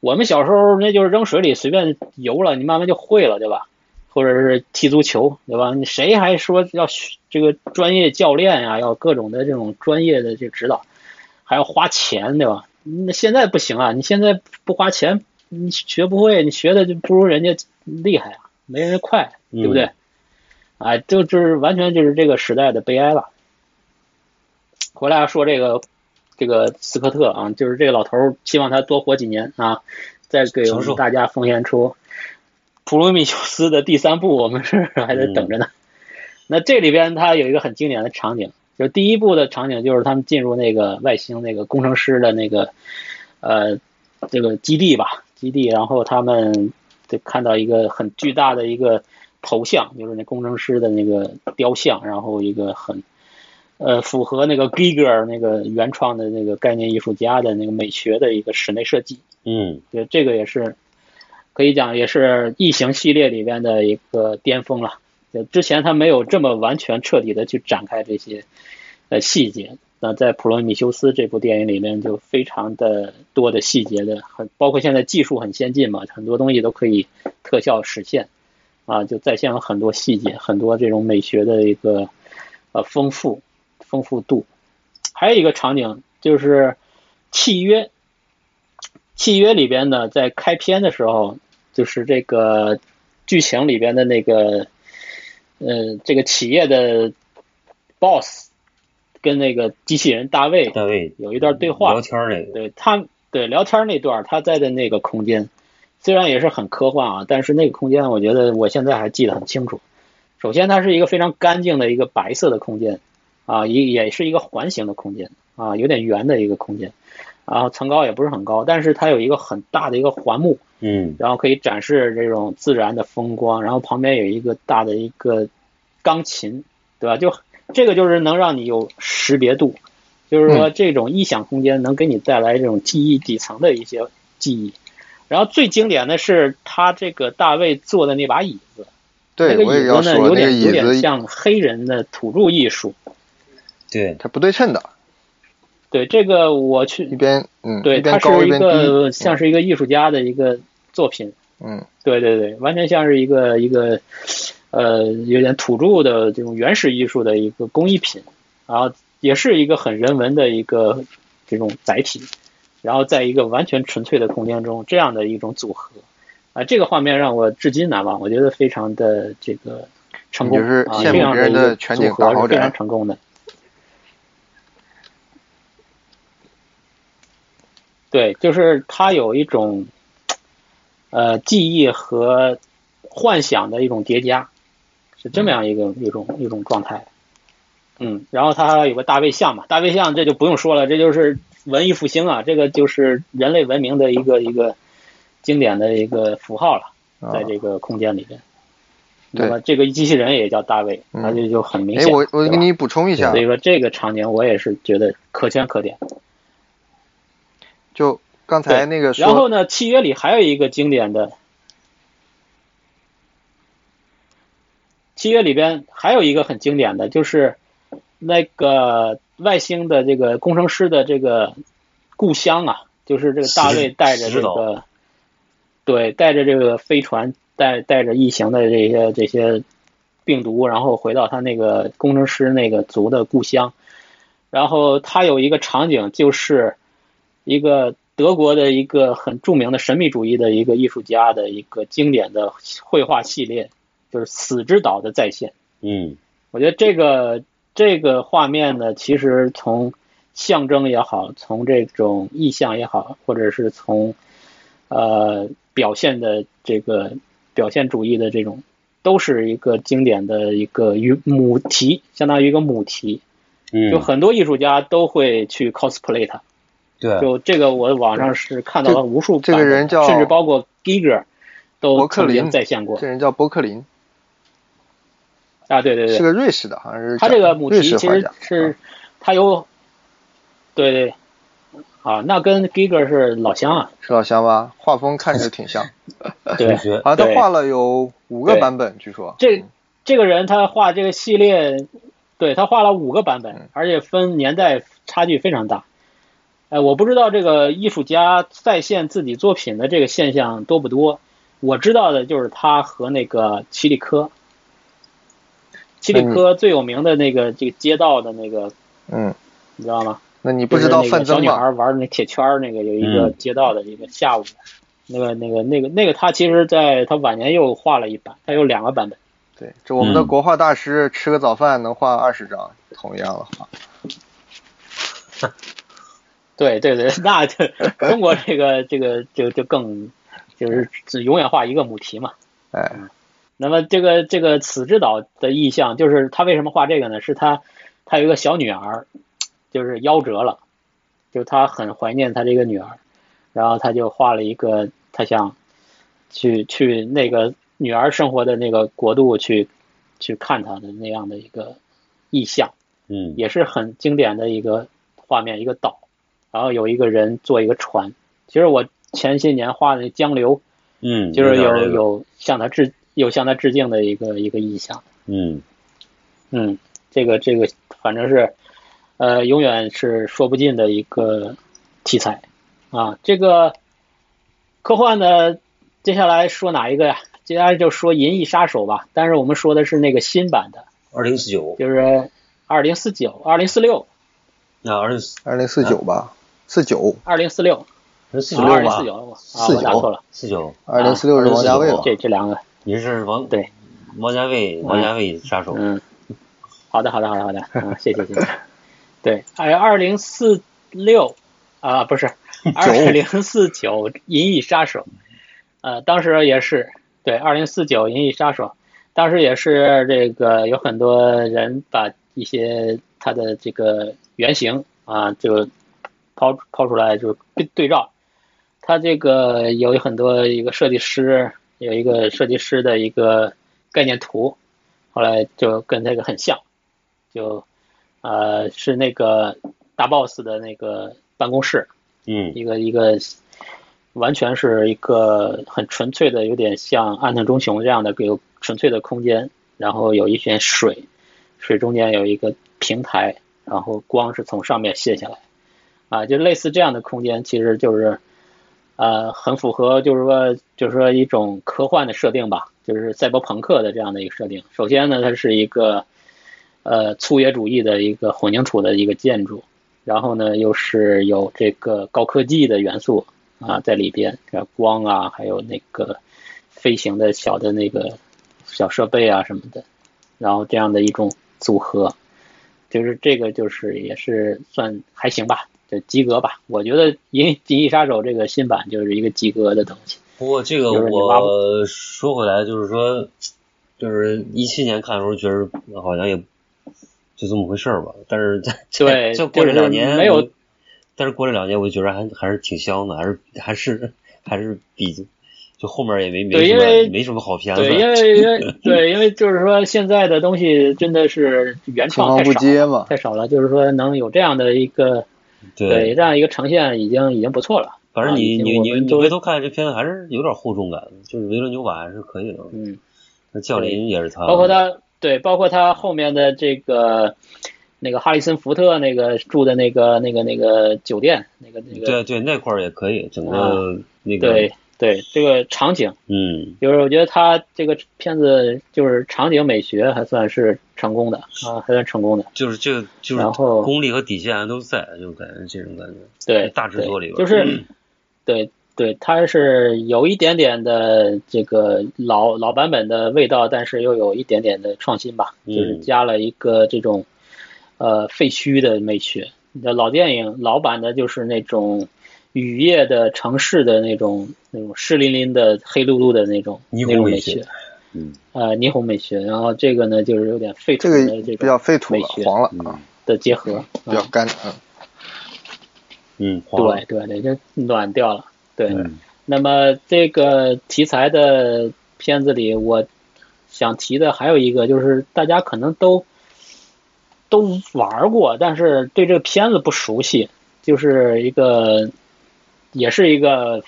[SPEAKER 3] 我们小时候那就是扔水里随便游了，你慢慢就会了，对吧？或者是踢足球，对吧？你谁还说要学这个专业教练呀、要各种的这种专业的这指导，还要花钱，对吧？那现在不行啊，你现在不花钱，你学不会，你学的就不如人家厉害啊，没人快，对不对？
[SPEAKER 5] 嗯
[SPEAKER 3] 啊，就就是完全就是这个时代的悲哀了。回来说这个这个斯科特啊，就是这个老头儿，希望他多活几年啊，再给我
[SPEAKER 5] 长寿
[SPEAKER 3] 们大家奉献出普罗米修斯的第三部，我们是还在等着呢。那这里边它有一个很经典的场景，就是第一部的场景就是他们进入那个外星那个工程师的那个呃这个基地吧，基地，然后他们就看到一个很巨大的一个头像，就是那工程师的那个雕像，然后一个很呃符合那个 Giger 那个原创的那个概念艺术家的那个美学的一个室内设计。
[SPEAKER 5] 嗯，
[SPEAKER 3] 对，这个也是可以讲也是异形系列里边的一个巅峰了。就之前他没有这么完全彻底的去展开这些呃细节，那在《普罗米修斯》这部电影里面就非常的多的细节的，很包括现在技术很先进嘛，很多东西都可以特效实现啊，就再现了很多细节，很多这种美学的一个呃丰富丰富度。还有一个场景就是契约，契约里边呢，在开篇的时候，就是这个剧情里边的那个呃，这个企业的 boss 跟那个机器人大卫
[SPEAKER 5] 大卫
[SPEAKER 3] 有一段对话
[SPEAKER 5] 聊天儿那个，
[SPEAKER 3] 对他对聊天那段儿，他在的那个空间，虽然也是很科幻啊，但是那个空间我觉得我现在还记得很清楚。首先，它是一个非常干净的一个白色的空间，啊，也也是一个环形的空间，啊，有点圆的一个空间，然后层高也不是很高，但是它有一个很大的一个环幕，
[SPEAKER 5] 嗯，
[SPEAKER 3] 然后可以展示这种自然的风光，然后旁边有一个大的一个钢琴，对吧？就这个就是能让你有识别度，就是
[SPEAKER 4] 嗯
[SPEAKER 3] 说这种异想空间能给你带来这种记忆底层的一些记忆。然后最经典的是他这个大卫坐的那把椅子，
[SPEAKER 4] 对，
[SPEAKER 3] 那
[SPEAKER 4] 我也
[SPEAKER 3] 个椅
[SPEAKER 4] 要
[SPEAKER 3] 子呢
[SPEAKER 4] 说
[SPEAKER 3] 有
[SPEAKER 4] 那个
[SPEAKER 3] 点有点
[SPEAKER 4] 椅子
[SPEAKER 3] 像黑人的土著艺术。
[SPEAKER 5] 对，
[SPEAKER 4] 它不对称的，
[SPEAKER 3] 对这个我
[SPEAKER 4] 一
[SPEAKER 3] 去，
[SPEAKER 4] 边嗯
[SPEAKER 3] 对，
[SPEAKER 4] 边
[SPEAKER 3] 它
[SPEAKER 4] 高
[SPEAKER 3] 是
[SPEAKER 4] 一
[SPEAKER 3] 一
[SPEAKER 4] 边低，
[SPEAKER 3] 个像是一个艺术家的一个作品，
[SPEAKER 4] 嗯
[SPEAKER 3] 对对对，完全像是一个一个，呃，有点土著的这种原始艺术的一个工艺品，然后也是一个很人文的一个这种载体，然后在一个完全纯粹的空间中，这样的一种组合，啊、这个画面让我至今难忘，我觉得非常的这个成功，
[SPEAKER 4] 你就是
[SPEAKER 3] 啊，
[SPEAKER 4] 羡慕
[SPEAKER 3] 这样
[SPEAKER 4] 别人
[SPEAKER 3] 一个
[SPEAKER 4] 的全景
[SPEAKER 3] 组合
[SPEAKER 4] 大豪
[SPEAKER 3] 是非
[SPEAKER 4] 宅
[SPEAKER 3] 常成功的。对，就是它有一种，呃，记忆和幻想的一种叠加，是这么
[SPEAKER 4] 嗯
[SPEAKER 3] 样一个、一种一种状态。嗯，然后它有个大卫像嘛，大卫像这就不用说了，这就是文艺复兴啊，这个就是人类文明的一个一个经典的一个符号了，
[SPEAKER 4] 啊
[SPEAKER 3] 在这个空间里边。
[SPEAKER 4] 对
[SPEAKER 3] 那么这个机器人也叫大卫，
[SPEAKER 4] 嗯
[SPEAKER 3] 那就就很明
[SPEAKER 4] 哎，
[SPEAKER 3] 显。
[SPEAKER 4] 我我
[SPEAKER 3] 对吧
[SPEAKER 4] 给你补充一下
[SPEAKER 3] 所，以说这个场景我也是觉得可圈可点。
[SPEAKER 4] 就刚才哎那个
[SPEAKER 3] 然后
[SPEAKER 4] 说，
[SPEAKER 3] 呢，契约里还有一个经典的，契约里边还有一个很经典的，就是那个外星的这个工程师的这个故乡啊，就是这个大卫
[SPEAKER 5] 石
[SPEAKER 3] 带着这个
[SPEAKER 5] 石岛，
[SPEAKER 3] 对，带着这个飞船，带带着异形的这些这些病毒，然后回到他那个工程师那个族的故乡。然后他有一个场景，就是一个德国的一个很著名的神秘主义的一个艺术家的一个经典的绘画系列，就是《死之岛》的再现。
[SPEAKER 5] 嗯，
[SPEAKER 3] 我觉得这个这个画面呢，其实从象征也好，从这种意象也好，或者是从呃表现的这个表现主义的这种，都是一个经典的一个与母题，相当于一个母题。
[SPEAKER 5] 嗯，
[SPEAKER 3] 就很多艺术家都会去 cosplay 它。
[SPEAKER 5] 对，
[SPEAKER 3] 就这个，我网上是看到了无数
[SPEAKER 4] 这这个
[SPEAKER 3] 版本
[SPEAKER 4] 人叫
[SPEAKER 3] 甚至包括 Giger 都
[SPEAKER 4] 伯克
[SPEAKER 3] 曾
[SPEAKER 4] 林
[SPEAKER 3] 经再现过
[SPEAKER 4] 这人叫波克林，
[SPEAKER 3] 啊，对对对，
[SPEAKER 4] 是个瑞士的，好像是
[SPEAKER 3] 他这个母
[SPEAKER 4] 瑞
[SPEAKER 3] 题
[SPEAKER 4] 士
[SPEAKER 3] 其
[SPEAKER 4] 画
[SPEAKER 3] 实
[SPEAKER 4] 家，嗯
[SPEAKER 3] 是他有，对对，啊，那跟 Giger 是老乡啊，
[SPEAKER 4] 是老乡吧？画风看着挺 像，
[SPEAKER 3] 对
[SPEAKER 5] 啊同，学，
[SPEAKER 4] 好像他
[SPEAKER 3] 对
[SPEAKER 4] 画了有五个
[SPEAKER 3] 对
[SPEAKER 4] 版本，据说
[SPEAKER 3] 这这个人他画这个系列，对他画了五个版本
[SPEAKER 4] 嗯，
[SPEAKER 3] 而且分年代差距非常大。哎，我不知道这个艺术家再现自己作品的这个现象多不多。我知道的就是他和那个齐里科，齐里科最有名的那个这个街道的那个，
[SPEAKER 4] 嗯，
[SPEAKER 3] 你知道吗？
[SPEAKER 4] 那你
[SPEAKER 3] 就
[SPEAKER 4] 不
[SPEAKER 3] 是
[SPEAKER 4] 知道
[SPEAKER 3] 那个
[SPEAKER 4] 范
[SPEAKER 3] 小
[SPEAKER 4] 增
[SPEAKER 3] 女
[SPEAKER 4] 吗？
[SPEAKER 3] 孩玩那铁圈儿那个有一个
[SPEAKER 5] 嗯
[SPEAKER 3] 街道的一个下午，那个那个那个那个他其实在他晚年又画了一版，他有两个版本。
[SPEAKER 4] 对，这我们的
[SPEAKER 5] 嗯
[SPEAKER 4] 国画大师吃个早饭能画二十张，同样的画，
[SPEAKER 3] 对对对，那就中国这个这个就就更就是只永远画一个母题嘛。
[SPEAKER 4] 哎，
[SPEAKER 3] 那么这个这个此之岛的意象，就是他为什么画这个呢？是他他有一个小女儿，就是夭折了，就是他很怀念他这个女儿，然后他就画了一个他想去去那个女儿生活的那个国度去去看她的那样的一个意象。
[SPEAKER 5] 嗯，
[SPEAKER 3] 也是很经典的一个画面，一个岛，然后有一个人坐一个船。其实我前些年画的那江流，
[SPEAKER 5] 嗯，
[SPEAKER 3] 就是
[SPEAKER 5] 点
[SPEAKER 3] 有
[SPEAKER 5] 儿这个，
[SPEAKER 3] 有向他致有向他致敬的一个一个意象。
[SPEAKER 5] 嗯，
[SPEAKER 3] 嗯，这个这个反正是，呃，永远是说不尽的一个题材啊。这个科幻的，接下来说哪一个呀？接下来就说《银翼杀手》吧，但是我们说的是那个新版的，
[SPEAKER 5] 二零四九，
[SPEAKER 3] 就是二零四九、二零四六、
[SPEAKER 5] 那二零
[SPEAKER 4] 二零四九吧，四九，
[SPEAKER 3] 二零四六，
[SPEAKER 5] 四九
[SPEAKER 3] 啊，二零
[SPEAKER 5] 六
[SPEAKER 3] 四
[SPEAKER 5] 吧
[SPEAKER 3] 九，啊，
[SPEAKER 4] 49
[SPEAKER 3] 我打错了，
[SPEAKER 5] 四九，啊哦
[SPEAKER 4] 二零四六是王家卫吧？
[SPEAKER 3] 这这两个，
[SPEAKER 5] 你是王
[SPEAKER 3] 对
[SPEAKER 5] 王家卫，王家卫杀手，
[SPEAKER 3] 嗯，好的，好的，好的，好的，啊，谢谢，谢 谢。对，哎，二零四六啊，不是二零四九《银翼杀手》，呃，当时也是对二零四九《银翼杀手》，当时也是这个有很多人把一些它的这个原型啊，就抛抛出来，就是对对照。它这个有很多一个设计师有一个设计师的一个概念图，后来就跟那个很像，就呃是那个大 boss 的那个办公室，
[SPEAKER 5] 嗯
[SPEAKER 3] 一个一个完全是一个很纯粹的，有点像暗藤忠雄这样的有纯粹的空间，然后有一片水，水中间有一个平台，然后光是从上面泻下来，啊，就类似这样的空间，其实就是呃很符合就是说就是说一种科幻的设定吧，就是赛博朋克的这样的一个设定。首先呢，它是一个呃粗野主义的一个混凝土的一个建筑。然后呢，又是有这个高科技的元素啊在里边，呃光啊，还有那个飞行的小的那个小设备啊什么的，然后这样的一种组合，就是这个就是也是算还行吧，就及格吧。我觉得《银银翼杀手》这个新版就是一个及格的东西。
[SPEAKER 5] 不过这个
[SPEAKER 3] 就是你挖
[SPEAKER 5] 我说回来，就是说，就是一七年看的时候觉得好像也就这么回事儿吧，但是在
[SPEAKER 3] 对
[SPEAKER 5] 就过了
[SPEAKER 3] 就是
[SPEAKER 5] 两年
[SPEAKER 3] 没有，
[SPEAKER 5] 但是过了两年我就觉得还还是挺香的，还是还是还是比就后面也没没
[SPEAKER 3] 对
[SPEAKER 5] 什
[SPEAKER 3] 因为
[SPEAKER 5] 么没什么好片子，
[SPEAKER 3] 对，因为因为对，因为就是说现在的东西真的是原
[SPEAKER 4] 青
[SPEAKER 3] 创
[SPEAKER 4] 黄
[SPEAKER 3] 太
[SPEAKER 4] 不
[SPEAKER 3] 少了，
[SPEAKER 4] 接嘛。
[SPEAKER 3] 太少了。就是说能有这样的一个对
[SPEAKER 5] 对，
[SPEAKER 3] 这样一个呈现已经已经不错了。
[SPEAKER 5] 反正你
[SPEAKER 3] 啊
[SPEAKER 5] 你
[SPEAKER 3] 我
[SPEAKER 5] 你
[SPEAKER 3] 们
[SPEAKER 5] 你
[SPEAKER 3] 都
[SPEAKER 5] 回头看这片子还是有点厚重感的，就是维伦纽瓦还是可以的，
[SPEAKER 3] 嗯，
[SPEAKER 5] 那降临也是他，
[SPEAKER 3] 包括他对，包括他后面的这个那个哈里森福特那个住的那个那个那个酒店，那个那个
[SPEAKER 5] 对对那块儿也可以，整
[SPEAKER 3] 啊
[SPEAKER 5] 个那个
[SPEAKER 3] 对对这个场景，
[SPEAKER 5] 嗯
[SPEAKER 3] 就是我觉得他这个片子就是场景美学还算是成功的啊，还算成功的。
[SPEAKER 5] 就是这个就是
[SPEAKER 3] 然后
[SPEAKER 5] 功力和底线都在，就感觉这种感觉。
[SPEAKER 3] 对，
[SPEAKER 5] 大制作里边嗯
[SPEAKER 3] 对就是，对对，它是有一点点的这个老老版本的味道，但是又有一点点的创新吧，
[SPEAKER 5] 嗯
[SPEAKER 3] 就是加了一个这种呃废墟的美学。你的老电影老版的就是那种雨夜的城市的那种那种湿淋淋的黑漉漉的那种
[SPEAKER 5] 霓
[SPEAKER 3] 那
[SPEAKER 5] 虹
[SPEAKER 3] 种
[SPEAKER 5] 美
[SPEAKER 3] 美
[SPEAKER 5] 学
[SPEAKER 3] 学，
[SPEAKER 5] 嗯，
[SPEAKER 3] 呃霓虹美学。然后这个呢，就是有点废土
[SPEAKER 4] 这个
[SPEAKER 3] 的这
[SPEAKER 4] 比较
[SPEAKER 3] 种
[SPEAKER 4] 废土了，
[SPEAKER 3] 美学
[SPEAKER 4] 黄了
[SPEAKER 5] 嗯
[SPEAKER 4] 啊，
[SPEAKER 3] 的结合，
[SPEAKER 4] 比较
[SPEAKER 3] 嗯
[SPEAKER 4] 干。嗯，
[SPEAKER 5] 嗯，黄了
[SPEAKER 3] 对对对，就暖掉了，对。
[SPEAKER 5] 嗯
[SPEAKER 3] 那么这个题材的片子里，我想提的还有一个就是大家可能都都玩过，但是对这个片子不熟悉，就是一个也是一个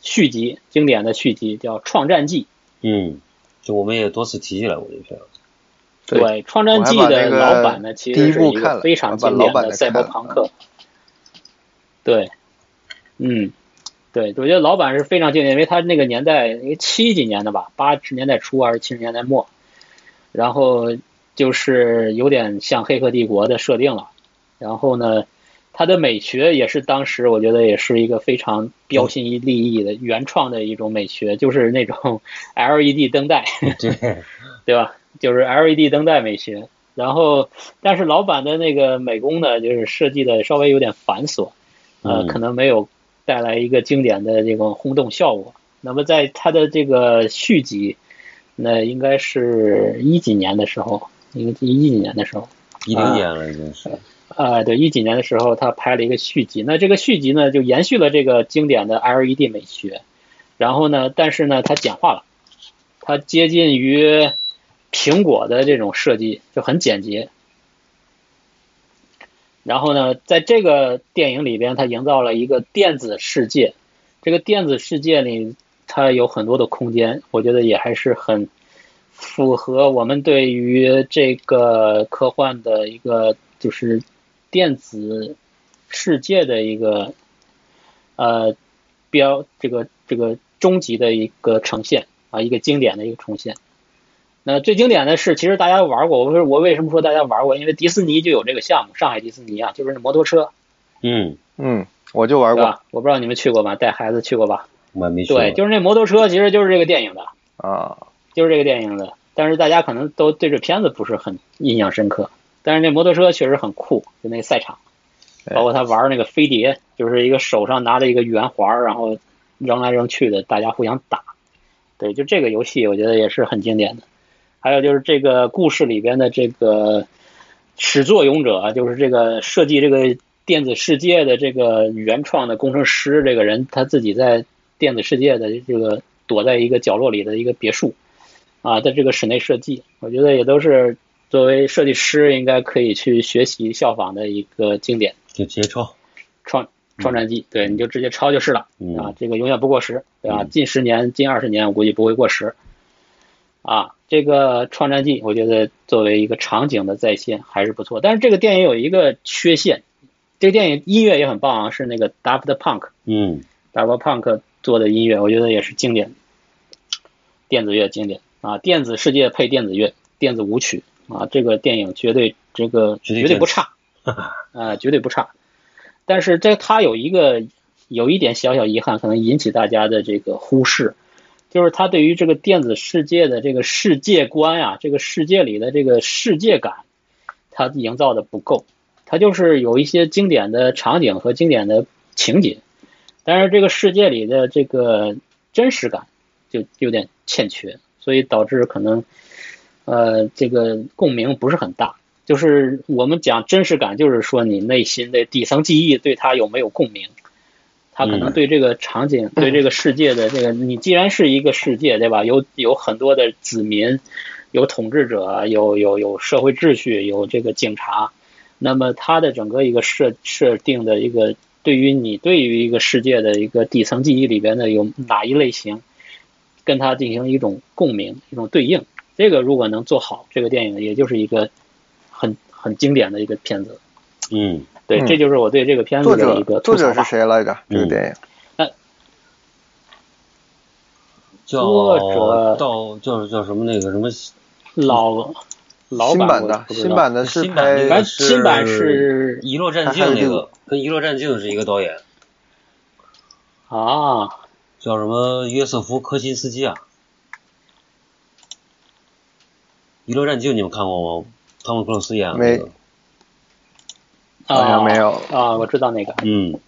[SPEAKER 3] 续集，经典的续集叫《创战记
[SPEAKER 5] 嗯，就我们也多次提起来过这片儿，》。
[SPEAKER 4] 对
[SPEAKER 3] 《创战记》的老版呢，其实是一个非常经典的赛博朋克。对，嗯，对，我觉得老版是非常经典，因为他那个年代，因为七几年的吧，八十年代初还是七十年代末，然后就是有点像《黑客帝国》的设定了。然后呢，它的美学也是当时我觉得也是一个非常标新立异的原创的一种美学，就是那种 LED 灯带，
[SPEAKER 5] 对，
[SPEAKER 3] 对吧？就是 LED 灯带美学。然后，但是老版的那个美工呢，就是设计的稍微有点繁琐，呃，
[SPEAKER 5] 嗯
[SPEAKER 3] 可能没有带来一个经典的这种轰动效果。那么在它的这个续集，那应该是一几年的时候，一一几年的时候，
[SPEAKER 5] 一零年了已经是，
[SPEAKER 3] 啊，对，一几年的时候，他拍了一个续集。那这个续集呢，就延续了这个经典的 LED 美学，然后呢，但是呢，它简化了，它接近于苹果的这种设计，就很简洁。然后呢，在这个电影里边，它营造了一个电子世界。这个电子世界里，它有很多的空间，我觉得也还是很符合我们对于这个科幻的一个就是电子世界的一个呃标这个这个终极的一个呈现啊，一个经典的一个重现。那最经典的是，其实大家玩过，我为我为什么说大家玩过？因为迪士尼就有这个项目，上海迪士尼啊，就是那摩托车，
[SPEAKER 5] 嗯，
[SPEAKER 4] 嗯，我就玩
[SPEAKER 3] 对
[SPEAKER 4] 过
[SPEAKER 3] 吧？我不知道你们去过吧，带孩子去过吧？
[SPEAKER 5] 我还没去过，
[SPEAKER 3] 对，就是那摩托车，其实就是这个电影的，
[SPEAKER 4] 啊，
[SPEAKER 3] 就是这个电影的。但是大家可能都对这片子不是很印象深刻。但是那摩托车确实很酷，就那个赛场，
[SPEAKER 4] 对
[SPEAKER 3] 包括他玩那个飞碟，就是一个手上拿着一个圆环儿，然后扔来扔去的，大家互相打。对，就这个游戏，我觉得也是很经典的。还有就是这个故事里边的这个始作俑者，啊就是这个设计这个电子世界的这个原创的工程师，这个人他自己在电子世界的这个躲在一个角落里的一个别墅啊的这个室内设计，我觉得也都是作为设计师应该可以去学习效仿的一个经典
[SPEAKER 5] 就直接抄。
[SPEAKER 3] 创创战记。对，你就直接抄就是了。
[SPEAKER 5] 嗯
[SPEAKER 3] 啊，这个永远不过时，对吧？
[SPEAKER 5] 嗯
[SPEAKER 3] 近十年、近二十年，我估计不会过时。啊，这个《创战记》，我觉得作为一个场景的再现还是不错。但是这个电影有一个缺陷，这个电影音乐也很棒啊，是那个 Daft Punk
[SPEAKER 5] 嗯，
[SPEAKER 3] Daft Punk 做的音乐，我觉得也是经典，电子乐经典啊，电子世界配电子乐，电子舞曲啊，这个电影绝对这个
[SPEAKER 5] 绝对
[SPEAKER 3] 绝对不
[SPEAKER 5] 正
[SPEAKER 3] 差， 啊，绝对不差。但是这它有一个有一点小小遗憾，可能引起大家的这个忽视，就是它对于这个电子世界的这个世界观呀、这个世界里的这个世界感，它营造的不够。它就是有一些经典的场景和经典的情节，但是这个世界里的这个真实感就有点欠缺，所以导致可能呃这个共鸣不是很大。就是我们讲真实感，就是说你内心的底层记忆对它有没有共鸣。他可能
[SPEAKER 5] 嗯
[SPEAKER 3] 对这个场景、对这个世界的这个，你既然是一个世界，对吧？有有很多的子民，有统治者，有有有社会秩序，有这个警察，那么它的整个一个设设定的一个对于你对于一个世界的一个底层记忆里边的有哪一类型，跟它进行一种共鸣、一种对应。这个如果能做好，这个电影也就是一个很很经典的一个片子。
[SPEAKER 5] 嗯，
[SPEAKER 3] 对，
[SPEAKER 4] 嗯
[SPEAKER 3] 这就是我对这个片子
[SPEAKER 4] 作
[SPEAKER 3] 的
[SPEAKER 4] 者
[SPEAKER 3] 一个吐
[SPEAKER 4] 作
[SPEAKER 3] 槽
[SPEAKER 4] 者
[SPEAKER 3] 吧
[SPEAKER 4] 是谁来着？
[SPEAKER 5] 嗯
[SPEAKER 4] 这个电影
[SPEAKER 5] 叫
[SPEAKER 3] 作者
[SPEAKER 5] 到叫叫什么那个什么
[SPEAKER 3] 老老
[SPEAKER 4] 新
[SPEAKER 3] 版
[SPEAKER 4] 版
[SPEAKER 3] 我
[SPEAKER 4] 的
[SPEAKER 3] 不知道
[SPEAKER 4] 新版的呃是
[SPEAKER 5] 新版那
[SPEAKER 4] 拍
[SPEAKER 5] 个
[SPEAKER 3] 反正新版是
[SPEAKER 5] 《遗落战境》那个，跟《遗落战境》是一个导演，
[SPEAKER 3] 啊，
[SPEAKER 5] 叫什么约瑟夫科辛斯基啊。《遗落战境》你们看过吗？汤姆克鲁斯演的那个
[SPEAKER 4] 没，好像没有
[SPEAKER 3] 啊啊，我知道那个，
[SPEAKER 5] 嗯，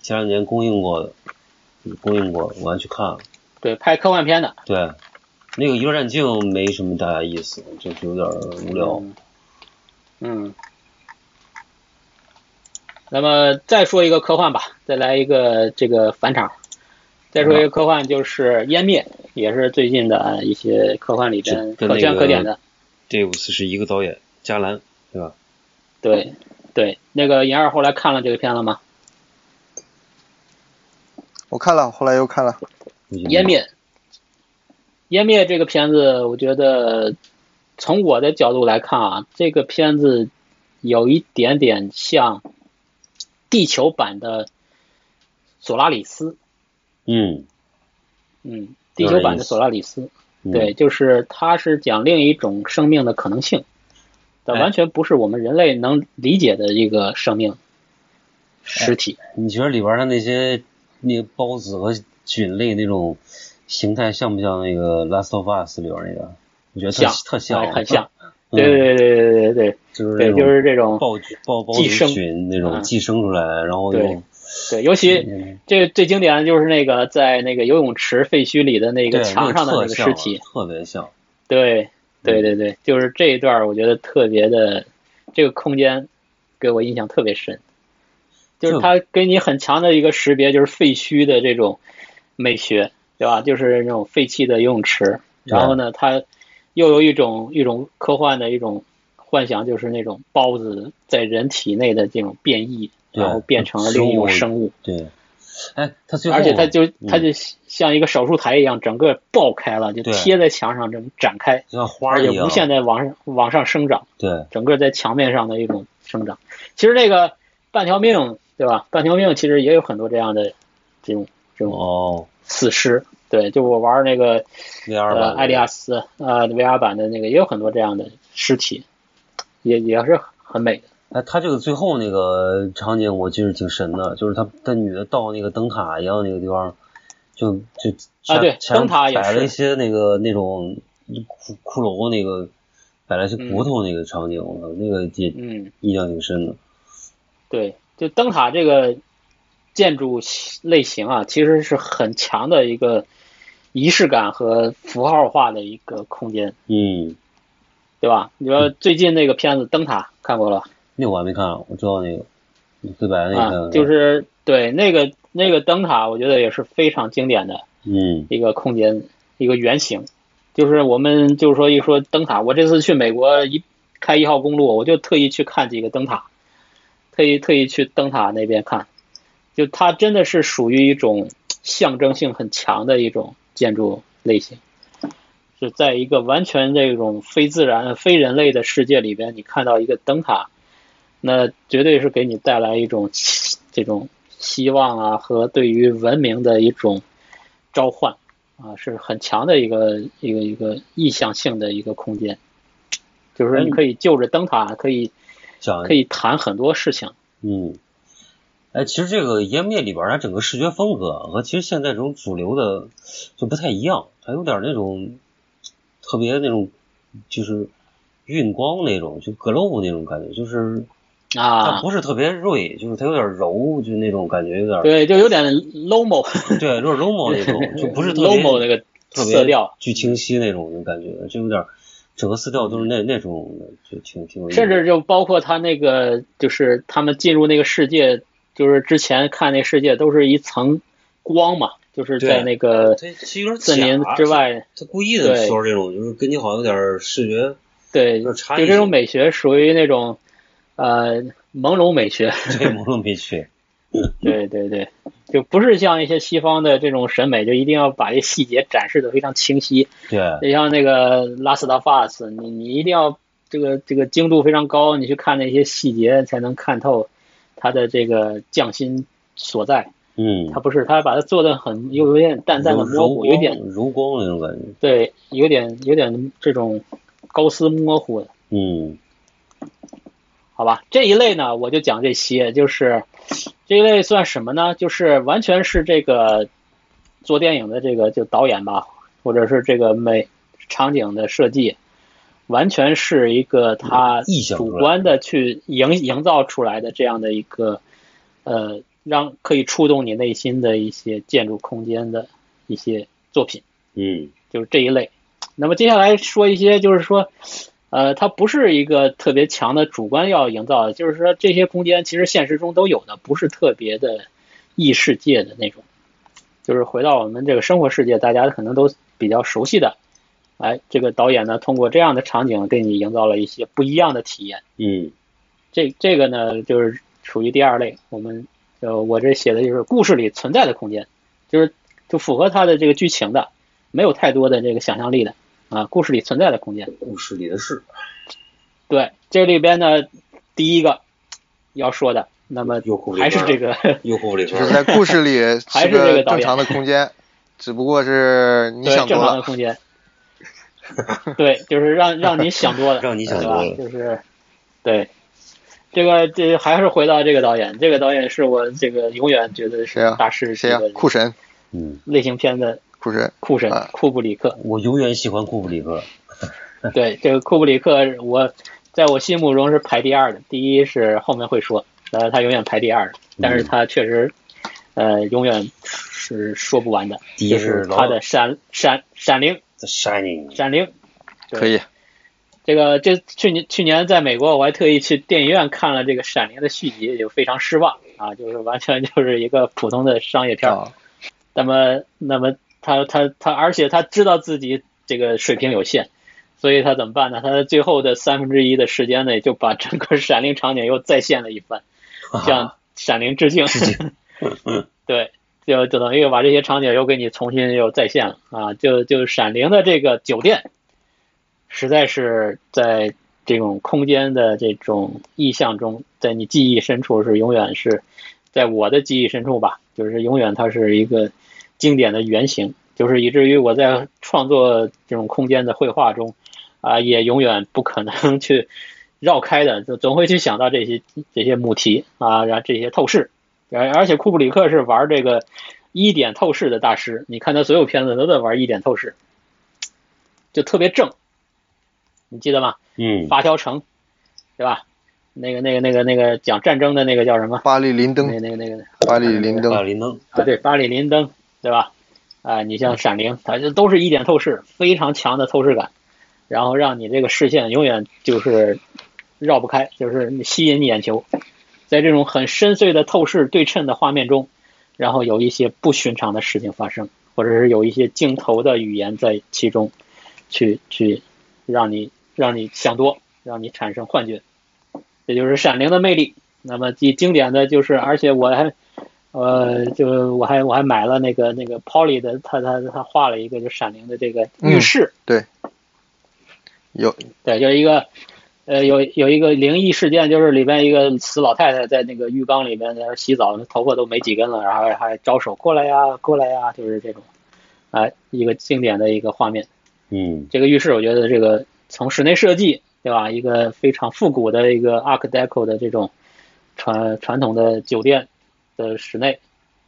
[SPEAKER 5] 前两年公映过的，公映过，我还去看了。
[SPEAKER 3] 对，拍科幻片的，
[SPEAKER 5] 对，那个《遗落战境》没什么大意思，就是有点无聊。
[SPEAKER 3] 嗯。嗯。那么再说一个科幻吧，再来一个这个返场。再说一个科幻，就是《湮灭》，也是最近的一些科幻里边
[SPEAKER 5] 是跟
[SPEAKER 3] 可圈
[SPEAKER 5] 那
[SPEAKER 3] 可
[SPEAKER 5] 个
[SPEAKER 3] 点的。
[SPEAKER 5] 这五次是一个导演，加兰，对吧？
[SPEAKER 3] 对，对，那个银二后来看了这个片了吗？
[SPEAKER 4] 我看了，后来又看了。
[SPEAKER 5] 湮
[SPEAKER 3] 湮灭，湮灭这个片子，我觉得从我的角度来看啊，这个片子有一点点像地球版的索拉里斯，
[SPEAKER 5] 嗯，
[SPEAKER 3] 嗯，地球版的索拉里斯，
[SPEAKER 5] 嗯
[SPEAKER 3] 对，，就是它是讲另一种生命的可能性，但
[SPEAKER 5] 哎
[SPEAKER 3] 完全不是我们人类能理解的一个生命实体。
[SPEAKER 5] 你觉得里边的那些那个孢子和菌类那种形态像不像那个《Last of Us》里边那个？我觉得特
[SPEAKER 3] 像
[SPEAKER 5] 特像
[SPEAKER 3] 哎
[SPEAKER 5] 啊，
[SPEAKER 3] 很像，
[SPEAKER 5] 嗯
[SPEAKER 3] 对对对对对对对
[SPEAKER 5] 就是
[SPEAKER 3] 对，
[SPEAKER 5] 那
[SPEAKER 3] 就是这种
[SPEAKER 5] 种暴菌暴
[SPEAKER 3] 寄
[SPEAKER 5] 孢
[SPEAKER 3] 生
[SPEAKER 5] 子菌那种
[SPEAKER 3] 嗯
[SPEAKER 5] 寄生出来，然后
[SPEAKER 3] 对
[SPEAKER 5] 又
[SPEAKER 3] 对，尤其
[SPEAKER 5] 嗯
[SPEAKER 3] 这最经典的就是那个在那个游泳池废墟里的那
[SPEAKER 5] 对
[SPEAKER 3] 个墙上的那个
[SPEAKER 5] 特
[SPEAKER 3] 嗯
[SPEAKER 5] 像
[SPEAKER 3] 尸
[SPEAKER 5] 啊
[SPEAKER 3] 体，
[SPEAKER 5] 特别像，
[SPEAKER 3] 对对对对，就是这一段儿我觉得特别的，这个空间给我印象特别深，就是
[SPEAKER 5] 就
[SPEAKER 3] 它给你很强的一个识别，就是废墟的这种美学，对吧？就是那种废弃的游泳池，然后呢，它又有一种一种科幻的一种幻想，就是那种孢子在人体内的这种变异，
[SPEAKER 5] 对
[SPEAKER 3] 然后变成了另一种生物。
[SPEAKER 5] 对。哎，他最后
[SPEAKER 3] 而且它就
[SPEAKER 5] 嗯
[SPEAKER 3] 它就像一个手术台一样，整个爆开了，就
[SPEAKER 5] 对哎
[SPEAKER 3] 贴在墙上这么展开，
[SPEAKER 5] 就像花
[SPEAKER 3] 而
[SPEAKER 5] 一
[SPEAKER 3] 且
[SPEAKER 5] 样，
[SPEAKER 3] 无限的往上往上生长，
[SPEAKER 5] 对
[SPEAKER 3] 整个在墙面上的一种生长。其实那个半条命，对吧？半条命其实也有很多这样的这种这种
[SPEAKER 5] 哦
[SPEAKER 3] 死尸。对，就我玩那个
[SPEAKER 5] ，VR
[SPEAKER 3] 呃
[SPEAKER 5] 版
[SPEAKER 3] 艾利亚斯呃 VR 版的那个，也有很多这样的尸体，也也是很美的。
[SPEAKER 5] 哎，他这个最后那个场景我记得挺神的，就是他他女的到那个灯塔一样那个地方，就就
[SPEAKER 3] 啊对
[SPEAKER 5] 前
[SPEAKER 3] 灯塔也
[SPEAKER 5] 摆了
[SPEAKER 3] 是
[SPEAKER 5] 一些那个那种骷骷髅那个摆来是骨头那个场景，我操、那个也
[SPEAKER 3] 嗯，
[SPEAKER 5] 印象挺深的。
[SPEAKER 3] 对，就灯塔这个建筑类型啊，其实是很强的一个仪式感和符号化的一个空间，
[SPEAKER 5] 嗯，
[SPEAKER 3] 对吧？你说最近那个片子《灯塔》看过了吧
[SPEAKER 5] 那我还没看，我知道那个对白那个、
[SPEAKER 3] 啊？就是对那个那个灯塔，我觉得也是非常经典的。
[SPEAKER 5] 嗯
[SPEAKER 3] 一个空间，一个圆形。就是我们就是说一说灯塔，我这次去美国一开一号公路，我就特意去看几个灯塔，特意特意去灯塔那边看，就它真的是属于一种象征性很强的一种建筑类型，是在一个完全这种非自然、非人类的世界里边，你看到一个灯塔，那绝对是给你带来一种这种希望啊和对于文明的一种召唤啊，是很强的一个一个一个意向性的一个空间，就是说你可以就着灯塔，可以
[SPEAKER 5] 讲
[SPEAKER 3] 可以谈很多事情。
[SPEAKER 5] 嗯，哎，其实这个《烟灭》里边儿它整个视觉风格啊和其实现在这种主流的就不太一样，它有点儿那种特别那种就是晕光那种，就 glow 那种感觉，就是它
[SPEAKER 3] 啊，
[SPEAKER 5] 不是特别锐，就是它有点柔，就那种感觉有点儿
[SPEAKER 3] 对，就有点 lomo
[SPEAKER 5] 对，有点 lomo 那种，就不是特别
[SPEAKER 3] lomo 那个
[SPEAKER 5] 特别
[SPEAKER 3] 色调，
[SPEAKER 5] 巨清晰那种就感觉，就有点儿整个色调都是那那种的，就挺挺有意思
[SPEAKER 3] 甚至就包括他那个，就是他们进入那个世界，就是之前看那世界都是一层光嘛，就是在
[SPEAKER 5] 对
[SPEAKER 3] 那个
[SPEAKER 5] 它其实有点
[SPEAKER 3] 森林
[SPEAKER 5] 假
[SPEAKER 3] 之外，
[SPEAKER 5] 他故意的
[SPEAKER 3] 对
[SPEAKER 5] 说这种，就是跟你好像有点儿视 觉
[SPEAKER 3] 对，
[SPEAKER 5] 有
[SPEAKER 3] 就
[SPEAKER 5] 点差异性
[SPEAKER 3] 这种美学属于那种呃朦胧美学，
[SPEAKER 5] 对朦胧没去。
[SPEAKER 3] 对对对，就不是像一些西方的这种审美，就一定要把这细节展示的非常清晰。
[SPEAKER 5] 对，
[SPEAKER 3] 你像那个拉斯达法斯，你你一定要这个这个精度非常高，你去看那些细节才能看透它的这个匠心所在。
[SPEAKER 5] 嗯，
[SPEAKER 3] 它不是，它把它做的很又有点淡淡的模
[SPEAKER 5] 柔
[SPEAKER 3] 糊，
[SPEAKER 5] 光
[SPEAKER 3] 有点
[SPEAKER 5] 柔光那种感觉。
[SPEAKER 3] 对，有点有点这种高斯模糊的。
[SPEAKER 5] 嗯
[SPEAKER 3] 好吧，这一类呢，我就讲这些，就是这一类算什么呢？就是完全是这个做电影的这个就导演吧，或者是这个美场景的设计，完全是一个他
[SPEAKER 5] 意象出
[SPEAKER 3] 主
[SPEAKER 5] 来
[SPEAKER 3] 观的去营营造出来的这样的一个呃，让可以触动你内心的一些建筑空间的一些作品。
[SPEAKER 5] 嗯
[SPEAKER 3] 就是这一类。那么接下来说一些，就是说，呃，它不是一个特别强的主观要营造的，就是说这些空间其实现实中都有的，不是特别的异世界的那种，就是回到我们这个生活世界，大家可能都比较熟悉的。哎，这个导演呢，通过这样的场景给你营造了一些不一样的体验。
[SPEAKER 5] 嗯
[SPEAKER 3] 这这个呢，就是属于第二类。我们呃，我这写的就是故事里存在的空间，就是就符合它的这个剧情的，没有太多的这个想象力的啊，故事里存在的空间。
[SPEAKER 5] 故事里的事，
[SPEAKER 3] 对，这里边呢，第一个要说的，那么
[SPEAKER 5] 又哭了一
[SPEAKER 3] 还是
[SPEAKER 5] 半
[SPEAKER 3] 这个
[SPEAKER 5] 又后里
[SPEAKER 4] 就
[SPEAKER 5] 边
[SPEAKER 4] 是
[SPEAKER 5] 儿
[SPEAKER 4] 在故事里
[SPEAKER 3] 还
[SPEAKER 4] 是
[SPEAKER 3] 是这
[SPEAKER 4] 个
[SPEAKER 3] 个导演
[SPEAKER 4] 正常的空间，只不过是你
[SPEAKER 3] 对
[SPEAKER 4] 想
[SPEAKER 3] 正
[SPEAKER 4] 多
[SPEAKER 3] 常的
[SPEAKER 4] 了。
[SPEAKER 3] 空 间。对，就是让让你想多了，
[SPEAKER 5] 让你想
[SPEAKER 3] 对
[SPEAKER 5] 多
[SPEAKER 3] 吧
[SPEAKER 5] 了
[SPEAKER 3] 就是对。这个这还是回到这个导演，这个导演是我这个永远觉得
[SPEAKER 4] 谁
[SPEAKER 3] 是
[SPEAKER 4] 啊
[SPEAKER 3] 大师级
[SPEAKER 4] 谁呀、
[SPEAKER 3] 的
[SPEAKER 4] 库神，
[SPEAKER 5] 嗯，
[SPEAKER 3] 类型片的
[SPEAKER 4] 库神，
[SPEAKER 3] 库神
[SPEAKER 4] 啊
[SPEAKER 3] 库布里克，
[SPEAKER 5] 我永远喜欢库布里克。
[SPEAKER 3] 对这个库布里克，我在我心目中是排第二的，第一是后面会说，呃，他永远排第二，但是他确实，呃，永远是说不完的。
[SPEAKER 5] 第一
[SPEAKER 3] 就是是
[SPEAKER 5] 老
[SPEAKER 3] 他的闪闪闪灵，
[SPEAKER 5] The Shining，
[SPEAKER 3] 闪灵，对
[SPEAKER 4] 可以，
[SPEAKER 3] 这个这去年去年在美国，我还特意去电影院看了这个《闪灵》的续集，就非常失望啊，就是完全就是一个普通的商业片儿。
[SPEAKER 4] 啊，
[SPEAKER 3] 那么，那么他他他，而且他知道自己这个水平有限，所以他怎么办呢？他在最后的三分之一的时间内，就把整个闪灵场景又再现了一番，向闪灵啊致敬。 嗯对，就就等于把这些场景又给你重新又再现了啊！就就闪灵的这个酒店，实在是在这种空间的这种意象中，在你记忆深处是永远是在我的记忆深处吧，就是永远它是一个经典的原型，就是以至于我在创作这种空间的绘画中，啊、也永远不可能 去绕开的，就总会去想到这些这些母题啊，然后这些透视，而而且库布里克是玩这个一点透视的大师，你看他所有片子都在玩一点透视，就特别正，你记得吗？
[SPEAKER 5] 嗯，
[SPEAKER 3] 发条城，对吧？那个、那个、那个、那个讲战争的那个叫什么？
[SPEAKER 4] 巴黎林
[SPEAKER 3] 那、
[SPEAKER 4] 登，
[SPEAKER 3] 那个、那个
[SPEAKER 4] 巴黎林
[SPEAKER 5] 巴
[SPEAKER 4] 登，
[SPEAKER 5] 林登，
[SPEAKER 3] 啊，对，巴里林登，对吧？啊、你像闪灵，它这都是一点透视，非常强的透视感，然后让你这个视线永远就是绕不开，就是吸引你眼球。在这种很深邃的透视对称的画面中，然后有一些不寻常的事情发生，或者是有一些镜头的语言在其中，去去让你让你想多，让你产生幻觉，这就是《闪灵》的魅力。那么最经典的就是，而且我还呃，就我还我还买了那个那个 Polly 的，他他他画了一个就闪灵的这个浴室，
[SPEAKER 4] 有
[SPEAKER 3] 对，就是一个呃有有一个灵异事件，就是里边一个死老太太在那个浴缸里边在那儿洗澡，头发都没几根了，然后还还招手过来呀过来呀，就是这种，啊、一个经典的一个画面。
[SPEAKER 5] 嗯
[SPEAKER 3] 这个浴室，我觉得这个从室内设计，对吧？一个非常复古的一个 Art Deco 的这种传传统的酒店的室内，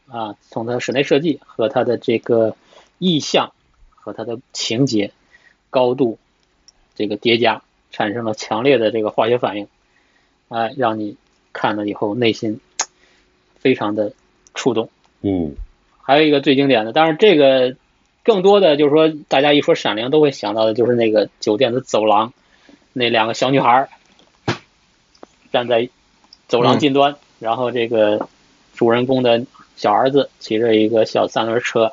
[SPEAKER 3] 啊，从它室内设计和它的这个意象和它的情节高度这个叠加，产生了强烈的这个化学反应，哎、让你看了以后内心非常的触动。
[SPEAKER 5] 嗯
[SPEAKER 3] 还有一个最经典的，当然这个更多的就是说，大家一说《闪灵》都会想到的就是那个酒店的走廊，那两个小女孩儿站在走廊尽端，然后这个主人公的小儿子骑着一个小三轮车，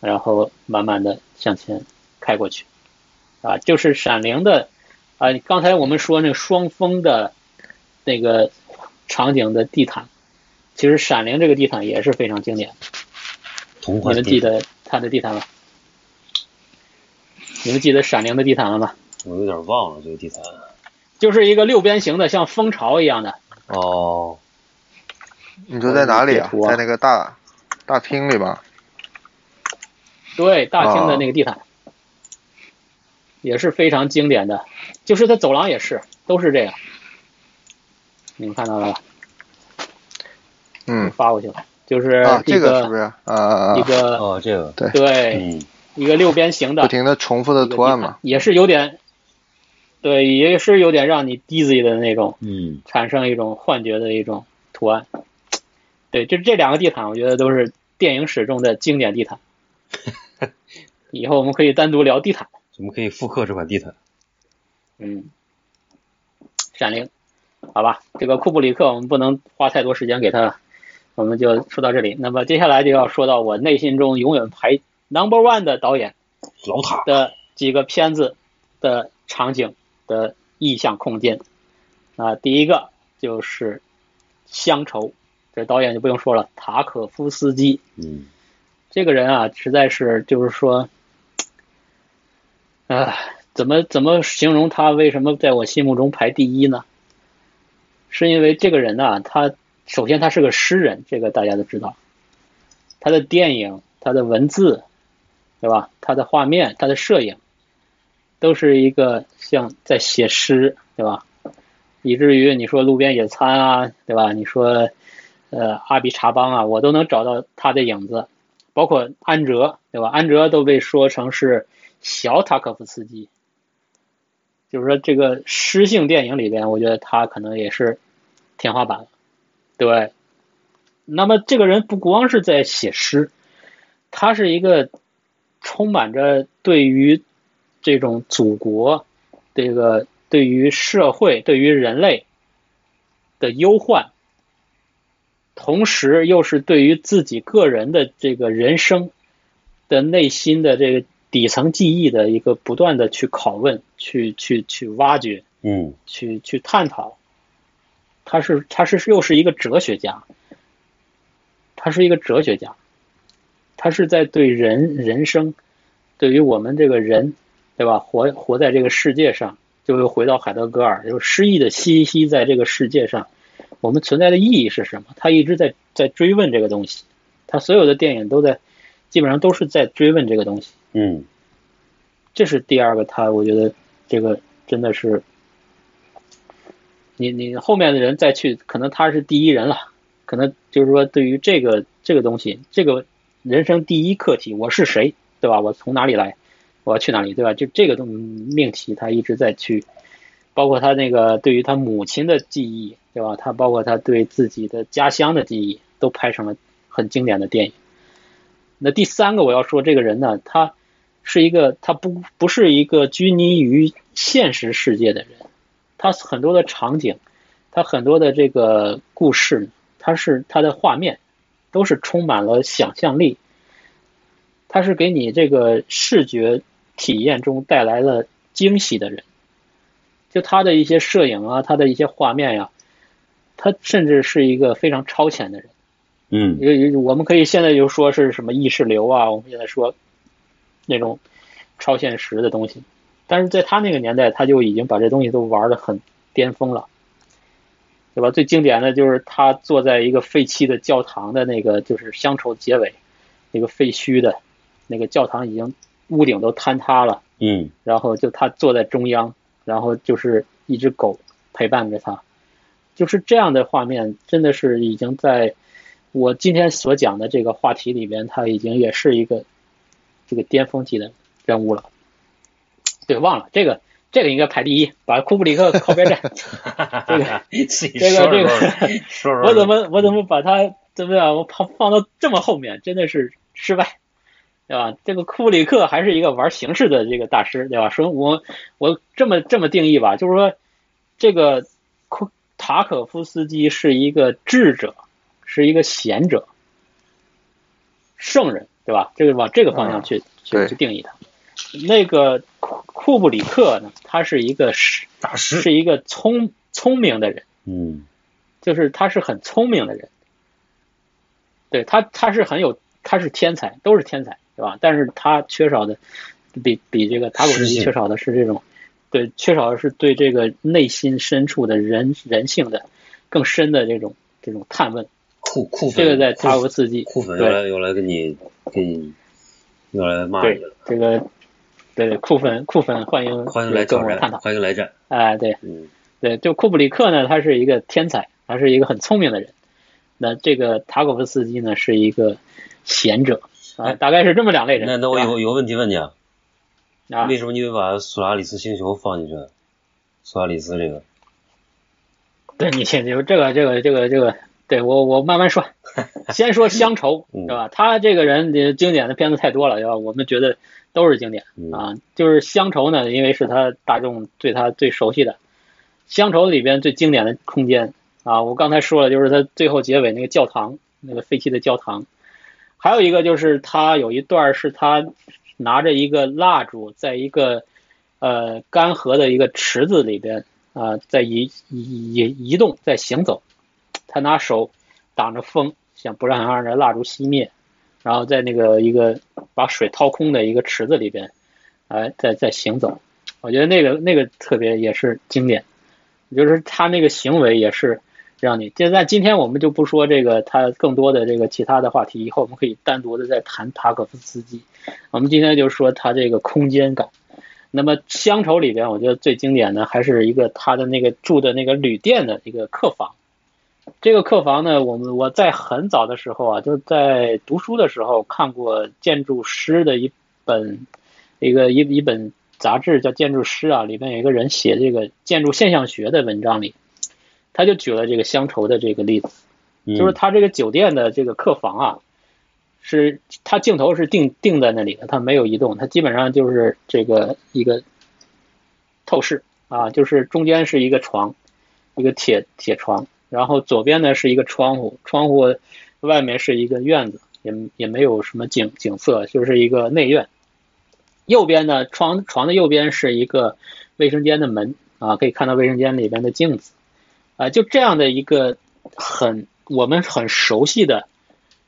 [SPEAKER 3] 然后慢慢的向前开过去，啊，就是《闪灵》的啊，刚才我们说那个双峰的那个场景的地毯，其实《闪灵》这个地毯也是非常经典。
[SPEAKER 5] 同
[SPEAKER 3] 你
[SPEAKER 5] 款
[SPEAKER 3] 们记得它的地毯吗？你们记得闪灵的地毯了吗？
[SPEAKER 5] 我有点忘了这个地毯。
[SPEAKER 3] 就是一个六边形的，像蜂巢一样的。
[SPEAKER 5] 哦，
[SPEAKER 4] 你说在哪里啊
[SPEAKER 3] 我有截图？啊
[SPEAKER 4] 在那个大大厅里吧？
[SPEAKER 3] 对，大厅的那个地毯、也是非常经典的，就是它走廊也是，都是这样。你们看到了吧？
[SPEAKER 4] 嗯，
[SPEAKER 3] 发过去了，就是
[SPEAKER 4] 啊，
[SPEAKER 3] 一
[SPEAKER 4] 这
[SPEAKER 3] 个
[SPEAKER 4] 个是不是？啊啊
[SPEAKER 3] 一
[SPEAKER 4] 啊！
[SPEAKER 3] 个
[SPEAKER 5] 哦，这个，
[SPEAKER 3] 对
[SPEAKER 5] 嗯
[SPEAKER 3] 一个六边形的
[SPEAKER 4] 不停的重复的
[SPEAKER 3] 一个
[SPEAKER 4] 图案
[SPEAKER 3] 地毯
[SPEAKER 4] 嘛。
[SPEAKER 3] 也是有点，对，也是有点让你 dizzy 的那种。
[SPEAKER 5] 嗯
[SPEAKER 3] 产生一种幻觉的一种图案。对，就这两个地毯，我觉得都是电影史中的经典地毯。以后我们可以单独聊地毯。
[SPEAKER 5] 我们可以复刻这款地毯。
[SPEAKER 3] 嗯，闪灵，好吧，这个库布里克我们不能花太多时间给他，我们就说到这里。那么接下来就要说到我内心中永远排 number one 的导演
[SPEAKER 5] 老塔，
[SPEAKER 3] 的几个片子的场景的意象空间。啊，第一个就是《乡愁》，这导演就不用说了，塔可夫斯基
[SPEAKER 5] 嗯
[SPEAKER 3] 这个人啊，实在是就是说，啊，怎么怎么形容他为什么在我心目中排第一呢？是因为这个人呐、他首先他是个诗人，这个大家都知道，他的电影、他的文字，对吧？他的画面、他的摄影，都是一个像在写诗，对吧？以至于你说路边野餐啊，对吧？你说，呃，阿比查邦啊，我都能找到他的影子。包括安哲，对吧？安哲都被说成是小塔可夫斯基，就是说这个诗性电影里边，我觉得他可能也是天花板了。对，那么这个人不光是在写诗，他是一个充满着对于这种祖国、这个对于社会、对于人类的忧患，同时又是对于自己个人的这个人生的内心的这个底层记忆的一个不断的去拷问、去去去挖掘、
[SPEAKER 5] 嗯
[SPEAKER 3] 去去探讨。他是他是又是一个哲学家，他是一个哲学家，他是在对人人生，对于我们这个人，对吧？活活在这个世界上，就又回到海德格尔，就是诗意的栖息在这个世界上，我们存在的意义是什么？他一直在在追问这个东西，他所有的电影都在，基本上都是在追问这个东西。
[SPEAKER 5] 嗯
[SPEAKER 3] 这是第二个他，我觉得这个真的是，你你后面的人再去，可能他是第一人了，可能就是说对于这个这个东西，这个人生第一课题，我是谁，对吧？我从哪里来？我要去哪里，对吧？就这个东命题，他一直在去，包括他那个对于他母亲的记忆，对吧？他包括他对自己的家乡的记忆，都拍成了很经典的电影。那第三个我要说这个人呢，他是一个他不不是一个拘泥于现实世界的人，他很多的场景，他很多的这个故事，他是他的画面都是充满了想象力，他是给你这个视觉体验中带来了惊喜的人。就他的一些摄影啊，他的一些画面呀、他甚至是一个非常超前的人。
[SPEAKER 5] 嗯
[SPEAKER 3] 因为呃我们可以现在就说是什么意识流啊，我们现在说那种超现实的东西，但是在他那个年代，他就已经把这东西都玩得很巅峰了，对吧？最经典的就是他坐在一个废弃的教堂的那个，就是乡愁结尾，那个废墟的那个教堂已经屋顶都坍塌了，
[SPEAKER 5] 嗯
[SPEAKER 3] 然后就他坐在中央，然后就是一只狗陪伴着他，就是这样的画面，真的是已经在我今天所讲的这个话题里边，他已经也是一个这个巅峰级的人物了。对，忘了这个，这个应该排第一，把库布里克 靠边站。这个
[SPEAKER 5] 自己
[SPEAKER 3] 这个
[SPEAKER 5] 说
[SPEAKER 3] 这
[SPEAKER 5] 着
[SPEAKER 3] 个
[SPEAKER 5] 说着说着，
[SPEAKER 3] 我怎么我怎么把他怎么样？我放放到这么后面，真的是失败，对吧？这个库布里克还是一个玩形式的这个大师，对吧？说我我这么这么定义吧，就是说这个库塔可夫斯基是一个智者，是一个贤者，圣人，对吧？这个往这个方
[SPEAKER 5] 嗯
[SPEAKER 3] 向去、去
[SPEAKER 4] 对
[SPEAKER 3] 去定义他。那个库库布里克呢，他是一个是
[SPEAKER 5] 大师？
[SPEAKER 3] 是一个聪聪明的人。
[SPEAKER 5] 嗯
[SPEAKER 3] 就是他是很聪明的人，对他他是很有他是天才，都是天才，对吧？但是他缺少的比比这个塔古斯
[SPEAKER 5] 实
[SPEAKER 3] 基
[SPEAKER 5] 性
[SPEAKER 3] 缺少的是这种，对，缺少的是对这个内心深处的人人性的更深的这种这种探问。
[SPEAKER 5] 酷酷粉，
[SPEAKER 3] 这个在
[SPEAKER 5] 酷
[SPEAKER 3] 塔古斯基
[SPEAKER 5] 酷粉又
[SPEAKER 3] 对
[SPEAKER 5] 来又来跟你跟你又来骂你
[SPEAKER 3] 对
[SPEAKER 5] 了，
[SPEAKER 3] 这个对库粉库粉欢迎
[SPEAKER 5] 欢迎来
[SPEAKER 3] 跟
[SPEAKER 5] 挑
[SPEAKER 3] 我
[SPEAKER 5] 战
[SPEAKER 3] 探，讨，
[SPEAKER 5] 欢迎来战，
[SPEAKER 3] 哎，对。
[SPEAKER 5] 嗯
[SPEAKER 3] 对，就库布里克呢，他是一个天才，他是一个很聪明的人。那这个塔可夫斯基呢，是一个贤者啊，
[SPEAKER 5] 哎
[SPEAKER 3] 大概是这么两类人。
[SPEAKER 5] 那那我
[SPEAKER 3] 对吧
[SPEAKER 5] 有有个问题问你啊，
[SPEAKER 3] 啊
[SPEAKER 5] 为，什么你会把索拉里斯星球放进去呢？索拉里斯这个，
[SPEAKER 3] 对你先就这个这个这个这个，对我我慢慢 说，先说乡愁
[SPEAKER 5] 嗯
[SPEAKER 3] 是吧？他这个人呃经典的片子太多了，对吧？我们觉得都是经典
[SPEAKER 5] 嗯
[SPEAKER 3] 啊。就是乡愁呢，因为是他大众对他最熟悉的，乡愁里边最经典的空间啊，我刚才说了，就是他最后结尾那个教堂，那个废弃的教堂，还有一个就是他有一段是他拿着一个蜡烛，在一个呃干涸的一个池子里边啊、在移移移移动，在行走，他拿手挡着风，想不让让这蜡烛熄灭，然后在那个一个把水掏空的一个池子里边，哎、在在行走，我觉得那个那个特别也是经典。就是他那个行为也是让你。现在今天我们就不说这个他更多的这个其他的话题，以后我们可以单独的再谈塔可夫斯基。我们今天就说他这个空间感。那么乡愁里边，我觉得最经典的还是一个他的那个住的那个旅店的一个客房。这个客房呢，我们我在很早的时候啊，就在读书的时候看过建筑师的一本一个一一本杂志叫《建筑师》啊，里面有一个人写这个建筑现象学的文章里，他就举了这个乡愁的这个例子，
[SPEAKER 5] 嗯
[SPEAKER 3] 就是他这个酒店的这个客房啊，是他镜头是定定在那里的，他没有移动，他基本上就是这个一个透视啊，就是中间是一个床，一个铁铁床，然后左边呢是一个窗户，窗户外面是一个院子，也也没有什么景景色，就是一个内院。右边呢，床床的右边是一个卫生间的门啊，可以看到卫生间里边的镜子，啊、就这样的一个很我们很熟悉的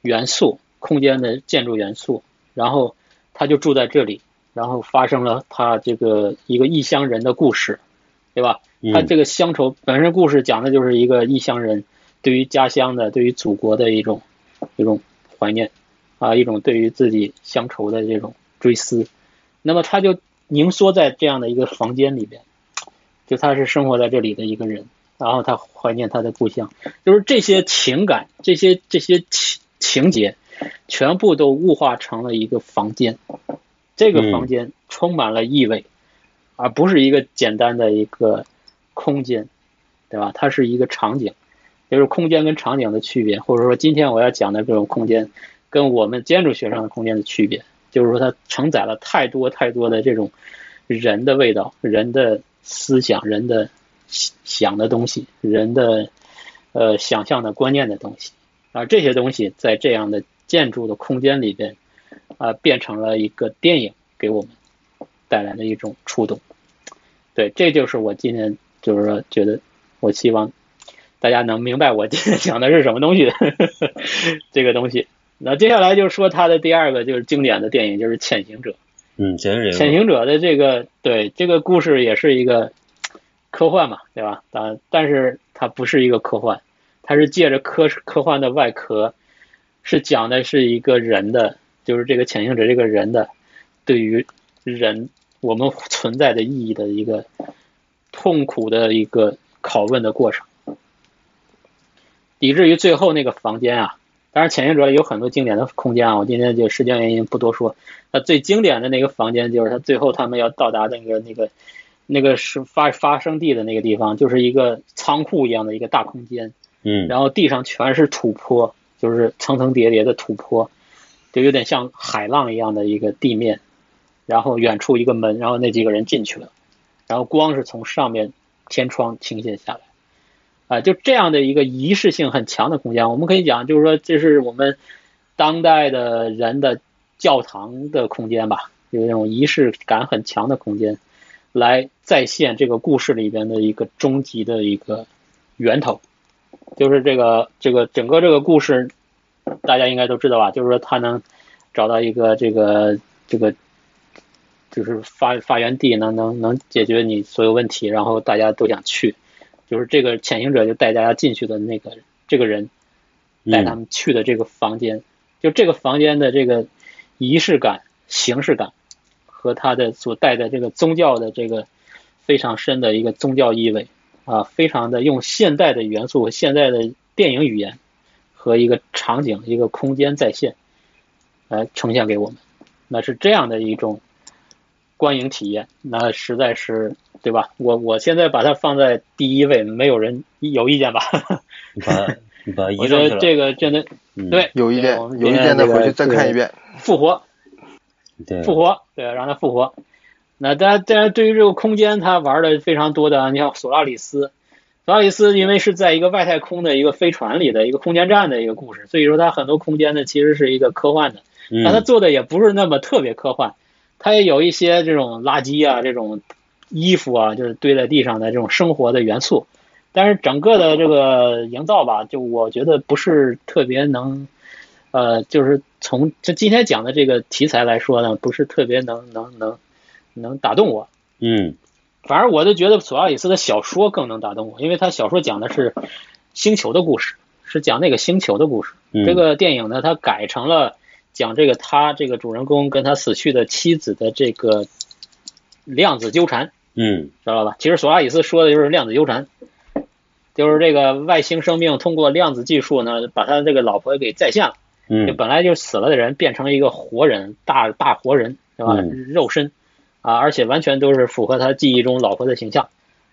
[SPEAKER 3] 元素，空间的建筑元素，然后他就住在这里，然后发生了他这个一个异乡人的故事，对吧？他
[SPEAKER 5] 嗯
[SPEAKER 3] 这个乡愁本身故事讲的就是一个异乡人对于家乡的、对于祖国的一种一种怀念啊，一种对于自己乡愁的这种追思。那么他就凝缩在这样的一个房间里边，就他是生活在这里的一个人，然后他怀念他的故乡，就是这些情感、这些这些情情节，全部都物化成了一个房间。这个房间充满了意味，而不是一个简单的一个空间，对吧？它是一个场景，也就是空间跟场景的区别，或者说今天我要讲的这种空间，跟我们建筑学上的空间的区别，就是说它承载了太多太多的这种人的味道、人的思想、人的想想的东西、人的呃想象的观念的东西，而这些东西在这样的建筑的空间里边，啊、变成了一个电影给我们带来的一种触动。对，这就是我今天就是说觉得，我希望大家能明白我今天讲的 是什么东西这个东西。那接下来就是说他的第二个就是经典的电影就是《潜行者》。
[SPEAKER 5] 嗯，前人
[SPEAKER 3] 潜行者的这个对这个故事也是一个科幻嘛，对吧？但但是它不是一个科幻，它是借着科科幻的外壳，是讲的是一个人的，就是这个潜行者这个人的对于人我们存在的意义的一个痛苦的一个拷问的过程，以至于最后那个房间啊。当然，潜行者有很多经典的空间啊，我今天就时间原因不多说。那最经典的那个房间，就是他最后他们要到达那个那个那个是发发生地的那个地方，就是一个仓库一样的一个大空间，
[SPEAKER 5] 嗯，
[SPEAKER 3] 然后地上全是土坡，就是层层叠叠的土坡，就有点像海浪一样的一个地面。然后远处一个门，然后那几个人进去了，然后光是从上面天窗倾泻下来，啊、就这样的一个仪式性很强的空间，我们可以讲，就是说这是我们当代的人的教堂的空间吧，有那种仪式感很强的空间，来再现这个故事里边的一个终极的一个源头，就是这个这个整个这个故事，大家应该都知道吧，就是说他能找到一个这个这个。就是发发源地能能能解决你所有问题，然后大家都想去，就是这个潜行者就带大家进去的那个这个人，带
[SPEAKER 5] 嗯
[SPEAKER 3] 他们去的这个房间，就这个房间的这个仪式感、形式感和他的所带的这个宗教的这个非常深的一个宗教意味啊，非常的用现代的元素和现代的电影语言和一个场景、一个空间再现来呈现给我们，那是这样的一种观影体验，那实在是对吧？我我现在把它放在第一位，没有人有意见吧？
[SPEAKER 5] 你把你把它移
[SPEAKER 3] 我
[SPEAKER 5] 上
[SPEAKER 3] 觉
[SPEAKER 5] 去
[SPEAKER 3] 得
[SPEAKER 5] 了，
[SPEAKER 3] 这个真的
[SPEAKER 5] 嗯
[SPEAKER 3] 对，
[SPEAKER 4] 有意见
[SPEAKER 3] 我们
[SPEAKER 4] 有意
[SPEAKER 3] 今天
[SPEAKER 4] 见的
[SPEAKER 3] 这个
[SPEAKER 4] 回去再看一遍。
[SPEAKER 3] 复活，
[SPEAKER 5] 对
[SPEAKER 3] 复活，对，让他复活。那大家，大家对于这个空间，他玩的非常多的，你像索拉里斯，索拉里斯因为是在一个外太空的一个飞船里的一个空间站的一个故事，所以说它很多空间呢其实是一个科幻的，但它
[SPEAKER 5] 嗯，
[SPEAKER 3] 做的也不是那么特别科幻，它也有一些这种垃圾啊、这种衣服啊，就是堆在地上的这种生活的元素。但是整个的这个营造吧，就我觉得不是特别能，呃，就是从这今天讲的这个题材来说呢，不是特别能能能能打动我。
[SPEAKER 5] 嗯，
[SPEAKER 3] 反而我就觉得索拉里斯的小说更能打动我，因为他小说讲的是星球的故事，是讲那个星球的故事。
[SPEAKER 5] 嗯
[SPEAKER 3] 这个电影呢，它改成了讲这个他这个主人公跟他死去的妻子的这个量子纠缠，
[SPEAKER 5] 嗯
[SPEAKER 3] 知道吧？其实索拉里斯说的就是量子纠缠，就是这个外星生命通过量子技术呢，把他这个老婆给再现了，就
[SPEAKER 5] 嗯
[SPEAKER 3] 本来就死了的人变成一个活人，大大活人，对吧？
[SPEAKER 5] 嗯
[SPEAKER 3] 肉身啊，而且完全都是符合他记忆中老婆的形象，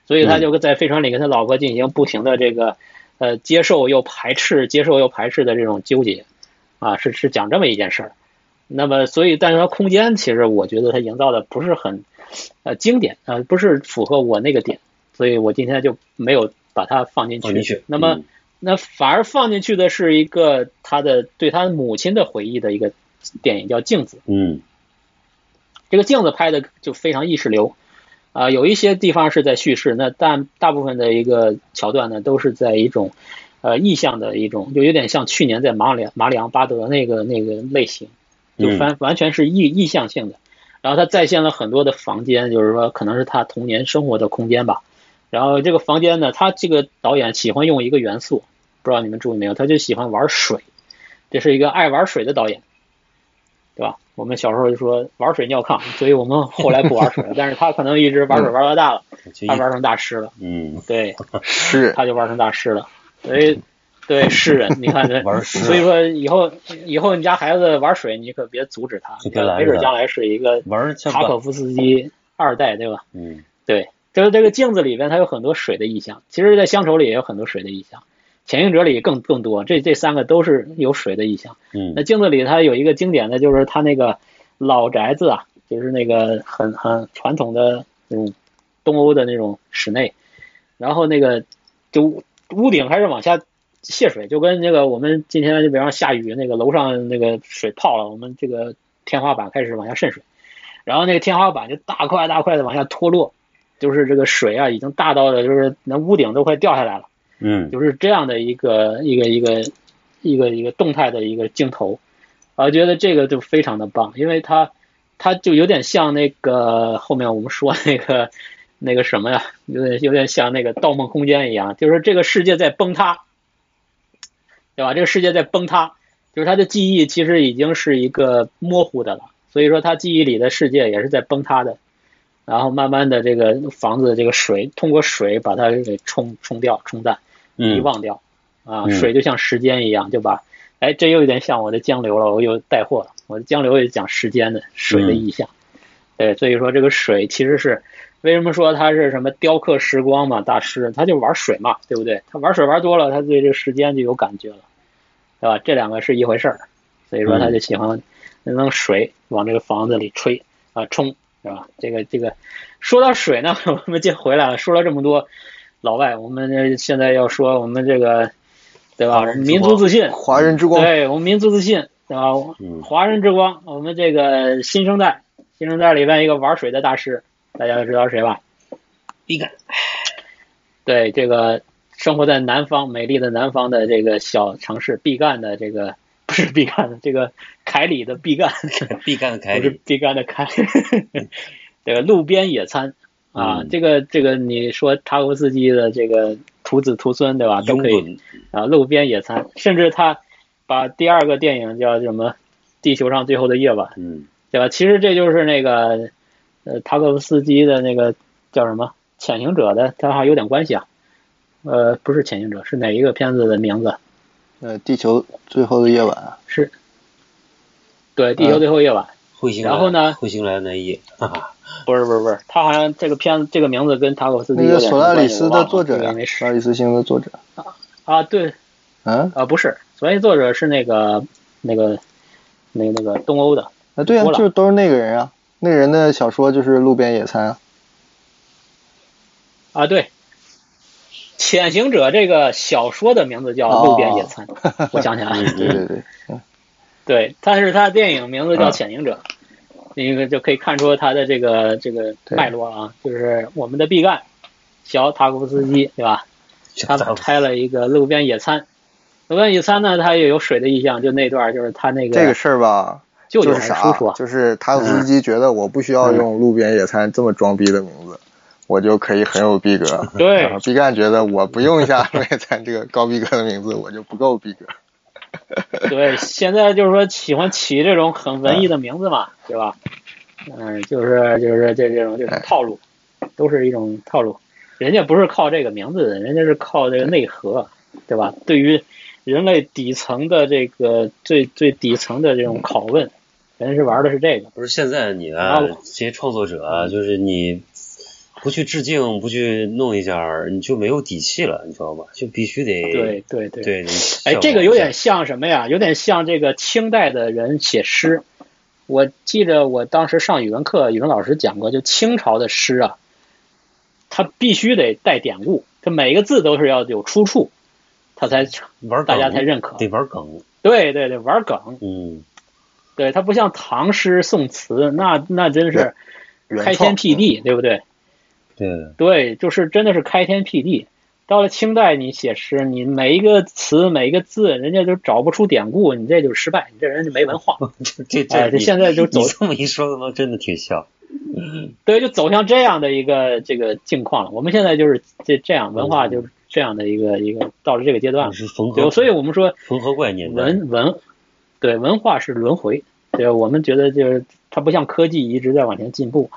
[SPEAKER 3] 所以他
[SPEAKER 5] 嗯
[SPEAKER 3] 就在飞船里跟他老婆进行不停的这个呃接受又排斥，接受又排斥的这种纠结啊，是是讲这么一件事儿。那么，所以，但是它空间其实我觉得它营造的不是很呃经典啊、呃，不是符合我那个点，所以我今天就没有把它放进去。
[SPEAKER 5] 放进去
[SPEAKER 3] 那么
[SPEAKER 5] 嗯，
[SPEAKER 3] 那反而放进去的是一个他的对他母亲的回忆的一个电影，叫《镜子》。
[SPEAKER 5] 嗯
[SPEAKER 3] 这个镜子拍的就非常意识流，啊、有一些地方是在叙事，那但大部分的一个桥段呢，都是在一种呃意象的一种，就有点像去年在马里马里昂巴德那个那个类型，就完完全是意意象性的。然后他再现了很多的房间，就是说可能是他童年生活的空间吧。然后这个房间呢，他这个导演喜欢用一个元素，不知道你们注意没有，他就喜欢玩水，这是一个爱玩水的导演。对吧？我们小时候就说玩水尿炕，所以我们后来不玩水 了。但是他可能一直玩水
[SPEAKER 5] 嗯
[SPEAKER 3] 玩到大了，
[SPEAKER 5] 就一
[SPEAKER 3] 他玩成大师了。
[SPEAKER 5] 嗯
[SPEAKER 3] 对，
[SPEAKER 4] 是
[SPEAKER 3] 他就玩成大师了。所以，对诗人，你看这
[SPEAKER 5] 玩诗啊
[SPEAKER 3] 所以说以后以后你家孩子玩水，你可别阻止他
[SPEAKER 5] 就别拦，着
[SPEAKER 3] 没准
[SPEAKER 5] 他
[SPEAKER 3] 将来是一个
[SPEAKER 5] 玩儿像
[SPEAKER 3] 塔可夫斯基二代，对吧？
[SPEAKER 5] 嗯，
[SPEAKER 3] 对，就是这个镜子里边它有很多水的意象，其实，在乡愁里也有很多水的意象，潜行者里更更多，这这三个都是有水的意象。
[SPEAKER 5] 嗯
[SPEAKER 3] 那镜子里它有一个经典的就是它那个老宅子啊，就是那个很很传统的那种东欧的那种室内，然后那个就屋屋顶开始往下泄水，就跟那个我们今天就比方下雨，那个楼上那个水泡了，我们这个天花板开始往下渗水，然后那个天花板就大块大块的往下脱落，就是这个水啊已经大到了就是那屋顶都快掉下来了。
[SPEAKER 5] 嗯，
[SPEAKER 3] 就是这样的一个一个一个一个一个动态的一个镜头，啊，觉得这个就非常的棒，因为它它就有点像那个后面我们说那个那个什么呀，有点有点像那个《盗梦空间》一样，就是这个世界在崩塌，对吧？这个世界在崩塌，就是他的记忆其实已经是一个模糊的了，所以说他记忆里的世界也是在崩塌的。然后慢慢的，这个房子的这个水通过水把它给冲冲掉、冲淡，遗
[SPEAKER 5] 嗯，
[SPEAKER 3] 忘掉。啊，
[SPEAKER 5] 嗯
[SPEAKER 3] 水就像时间一样，就把，哎，这又有点像我的江流了，我又带货了。我的江流也讲时间的水
[SPEAKER 5] 嗯
[SPEAKER 3] 的意象，对，所以说这个水其实是为什么说他是什么雕刻时光嘛，大师他就玩水嘛，对不对？他玩水玩多了，他对这个时间就有感觉了，对吧？这两个是一回事儿，所以说
[SPEAKER 5] 嗯
[SPEAKER 3] 他就喜欢弄水往这个房子里吹啊冲，是吧？这个这个说到水呢， 我们就回来了，说了这么多。老外，我们这现在要说我们这个，对吧？
[SPEAKER 5] 华人之
[SPEAKER 3] 民族
[SPEAKER 5] 光
[SPEAKER 3] 自信，
[SPEAKER 4] 华人之光，
[SPEAKER 3] 对我们民族自信，对吧？
[SPEAKER 5] 嗯
[SPEAKER 3] 华人之光，我们这个新生代，新生代里边一个玩水的大师，大家都知道是谁吧？
[SPEAKER 5] 毕赣，
[SPEAKER 3] 对，这个生活在南方美丽的南方的这个小城市毕赣的这个不是毕赣的这个凯里的毕赣，
[SPEAKER 5] 毕赣的凯
[SPEAKER 3] 不是
[SPEAKER 5] 里，
[SPEAKER 3] 毕赣的凯， 这个路边野餐啊，
[SPEAKER 5] 嗯
[SPEAKER 3] 这个这个你说塔可夫斯基的这个徒子徒孙对吧？都
[SPEAKER 5] 拥
[SPEAKER 3] 可以
[SPEAKER 5] 趸，
[SPEAKER 3] 啊，路边野餐，甚至他把第二个电影叫什么《地球上最后的夜晚》，
[SPEAKER 5] 嗯，
[SPEAKER 3] 对吧？其实这就是那个呃塔可夫斯基的那个叫什么《潜行者》的，他好像有点关系啊。呃，不是《潜行者》，是哪一个片子的名字？
[SPEAKER 4] 呃，地球最后的夜晚啊，
[SPEAKER 3] 是，对，《地球最后夜晚》
[SPEAKER 5] 彗星来，
[SPEAKER 3] 然后呢
[SPEAKER 5] 彗星来的那一夜，哈哈，
[SPEAKER 3] 不是不是不是，他好像这个片子这个名字跟塔可夫斯基
[SPEAKER 4] 那
[SPEAKER 3] 有
[SPEAKER 4] 个
[SPEAKER 3] 点
[SPEAKER 4] 索
[SPEAKER 3] 什么
[SPEAKER 4] 拉里
[SPEAKER 3] 关系
[SPEAKER 4] 斯
[SPEAKER 3] 我忘
[SPEAKER 4] 的
[SPEAKER 3] 了
[SPEAKER 4] 作者
[SPEAKER 3] 这
[SPEAKER 4] 呀
[SPEAKER 3] 个没，事
[SPEAKER 4] 索拉里斯星的作者，
[SPEAKER 3] 啊，对
[SPEAKER 4] 嗯，
[SPEAKER 3] 啊，不是，所以作者是那个那个那个那个东欧的，
[SPEAKER 4] 啊，对呀、
[SPEAKER 3] 波
[SPEAKER 4] 啊，
[SPEAKER 3] 兰
[SPEAKER 4] 就都是那个人啊，那个人的小说就是路边野餐啊，
[SPEAKER 3] 啊，对，《潜行者》这个小说的名字叫《路边野
[SPEAKER 4] 哦
[SPEAKER 3] 餐》我想起来了，
[SPEAKER 4] 对对对，
[SPEAKER 3] 对，但是他的电影名字叫《
[SPEAKER 4] 嗯
[SPEAKER 3] 潜行者》，那个就可以看出他的这个这个
[SPEAKER 4] 对
[SPEAKER 3] 脉络啊，就是我们的毕赣，小塔可夫斯
[SPEAKER 4] 嗯
[SPEAKER 3] 基，对吧？ 他拍了一个路边野餐，路边野餐呢，他也有水的意象，就那段儿就是他那
[SPEAKER 4] 这个
[SPEAKER 3] 个
[SPEAKER 4] 事儿吧，
[SPEAKER 3] 舅舅
[SPEAKER 4] 就
[SPEAKER 3] 还
[SPEAKER 4] 是
[SPEAKER 3] 是
[SPEAKER 4] 啥
[SPEAKER 3] 叔叔啊，嗯
[SPEAKER 4] 就是塔可夫斯基觉得我不需要用路边野餐这么装逼的名字，我就可以很有逼格。
[SPEAKER 3] 对
[SPEAKER 4] 然后毕赣觉得我不用一下路边野餐这个高逼格的名字，我就不够逼格。
[SPEAKER 3] 对，现在就是说喜欢起这种很文艺的名字嘛，
[SPEAKER 4] 哎
[SPEAKER 3] 对吧？嗯，就是就是这这种这种套路，都是一种套路。人家不是靠这个名字的，人家是靠这个内核，对吧？对于人类底层的这个最最底层的这种拷问，人是玩的是这个。
[SPEAKER 5] 不是现在你
[SPEAKER 3] 然
[SPEAKER 5] 啊
[SPEAKER 3] 后，
[SPEAKER 5] 这些创作者啊，就是你不去致敬，不去弄一下儿，你就没有底气了，你知道吧？就必须得
[SPEAKER 3] 对对对。
[SPEAKER 5] 对，你
[SPEAKER 3] 哎，
[SPEAKER 5] 向
[SPEAKER 3] 这个
[SPEAKER 5] 往
[SPEAKER 3] 有
[SPEAKER 5] 一
[SPEAKER 3] 点
[SPEAKER 5] 下
[SPEAKER 3] 像什么呀？有点像这个清代的人写诗。我记着我当时上语文课，语文老师讲过，就清朝的诗啊，它必须得带典故，它每个字都是要有出处，它才
[SPEAKER 5] 玩梗
[SPEAKER 3] 大家才认可。
[SPEAKER 5] 得
[SPEAKER 4] 嗯
[SPEAKER 5] 玩梗，
[SPEAKER 3] 对对对，玩梗，
[SPEAKER 5] 嗯，
[SPEAKER 3] 对它不像唐诗宋词，那那真是
[SPEAKER 4] 原
[SPEAKER 3] 开
[SPEAKER 4] 创
[SPEAKER 3] 天
[SPEAKER 4] 嗯
[SPEAKER 3] 辟地，对不对？
[SPEAKER 5] 对，
[SPEAKER 3] 对，就是真的是开天辟地。到了清代，你写诗，你每一个词、每一个字，人家就找不出典故，你这就是失败，你这人就没文化。
[SPEAKER 5] 这这
[SPEAKER 3] 哎，
[SPEAKER 5] 你
[SPEAKER 3] 这现在就走
[SPEAKER 5] 你这么一说，他妈真的挺像，
[SPEAKER 3] 对，就走向这样的一个这个境况了。我们现在就是这这样，文化就是这样的一个一个到了这个阶段了。
[SPEAKER 5] 是缝合
[SPEAKER 3] 对，，所以我们说
[SPEAKER 5] 缝合怪年代，
[SPEAKER 3] 文文，对文化是轮回，对，我们觉得就是它不像科技一直在往前进步，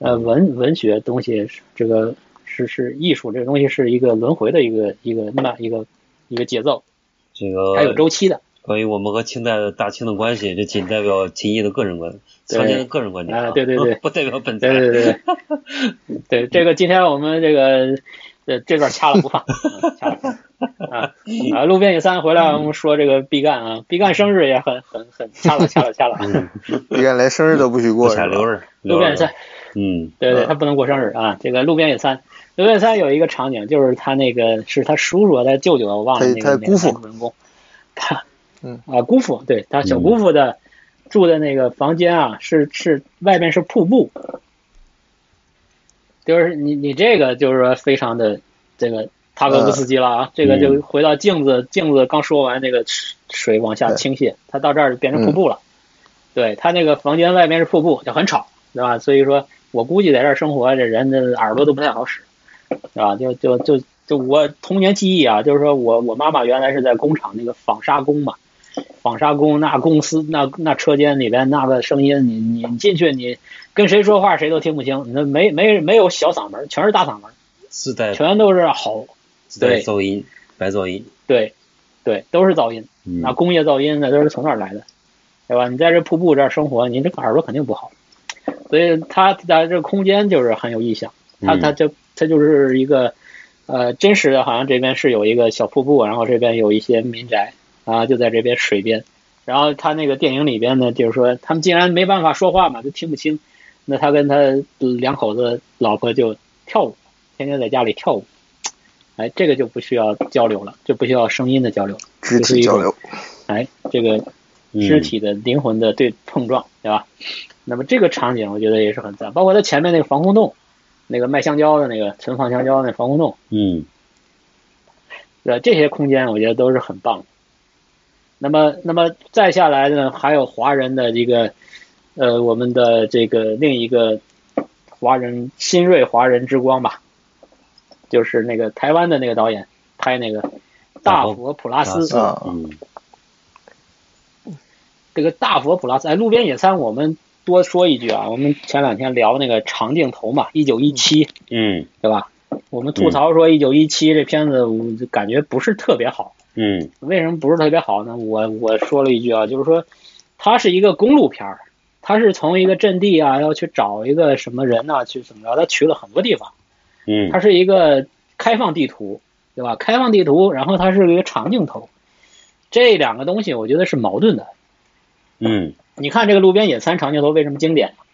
[SPEAKER 3] 呃，文文学东西是这个是是艺术这个东西是一个轮回的一个一个慢一个一个节奏，
[SPEAKER 5] 这个
[SPEAKER 3] 还有周期的。
[SPEAKER 5] 关于我们和清代的大清的关系，这仅代表秦毅的个人观，
[SPEAKER 3] 对
[SPEAKER 5] 常年的个人观点
[SPEAKER 3] 啊对对对
[SPEAKER 5] 不代表本台。
[SPEAKER 3] 对对 对对，对这个今天我们这个呃这段掐了不 放，嗯掐了不放啊啊！路边野三回来，我们说这个毕赣啊，毕赣生日也很很很掐了掐了掐了啊，
[SPEAKER 5] 嗯
[SPEAKER 4] 毕赣连生日都不许
[SPEAKER 5] 不
[SPEAKER 4] 过，
[SPEAKER 5] 想
[SPEAKER 4] 是吧
[SPEAKER 5] 留着，
[SPEAKER 3] 路
[SPEAKER 5] 留
[SPEAKER 3] 边野
[SPEAKER 5] 着
[SPEAKER 3] 三
[SPEAKER 5] 吧。嗯，
[SPEAKER 3] 对对，
[SPEAKER 4] 嗯
[SPEAKER 3] 他不能过生日啊。这个路边野餐，路边野餐有一个场景，就是他那个是他叔叔，他舅舅，我忘了
[SPEAKER 4] 他
[SPEAKER 3] 那个
[SPEAKER 4] 他姑父
[SPEAKER 3] 那个主人公，他
[SPEAKER 4] 嗯
[SPEAKER 3] 啊姑父，对他小姑父的住的那个房间啊，是是外面是瀑布，就是你你这个就是说非常的这个塔
[SPEAKER 4] 呃
[SPEAKER 3] 可夫斯基了啊，这个就回到镜子，镜子刚说完那个水往下倾泻，它到这儿就变成瀑布了。对，它那个房间外面是瀑布，就很吵，对吧？所以说我估计在这儿生活，这人的耳朵都不太好使，对吧？就就就就我童年记忆啊，就是说我我妈妈原来是在工厂那个纺纱工嘛，纺纱工那公司那那车间里边那个声音，你你你进去你跟谁说话谁都听不清，那没没没有小嗓门，全是大嗓门，
[SPEAKER 5] 自带
[SPEAKER 3] 全都是吼，
[SPEAKER 5] 自带
[SPEAKER 3] 对
[SPEAKER 5] 噪音，白噪音。
[SPEAKER 3] 对，对，都是噪音。
[SPEAKER 5] 嗯，
[SPEAKER 3] 那工业噪音那都是从那儿来的，对吧？你在这瀑布这儿生活，你这个耳朵肯定不好，所以它在这空间就是很有意向，它
[SPEAKER 5] 嗯
[SPEAKER 3] 它就它就是一个呃真实的，好像这边是有一个小瀑布，然后这边有一些民宅啊，就在这边水边，然后他那个电影里边呢，就是说他们竟然没办法说话嘛，就听不清，那他跟他两口子老婆就跳舞，天天在家里跳舞。哎，这个就不需要交流了，就不需要声音的交流了，
[SPEAKER 4] 肢
[SPEAKER 3] 就是
[SPEAKER 4] 体
[SPEAKER 3] 一
[SPEAKER 4] 交
[SPEAKER 3] 种
[SPEAKER 4] 流，
[SPEAKER 3] 哎，这个肢体的灵魂的对碰撞，对吧？那么这个场景我觉得也是很赞，包括它前面那个防空洞，那个卖香蕉的那个存放香蕉的那防空洞，
[SPEAKER 5] 嗯，
[SPEAKER 3] 对吧？呃这些空间我觉得都是很棒的。那么，那么再下来呢，还有华人的一个，呃，我们的这个另一个华人新锐华人之光吧，就是那个台湾的那个导演拍那个大佛普拉斯，
[SPEAKER 4] 啊
[SPEAKER 5] 嗯，
[SPEAKER 3] 这个大佛普拉斯，哎，路边野餐，我们多说一句啊，我们前两天聊那个长镜头嘛，一九一七，
[SPEAKER 5] 嗯
[SPEAKER 3] 对吧？我们
[SPEAKER 4] 嗯
[SPEAKER 3] 吐槽说一九一七这片子，我就感觉不是特别好。
[SPEAKER 5] 嗯
[SPEAKER 3] 为什么不是特别好呢？我我说了一句啊，就是说它是一个公路片儿，它是从一个阵地啊要去找一个什么人呐、去怎么着，它去了很多地方。
[SPEAKER 5] 嗯
[SPEAKER 3] 它是一个开放地图，对吧？开放地图，然后它是一个长镜头，这两个东西我觉得是矛盾的。
[SPEAKER 5] 嗯
[SPEAKER 3] 你看这个路边野餐长镜头为什么经典呢？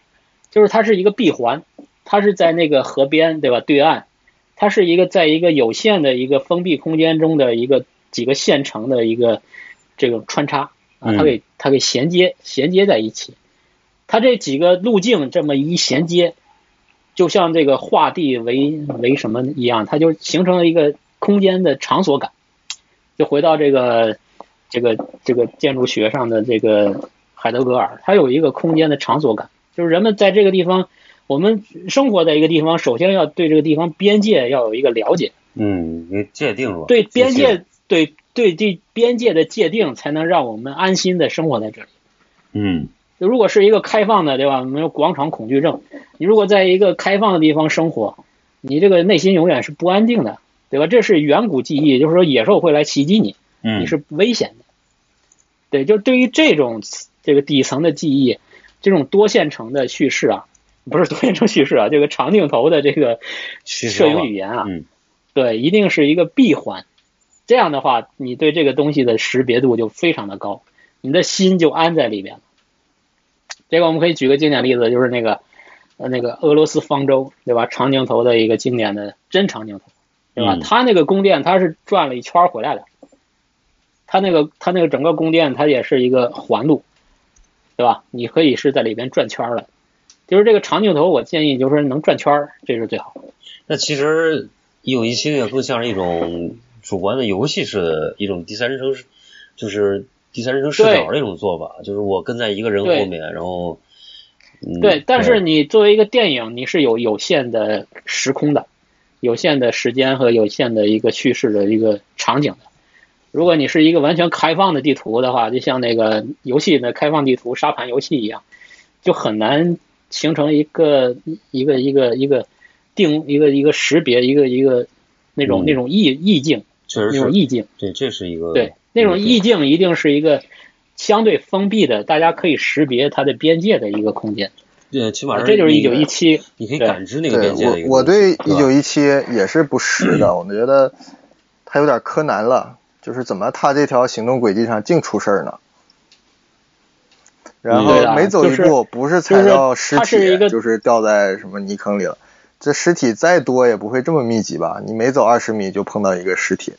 [SPEAKER 3] 就是它是一个闭环，它是在那个河边，对吧？对岸，它是一个在一个有限的一个封闭空间中的一个几个县城的一个这种穿插啊，
[SPEAKER 5] 嗯
[SPEAKER 3] 它给它给衔接衔接在一起，它这几个路径这么一衔接，就像这个画地为为什么一样，它就形成了一个空间的场所感。就回到这个这个这个建筑学上的这个海德格尔，它有一个空间的场所感，就是人们在这个地方，我们生活在一个地方，首先要对这个地方边界要有一个了解，
[SPEAKER 5] 嗯，给界定了。
[SPEAKER 3] 对边
[SPEAKER 5] 谢谢，
[SPEAKER 3] 界对对这边界的界定，才能让我们安心的生活在这里。
[SPEAKER 5] 嗯
[SPEAKER 3] 就如果是一个开放的，对吧？没有广场恐惧症，你如果在一个开放的地方生活，你这个内心永远是不安定的，对吧？这是远古记忆，就是说野兽会来袭击你。
[SPEAKER 5] 嗯，
[SPEAKER 3] 你是危险的。对，就对于这种这个底层的记忆，这种多线程的叙事啊，不是多线程叙事啊，这个长镜头的这个
[SPEAKER 5] 取消
[SPEAKER 3] 摄影
[SPEAKER 5] 了
[SPEAKER 3] 语言啊，
[SPEAKER 5] 嗯
[SPEAKER 3] 对，一定是一个闭环。这样的话，你对这个东西的识别度就非常的高，你的心就安在里面了。这个我们可以举个经典例子，就是那个呃那个俄罗斯方舟，对吧？长镜头的一个经典的真长镜头，对吧？
[SPEAKER 5] 嗯
[SPEAKER 3] 它那个宫殿它是转了一圈儿回来的，它那个它那个整个宫殿它也是一个环路，对吧？你可以是在里边转圈儿的，就是这个长镜头，我建议就是能转圈儿，这是最好的。
[SPEAKER 5] 那其实一九一七也更像是一种主观的游戏式的一种第三人称视，就是第三人称视
[SPEAKER 3] 对
[SPEAKER 5] 角的一种做法，就是我跟在一个人
[SPEAKER 3] 对
[SPEAKER 5] 后面，然后嗯
[SPEAKER 3] 对，但是你作为一个电影，你是有有限的时空的，有限的时间和有限的一个叙事的一个场景的。如果你是一个完全开放的地图的话，就像那个游戏的开放地图沙盘游戏一样，就很难形成一个一个一个一个定一个一个识别一个一个那种
[SPEAKER 5] 嗯
[SPEAKER 3] 那种意意境
[SPEAKER 5] 确实
[SPEAKER 3] 那种
[SPEAKER 5] 是呃
[SPEAKER 3] 意境。
[SPEAKER 5] 对，这是一个
[SPEAKER 3] 对那种意境一定是一个相对封闭的，大家可以识别它的边界的一个空间。
[SPEAKER 5] 对，呃起码
[SPEAKER 3] 啊
[SPEAKER 5] 是
[SPEAKER 3] 这就是一
[SPEAKER 5] 那
[SPEAKER 3] 九
[SPEAKER 5] 个
[SPEAKER 3] 一，七，
[SPEAKER 5] 你可以
[SPEAKER 3] 对
[SPEAKER 5] 感知那个
[SPEAKER 4] 对
[SPEAKER 5] 边界的一个
[SPEAKER 4] 我我
[SPEAKER 5] 东西
[SPEAKER 4] 对
[SPEAKER 5] 是
[SPEAKER 4] 一
[SPEAKER 5] 吧
[SPEAKER 4] 九一七也是不识 的，我觉得他有点柯南了，就是怎么他这条行动轨迹上净出事儿呢？
[SPEAKER 5] 嗯
[SPEAKER 4] 然
[SPEAKER 3] 对
[SPEAKER 4] 后
[SPEAKER 3] 啊
[SPEAKER 4] 每走一
[SPEAKER 3] 就是
[SPEAKER 4] 步，不是
[SPEAKER 3] 就
[SPEAKER 4] 踩
[SPEAKER 3] 是
[SPEAKER 4] 到尸
[SPEAKER 3] 它是一
[SPEAKER 4] 体，
[SPEAKER 3] 个
[SPEAKER 4] 就是掉在什么泥坑里了。这尸体再多也不会这么密集吧？你每走二十米就碰到一个尸体，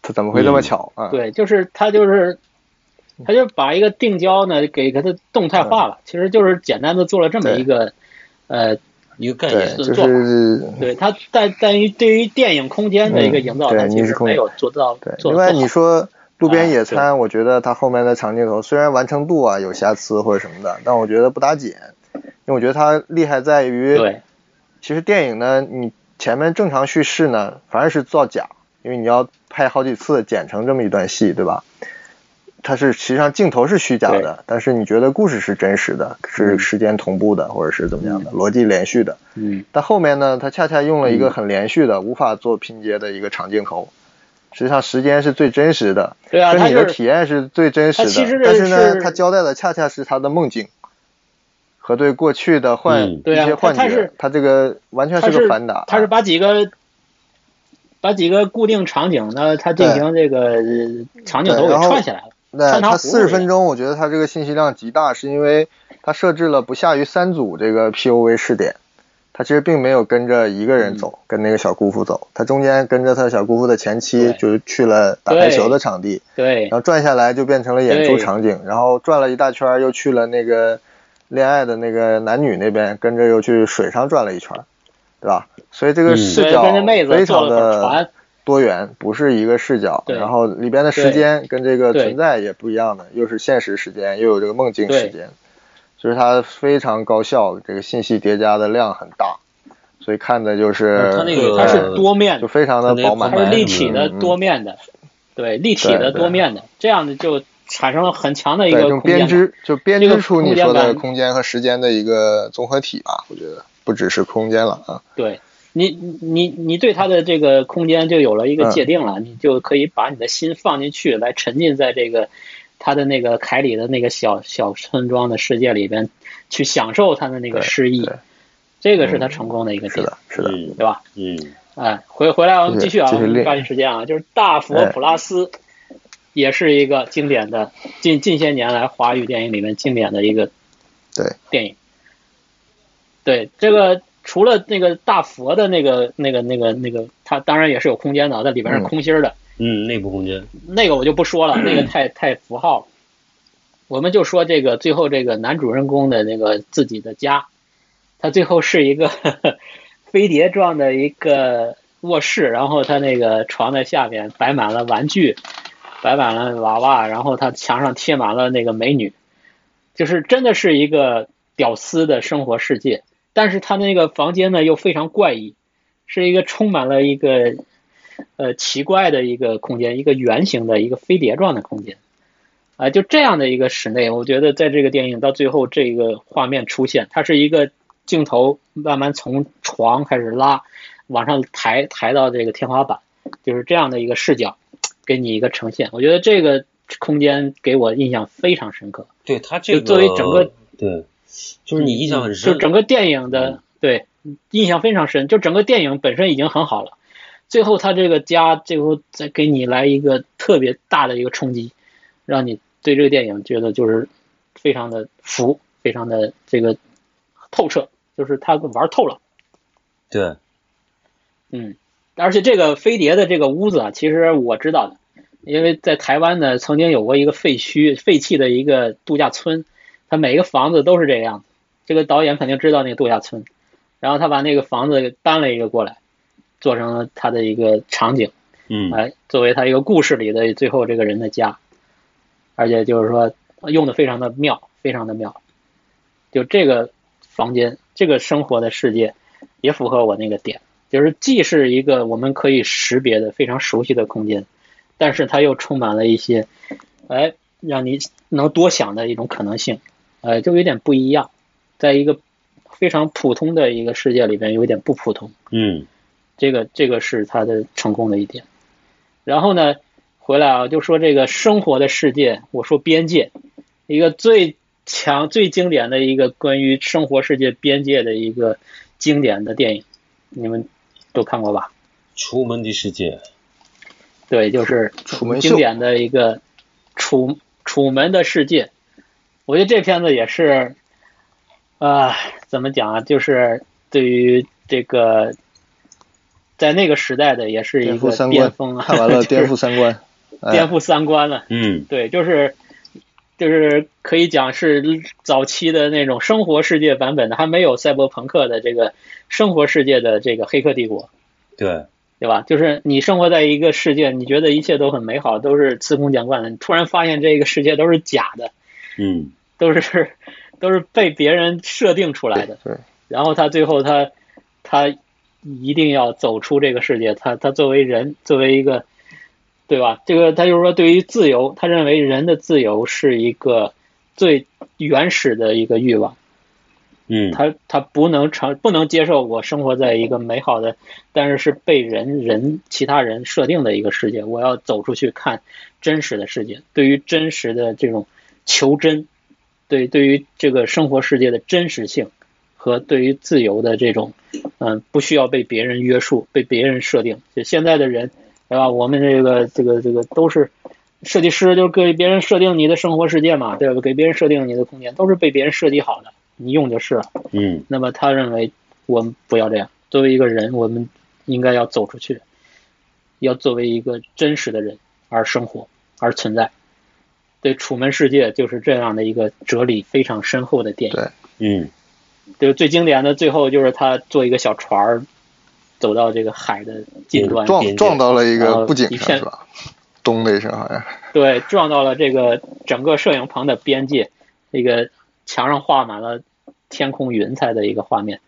[SPEAKER 4] 他怎么会这么
[SPEAKER 5] 嗯
[SPEAKER 4] 巧啊？嗯
[SPEAKER 3] 对，就是它就是，它就把一个定焦呢给给它动态化了，其实就是简单的做了这么
[SPEAKER 4] 对
[SPEAKER 3] 一个，呃，
[SPEAKER 5] 一个概
[SPEAKER 4] 对，
[SPEAKER 5] 念，
[SPEAKER 4] 就
[SPEAKER 3] 做法
[SPEAKER 4] 是
[SPEAKER 3] 对它但但于对于电影空间的一个营造，
[SPEAKER 4] 嗯对
[SPEAKER 3] 它其
[SPEAKER 4] 你
[SPEAKER 3] 实
[SPEAKER 4] 是空
[SPEAKER 3] 没有做到
[SPEAKER 4] 对，
[SPEAKER 3] 做
[SPEAKER 4] 另
[SPEAKER 3] 得
[SPEAKER 4] 外
[SPEAKER 3] 多
[SPEAKER 4] 你
[SPEAKER 3] 好
[SPEAKER 4] 说路
[SPEAKER 3] 啊
[SPEAKER 4] 边野
[SPEAKER 3] 对
[SPEAKER 4] 餐，我觉得它后面的长镜头虽然完成度啊有瑕疵或者什么的，但我觉得不打紧，因为我觉得它厉害在于，
[SPEAKER 3] 对
[SPEAKER 4] 其实电影呢，你前面正常叙事呢反而是造假，因为你要拍好几次剪成这么一段戏，对吧？它是实际上镜头是虚假
[SPEAKER 3] 对
[SPEAKER 4] 的，但是你觉得故事是真实的，是时间同步的，或者是怎么样的，逻辑连续的。
[SPEAKER 3] 嗯，
[SPEAKER 4] 但后面呢，它恰恰用了一个很连续的、无法做拼接的一个长镜头。实际上，时间是最真实的，
[SPEAKER 3] 对啊，
[SPEAKER 4] 跟
[SPEAKER 3] 它
[SPEAKER 4] 你
[SPEAKER 3] 就
[SPEAKER 4] 的
[SPEAKER 3] 是
[SPEAKER 4] 体验是最真实
[SPEAKER 3] 它其实是
[SPEAKER 4] 的。但是呢，
[SPEAKER 3] 是
[SPEAKER 4] 它交代的恰恰是他的梦境和对过去的幻、
[SPEAKER 5] 嗯
[SPEAKER 4] 一
[SPEAKER 3] 对啊
[SPEAKER 4] 些幻
[SPEAKER 3] 它它
[SPEAKER 4] 觉
[SPEAKER 3] 是，
[SPEAKER 4] 它这个完全
[SPEAKER 3] 它
[SPEAKER 4] 个反打。啊
[SPEAKER 3] 它是把几个把几个固定场景呢，它进行这个呃场景
[SPEAKER 4] 对
[SPEAKER 3] 都给
[SPEAKER 4] 然后
[SPEAKER 3] 串起来了。
[SPEAKER 4] 对
[SPEAKER 3] 穿插
[SPEAKER 4] 它
[SPEAKER 3] 葫芦
[SPEAKER 4] 四
[SPEAKER 3] 一
[SPEAKER 4] 十
[SPEAKER 3] 样
[SPEAKER 4] 分钟，我觉得它这个信息量极大，是因为它设置了不下于三组这个 POV 试点。它其实并没有跟着一个
[SPEAKER 3] 嗯
[SPEAKER 4] 人走，跟那个小姑父走，它中间跟着他小姑父的前妻
[SPEAKER 3] 对
[SPEAKER 4] 就去了打排球的场地，
[SPEAKER 3] 对
[SPEAKER 4] 然后转下来就变成了演出场景，然后转了一大圈儿又去了那个恋爱的那个男女那边，跟着又去水上转了一圈儿，对吧？所以这个
[SPEAKER 5] 嗯
[SPEAKER 4] 视
[SPEAKER 3] 对，
[SPEAKER 4] 角
[SPEAKER 3] 跟那妹
[SPEAKER 4] 非
[SPEAKER 3] 子坐
[SPEAKER 4] 常
[SPEAKER 3] 了会儿
[SPEAKER 4] 的
[SPEAKER 3] 船，
[SPEAKER 4] 多元，不是一个视角，
[SPEAKER 3] 对
[SPEAKER 4] 然后里边的时间跟这个存在也不一样的，又是现实时间，又有这个梦境时间，就是它非常高效，这个信息叠加的量很大，所以看的就是
[SPEAKER 5] 嗯它那
[SPEAKER 3] 对，
[SPEAKER 5] 个
[SPEAKER 3] 它是多面
[SPEAKER 4] 就
[SPEAKER 3] 的，
[SPEAKER 4] 非常的饱
[SPEAKER 5] 它
[SPEAKER 4] 满，
[SPEAKER 3] 它
[SPEAKER 5] 那
[SPEAKER 3] 是
[SPEAKER 5] 个
[SPEAKER 3] 立体的
[SPEAKER 4] 嗯嗯
[SPEAKER 3] 多面的，对，立体的
[SPEAKER 4] 对对
[SPEAKER 3] 多面的，这样的就产生了很强的一
[SPEAKER 4] 对，
[SPEAKER 3] 个
[SPEAKER 4] 就
[SPEAKER 3] 空间
[SPEAKER 4] 编
[SPEAKER 3] 感。
[SPEAKER 4] 织，就编
[SPEAKER 3] 这
[SPEAKER 4] 织
[SPEAKER 3] 个
[SPEAKER 4] 出
[SPEAKER 3] 空
[SPEAKER 4] 你
[SPEAKER 3] 间
[SPEAKER 4] 说的
[SPEAKER 3] 感
[SPEAKER 4] 空间和时间的一个综合体吧，我觉得不只是空间了啊。
[SPEAKER 3] 对你，你你你对它的这个空间就有了一个
[SPEAKER 4] 嗯
[SPEAKER 3] 界定了，你就可以把你的心放进去，来沉浸在这个它的那个凯里的那个小小村庄的世界里边，去享受它的那个
[SPEAKER 4] 对
[SPEAKER 3] 诗意
[SPEAKER 4] 对。
[SPEAKER 3] 这个是它
[SPEAKER 4] 嗯
[SPEAKER 3] 成功的一个
[SPEAKER 4] 是
[SPEAKER 3] 点，
[SPEAKER 4] 的，是的，
[SPEAKER 5] 嗯
[SPEAKER 3] 对吧？
[SPEAKER 5] 嗯，
[SPEAKER 3] 哎，回回来我们
[SPEAKER 4] 继
[SPEAKER 3] 继
[SPEAKER 4] 续
[SPEAKER 3] 续啊，
[SPEAKER 4] 继
[SPEAKER 3] 我
[SPEAKER 4] 续
[SPEAKER 3] 们
[SPEAKER 4] 练
[SPEAKER 3] 抓紧时间啊，就是大佛
[SPEAKER 4] 哎
[SPEAKER 3] 普拉斯也是一个经典的近近些年来华语电影里面经典的一个
[SPEAKER 4] 对
[SPEAKER 3] 电影。对这个，除了那个大佛的那个那个那个那个，它当然也是有空间的啊，它里边是
[SPEAKER 4] 嗯
[SPEAKER 3] 空心儿的，
[SPEAKER 5] 嗯，内部空间，
[SPEAKER 3] 那个我就不说了，那个太太符号了。我们就说这个最后这个男主人公的那个自己的家，他最后是一个 飞碟状的一个卧室，然后他那个床在下面摆满了玩具，摆满了娃娃，然后他墙上贴满了那个美女，就是真的是一个屌丝的生活世界。但是他那个房间呢又非常怪异，是一个充满了一个呃奇怪的一个空间，一个圆形的一个飞碟状的空间，啊、就这样的一个室内，我觉得在这个电影到最后这个画面出现，它是一个镜头慢慢从床开始拉，往上抬抬到这个天花板，就是这样的一个视角，给你一个呈现。我觉得这个空间给我印象非常深刻，
[SPEAKER 5] 对它这个
[SPEAKER 3] 就作为整个
[SPEAKER 5] 对，就是你印象很深，嗯
[SPEAKER 3] 就整个电影的对印象非常深，就整个电影本身已经很好了，最后他这个家最后再给你来一个特别大的一个冲击，让你对这个电影觉得就是非常的服，非常的这个透彻，就是他玩透了。
[SPEAKER 5] 对，
[SPEAKER 3] 嗯，而且这个飞碟的这个屋子啊，其实我知道的，因为在台湾呢，曾经有过一个废墟、废弃的一个度假村，它每个房子都是这个样子。这个导演肯定知道那个度假村，然后他把那个房子搬了一个过来，做成了他的一个场景，
[SPEAKER 5] 嗯，
[SPEAKER 3] 哎，作为他一个故事里的最后这个人的家，而且就是说用的非常的妙，非常的妙。就这个房间，这个生活的世界，也符合我那个点，就是既是一个我们可以识别的非常熟悉的空间，但是它又充满了一些，哎，让你能多想的一种可能性，呃，就有点不一样，在一个非常普通的一个世界里边，有一点不普通。
[SPEAKER 5] 嗯，
[SPEAKER 3] 这个这个是他的成功的一点。然后呢，回来啊，就说这个生活的世界，我说边界，一个最强、最经典的一个关于生活世界边界的一个经典的电影，你们都看过吧？
[SPEAKER 5] 楚门的世界，
[SPEAKER 3] 对，就是
[SPEAKER 4] 楚门秀
[SPEAKER 3] 经典的一个楚楚门的世界。我觉得这片子也是，啊、怎么讲啊？就是对于这个在那个时代的，也是一
[SPEAKER 4] 颠覆
[SPEAKER 3] 个
[SPEAKER 4] 三
[SPEAKER 3] 巅
[SPEAKER 4] 观
[SPEAKER 3] 峰， 啊！
[SPEAKER 4] 看完了
[SPEAKER 3] 就是
[SPEAKER 4] 颠覆三观，哎
[SPEAKER 3] 颠覆三观了。
[SPEAKER 5] 嗯，
[SPEAKER 3] 对，就是就是可以讲是早期的那种生活世界版本的，还没有赛博朋克的这个生活世界的这个《黑客帝国》。
[SPEAKER 5] 对，
[SPEAKER 3] 对吧？就是你生活在一个世界，你觉得一切都很美好，都是司空见惯的。你突然发现这个世界都是假的，
[SPEAKER 5] 嗯，
[SPEAKER 3] 都是 都是被别人设定出来的。啊
[SPEAKER 4] 对对
[SPEAKER 3] 然后他最后他他一定要走出这个世界。他他作为人，作为一个，对吧？这个他就是说，对于自由，他认为人的自由是一个最原始的一个欲望。
[SPEAKER 5] 嗯，
[SPEAKER 3] 他他不能承不能接受我生活在一个美好的，但是是被人人其他人设定的一个世界。我要走出去看真实的世界，对于真实的这种求真，对对于这个生活世界的真实性和对于自由的这种，嗯、不需要被别人约束，被别人设定。就现在的人，对吧？我们这个这个这个都是。设计师就是给别人设定你的生活世界嘛，对吧？给别人设定你的空间，都是被别人设计好的，你用就是了。
[SPEAKER 5] 嗯，
[SPEAKER 3] 那么他认为我们不要这样，作为一个人，我们应该要走出去，要作为一个真实的人而生活而存在。对《楚门世界》就是这样的一个哲理非常深厚的电影。
[SPEAKER 4] 对
[SPEAKER 5] 嗯，
[SPEAKER 3] 就是最经典的，最后就是他坐一个小船儿走到这个海的尽端，
[SPEAKER 4] 撞撞到了一个布景
[SPEAKER 3] 然后一
[SPEAKER 4] 上
[SPEAKER 3] 片
[SPEAKER 4] 是吧？咚的一声，好像
[SPEAKER 3] 对，撞到了这个整个摄影棚的边界，那个墙上画满了天空云彩的一个画面，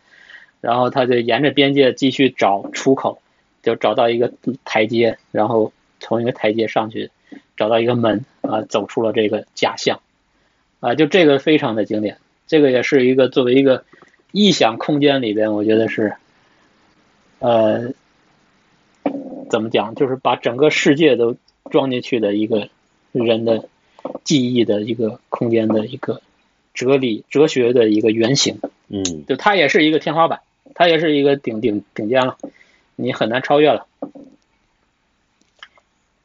[SPEAKER 3] 然后他就沿着边界继续找出口，就找到一个台阶，然后从一个台阶上去，找到一个门啊，走出了这个假象，啊，就这个非常的经典，这个也是一个作为一个臆想空间里边，我觉得是，呃，怎么讲，就是把整个世界都装进去的一个人的记忆的一个空间的一个哲理、哲学的一个原型。
[SPEAKER 5] 嗯，
[SPEAKER 3] 就它也是一个天花板，它也是一个顶顶顶尖了，你很难超越了。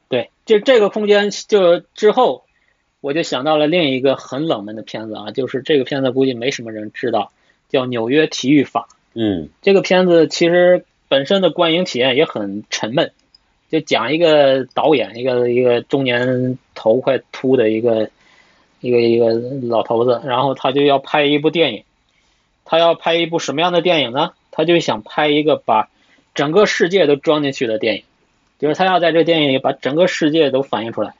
[SPEAKER 3] 对，这这个空间就之后，我就想到了另一个很冷门的片子啊，就是这个片子估计没什么人知道，叫《纽约体育法》。
[SPEAKER 5] 嗯，
[SPEAKER 3] 这个片子其实本身的观影体验也很沉闷，就讲一个导演，一个一个中年头快秃的一个一个一个老头子，然后他就要拍一部电影，他要拍一部什么样的电影呢？他就想拍一个把整个世界都装进去的电影，就是他要在这个电影里把整个世界都反映出来，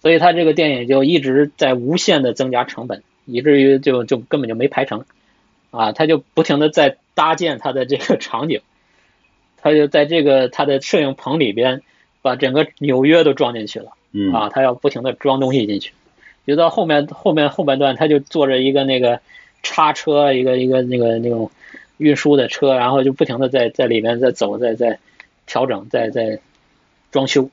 [SPEAKER 3] 所以他这个电影就一直在无限的增加成本，以至于就就根本就没拍成。啊，他就不停的在搭建他的这个场景，他就在这个他的摄影棚里边把整个纽约都装进去了
[SPEAKER 5] 嗯，
[SPEAKER 3] 啊，他要不停的装东西进去，就到后面后面后半段，他就坐着一个那个叉车，一个一个那个那种运输的车，然后就不停的在在里面在走，在在调整，在在装修，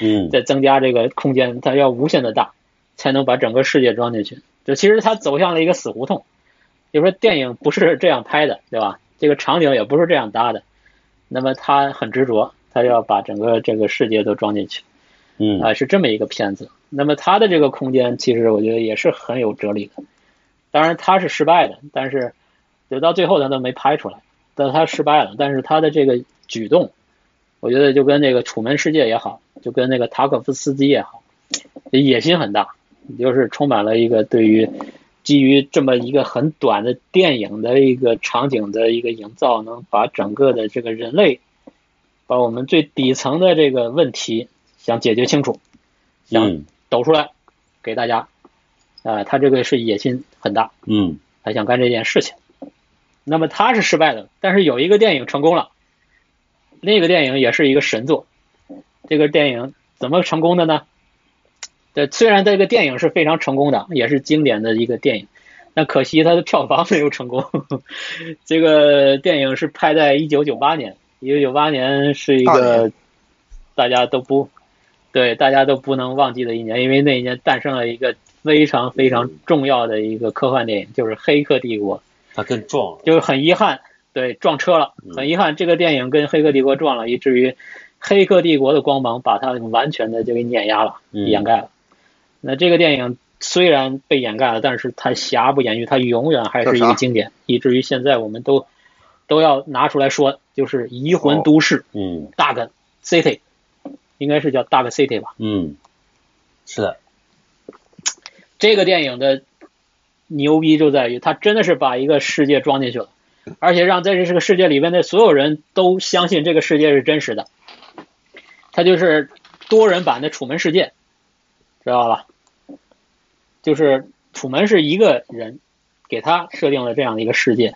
[SPEAKER 5] 嗯，
[SPEAKER 3] 再增加这个空间，它要无限的大，才能把整个世界装进去。就其实它走向了一个死胡同，就说电影不是这样拍的，对吧？这个场景也不是这样搭的。那么他很执着，他要把整个这个世界都装进去
[SPEAKER 5] 嗯
[SPEAKER 3] 啊、，是这么一个片子。那么他的这个空间，其实我觉得也是很有哲理的。当然他是失败的，但是就到最后他都没拍出来，但他失败了，但是他的这个举动我觉得就跟那个《楚门世界》也好，就跟那个塔可夫斯基也好，野心很大，就是充满了一个对于基于这么一个很短的电影的一个场景的一个营造，能把整个的这个人类，把我们最底层的这个问题想解决清楚，想
[SPEAKER 5] 嗯，
[SPEAKER 3] 抖出来给大家。啊、他这个是野心很大，
[SPEAKER 5] 嗯，
[SPEAKER 3] 他想干这件事情。那么他是失败的，但是有一个电影成功了，那个电影也是一个神作。这个电影怎么成功的呢？对，虽然这个电影是非常成功的，也是经典的一个电影，但可惜它的票房 没有成功。这个电影是拍在一九九八年，一九九八年是一
[SPEAKER 4] 大
[SPEAKER 3] 个大家都不对大家都不能忘记的一年，因为那一年诞生了一个非常非常重要的一个科幻电影，就是《黑客帝国》。
[SPEAKER 5] 他跟撞了，
[SPEAKER 3] 就是很遗憾，对，撞车了，很遗憾，这个电影跟《黑客帝国》撞了，以至于《黑客帝国》的光芒把它完全的就给碾压了，
[SPEAKER 5] 嗯
[SPEAKER 3] 掩盖了。那这个电影虽然被掩盖了，但是它瑕不掩瑜，它永远还是一
[SPEAKER 4] 叫啥
[SPEAKER 3] 个经典，以至于现在我们都都要拿出来说，就是《移魂都市》
[SPEAKER 5] 嗯
[SPEAKER 3] Dark City》，应该是叫《Dark City》吧？
[SPEAKER 5] 嗯，是的，
[SPEAKER 3] 这个电影的牛逼就在于，它真的是把一个世界装进去了，而且让在这个世界里面的所有人都相信这个世界是真实的。它就是多人版的《楚门世界》，知道吧？就是楚门是一个人，给他设定了这样的一个世界。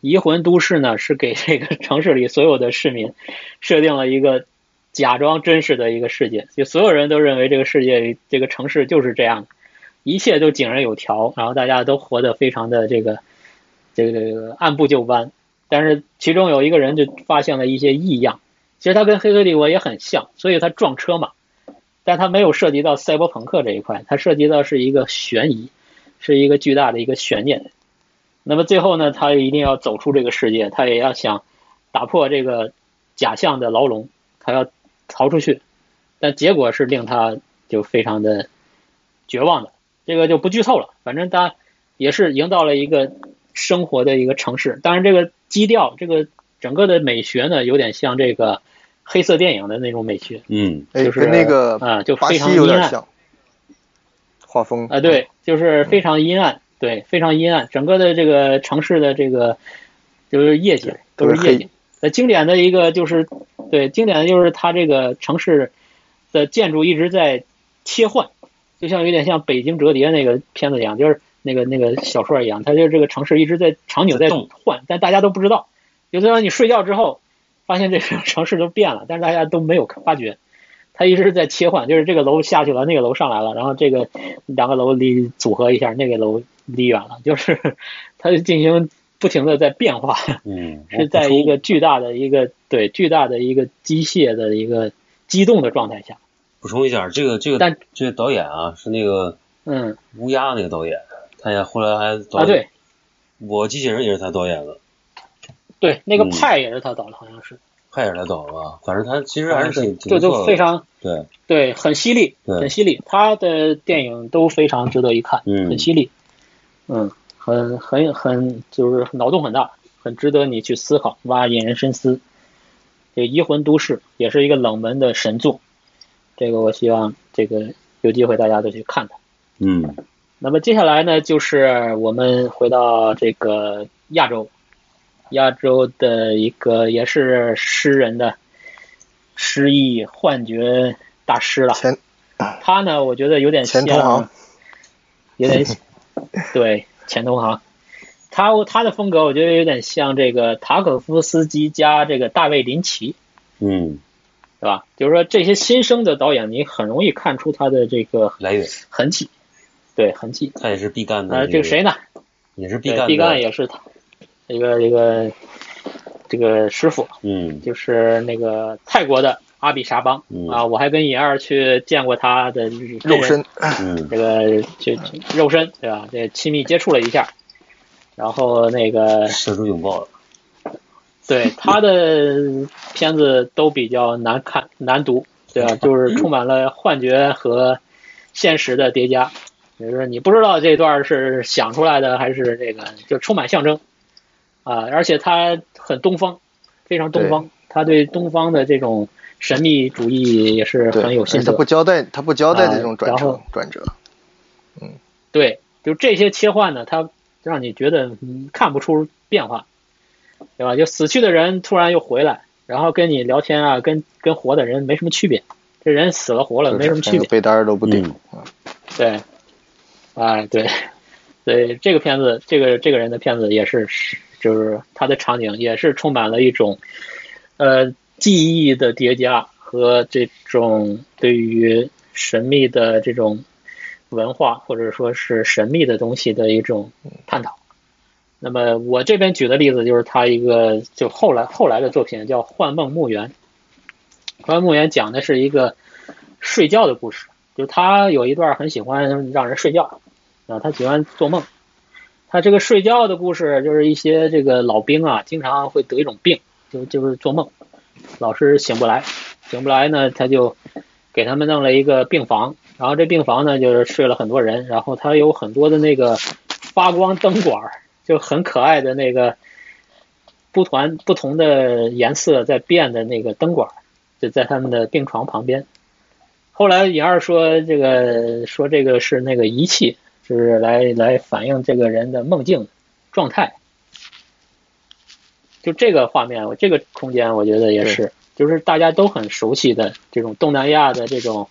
[SPEAKER 3] 移魂都市呢，是给这个城市里所有的市民设定了一个假装真实的一个世界，就所有人都认为这个世界里这个城市就是这样的。一切都井然有条，然后大家都活得非常的这个这个这个按部就班。但是其中有一个人就发现了一些异样，其实他跟《黑客帝国》也很像，所以他撞车嘛。但他没有涉及到赛博朋克这一块，他涉及到是一个悬疑，是一个巨大的一个悬念。那么最后呢，他一定要走出这个世界，他也要想打破这个假象的牢笼，他要逃出去。但结果是令他就非常的绝望的。这个就不剧透了。反正它也是营造了一个生活的一个城市。当然，这个基调，这个整个的美学呢，有点像这个黑色电影的那种美学
[SPEAKER 5] 嗯
[SPEAKER 4] 哎，
[SPEAKER 3] 就是
[SPEAKER 4] 跟那个
[SPEAKER 3] 啊、就
[SPEAKER 4] 巴
[SPEAKER 3] 非常
[SPEAKER 4] 西有
[SPEAKER 3] 阴
[SPEAKER 4] 点
[SPEAKER 3] 暗啊、啊
[SPEAKER 4] 像，画风
[SPEAKER 3] 对，就是非常阴暗，对，非常阴暗。整个的这个城市的这个就是夜景，
[SPEAKER 4] 都
[SPEAKER 3] 都
[SPEAKER 4] 是
[SPEAKER 3] 是夜
[SPEAKER 4] 黑
[SPEAKER 3] 景。那经典的一个就是，对，经典的就是它这个城市的建筑一直在切换，就像有点像《北京折叠》那个片子一样，就是那个那个小说一样，它就是这个城市一直在场景在
[SPEAKER 5] 在动
[SPEAKER 3] 换，但大家都不知道。有的时候你睡觉之后，发现这个 城市都变了，但是大家都没有发觉，它一直在切换，就是这个楼下去了，那个楼上来了，然后这个两个楼离组合一下，那个楼离远了，就是 它就进行不停的在变化。
[SPEAKER 5] 嗯，我
[SPEAKER 3] 是在
[SPEAKER 5] 补充
[SPEAKER 3] 一个巨大的一个对巨大的一个机械的一个机动的状态下，
[SPEAKER 5] 补充一下，这个这个
[SPEAKER 3] 但
[SPEAKER 5] 这个导演啊是那个
[SPEAKER 3] 嗯
[SPEAKER 5] 乌鸦那个导演，他也后来还导
[SPEAKER 3] 啊对
[SPEAKER 5] 我机器人也是他导演的，
[SPEAKER 3] 对，那个
[SPEAKER 5] 嗯
[SPEAKER 3] 派也是他导的，好像是，
[SPEAKER 5] 派也是他导的啊，反正他其实还是挺
[SPEAKER 3] 就
[SPEAKER 5] 挺不错
[SPEAKER 3] 就
[SPEAKER 5] 的
[SPEAKER 3] 非常
[SPEAKER 5] 对，
[SPEAKER 3] 对，很犀利，
[SPEAKER 5] 对
[SPEAKER 3] 很犀利，他的电影都非常值得一看，
[SPEAKER 5] 嗯
[SPEAKER 3] 很犀利，嗯，很很很就是脑洞很大，很值得你去思考，哇，引人深思。这《移魂都市》也是一个冷门的神作，这个我希望这个有机会大家都去看它。
[SPEAKER 5] 嗯
[SPEAKER 3] 那么接下来呢，就是我们回到这个亚洲，亚洲的一个也是诗人的诗意幻觉大师了。
[SPEAKER 4] 前
[SPEAKER 3] 他呢，我觉得有点像
[SPEAKER 4] 前同行，
[SPEAKER 3] 有 点对前同行。他他的风格，我觉得有点像这个塔可夫斯基加这个大卫林奇。
[SPEAKER 5] 嗯，
[SPEAKER 3] 对吧？就是说这些新生的导演，你很容易看出他的这个
[SPEAKER 5] 来源
[SPEAKER 3] 痕迹，对痕迹。
[SPEAKER 5] 他也是毕赣的
[SPEAKER 3] 啊，这个谁呢？
[SPEAKER 5] 也是毕
[SPEAKER 3] 对
[SPEAKER 5] 赣的
[SPEAKER 3] 毕赣也是他一个一个这个师傅，
[SPEAKER 5] 嗯
[SPEAKER 3] 就是那个泰国的阿比沙邦、
[SPEAKER 5] 嗯
[SPEAKER 3] 啊，我还跟尹二去见过他的肉
[SPEAKER 4] 肉身，
[SPEAKER 5] 嗯
[SPEAKER 3] 这个去去肉身对吧？这亲密接触了一下，然后那个
[SPEAKER 5] 射出拥抱了，
[SPEAKER 3] 对他的片子都比较难看难读，对
[SPEAKER 4] 嗯
[SPEAKER 3] 吧？就是充满了幻觉和现实的叠加，也就是你不知道这段是想出来的还是这个，就充满象征啊！而且他很东方，非常东方，他对东方的这种神秘主义也是
[SPEAKER 4] 对，
[SPEAKER 3] 很有
[SPEAKER 4] 而且
[SPEAKER 3] 心
[SPEAKER 4] 他
[SPEAKER 3] 得。
[SPEAKER 4] 不交代，他不交代这种转
[SPEAKER 3] 啊然
[SPEAKER 4] 折
[SPEAKER 3] 后
[SPEAKER 4] 转折，
[SPEAKER 3] 对，就这些切换呢，它让你觉得嗯看不出变化，对吧？就死去的人突然又回来，然后跟你聊天啊，跟跟活的人没什么区别，这人死了活了
[SPEAKER 4] 就
[SPEAKER 3] 没
[SPEAKER 4] 是
[SPEAKER 3] 什么区
[SPEAKER 4] 连个
[SPEAKER 3] 别，
[SPEAKER 4] 被单儿都不顶
[SPEAKER 5] 嗯，
[SPEAKER 4] 嗯
[SPEAKER 3] 对，哎对，所以这个片子，这个这个人的片子也是，就是他的场景也是充满了一种，呃，记忆的叠加和这种对于神秘的这种文化或者说是神秘的东西的一种探讨。那么我这边举的例子就是他一个就后来后来的作品叫《幻梦墓园》，《幻梦墓园》讲的是一个睡觉的故事，就是他有一段很喜欢让人睡觉，啊，他喜欢做梦。他这个睡觉的故事，就是一些这个老兵啊，经常会得一种病，就就是做梦，老是醒不来，醒不来呢，他就给他们弄了一个病房，然后这病房呢就是睡了很多人，然后他有很多的那个发光灯管儿，就很可爱的那个不团不同的颜色在变的那个灯管儿，就在他们的病床旁边。后来尹二说这个说这个是那个仪器，就是来来反映这个人的梦境状态。就这个画面，我这个空间，我觉得也是，就是大家都很熟悉的这种东南亚的这种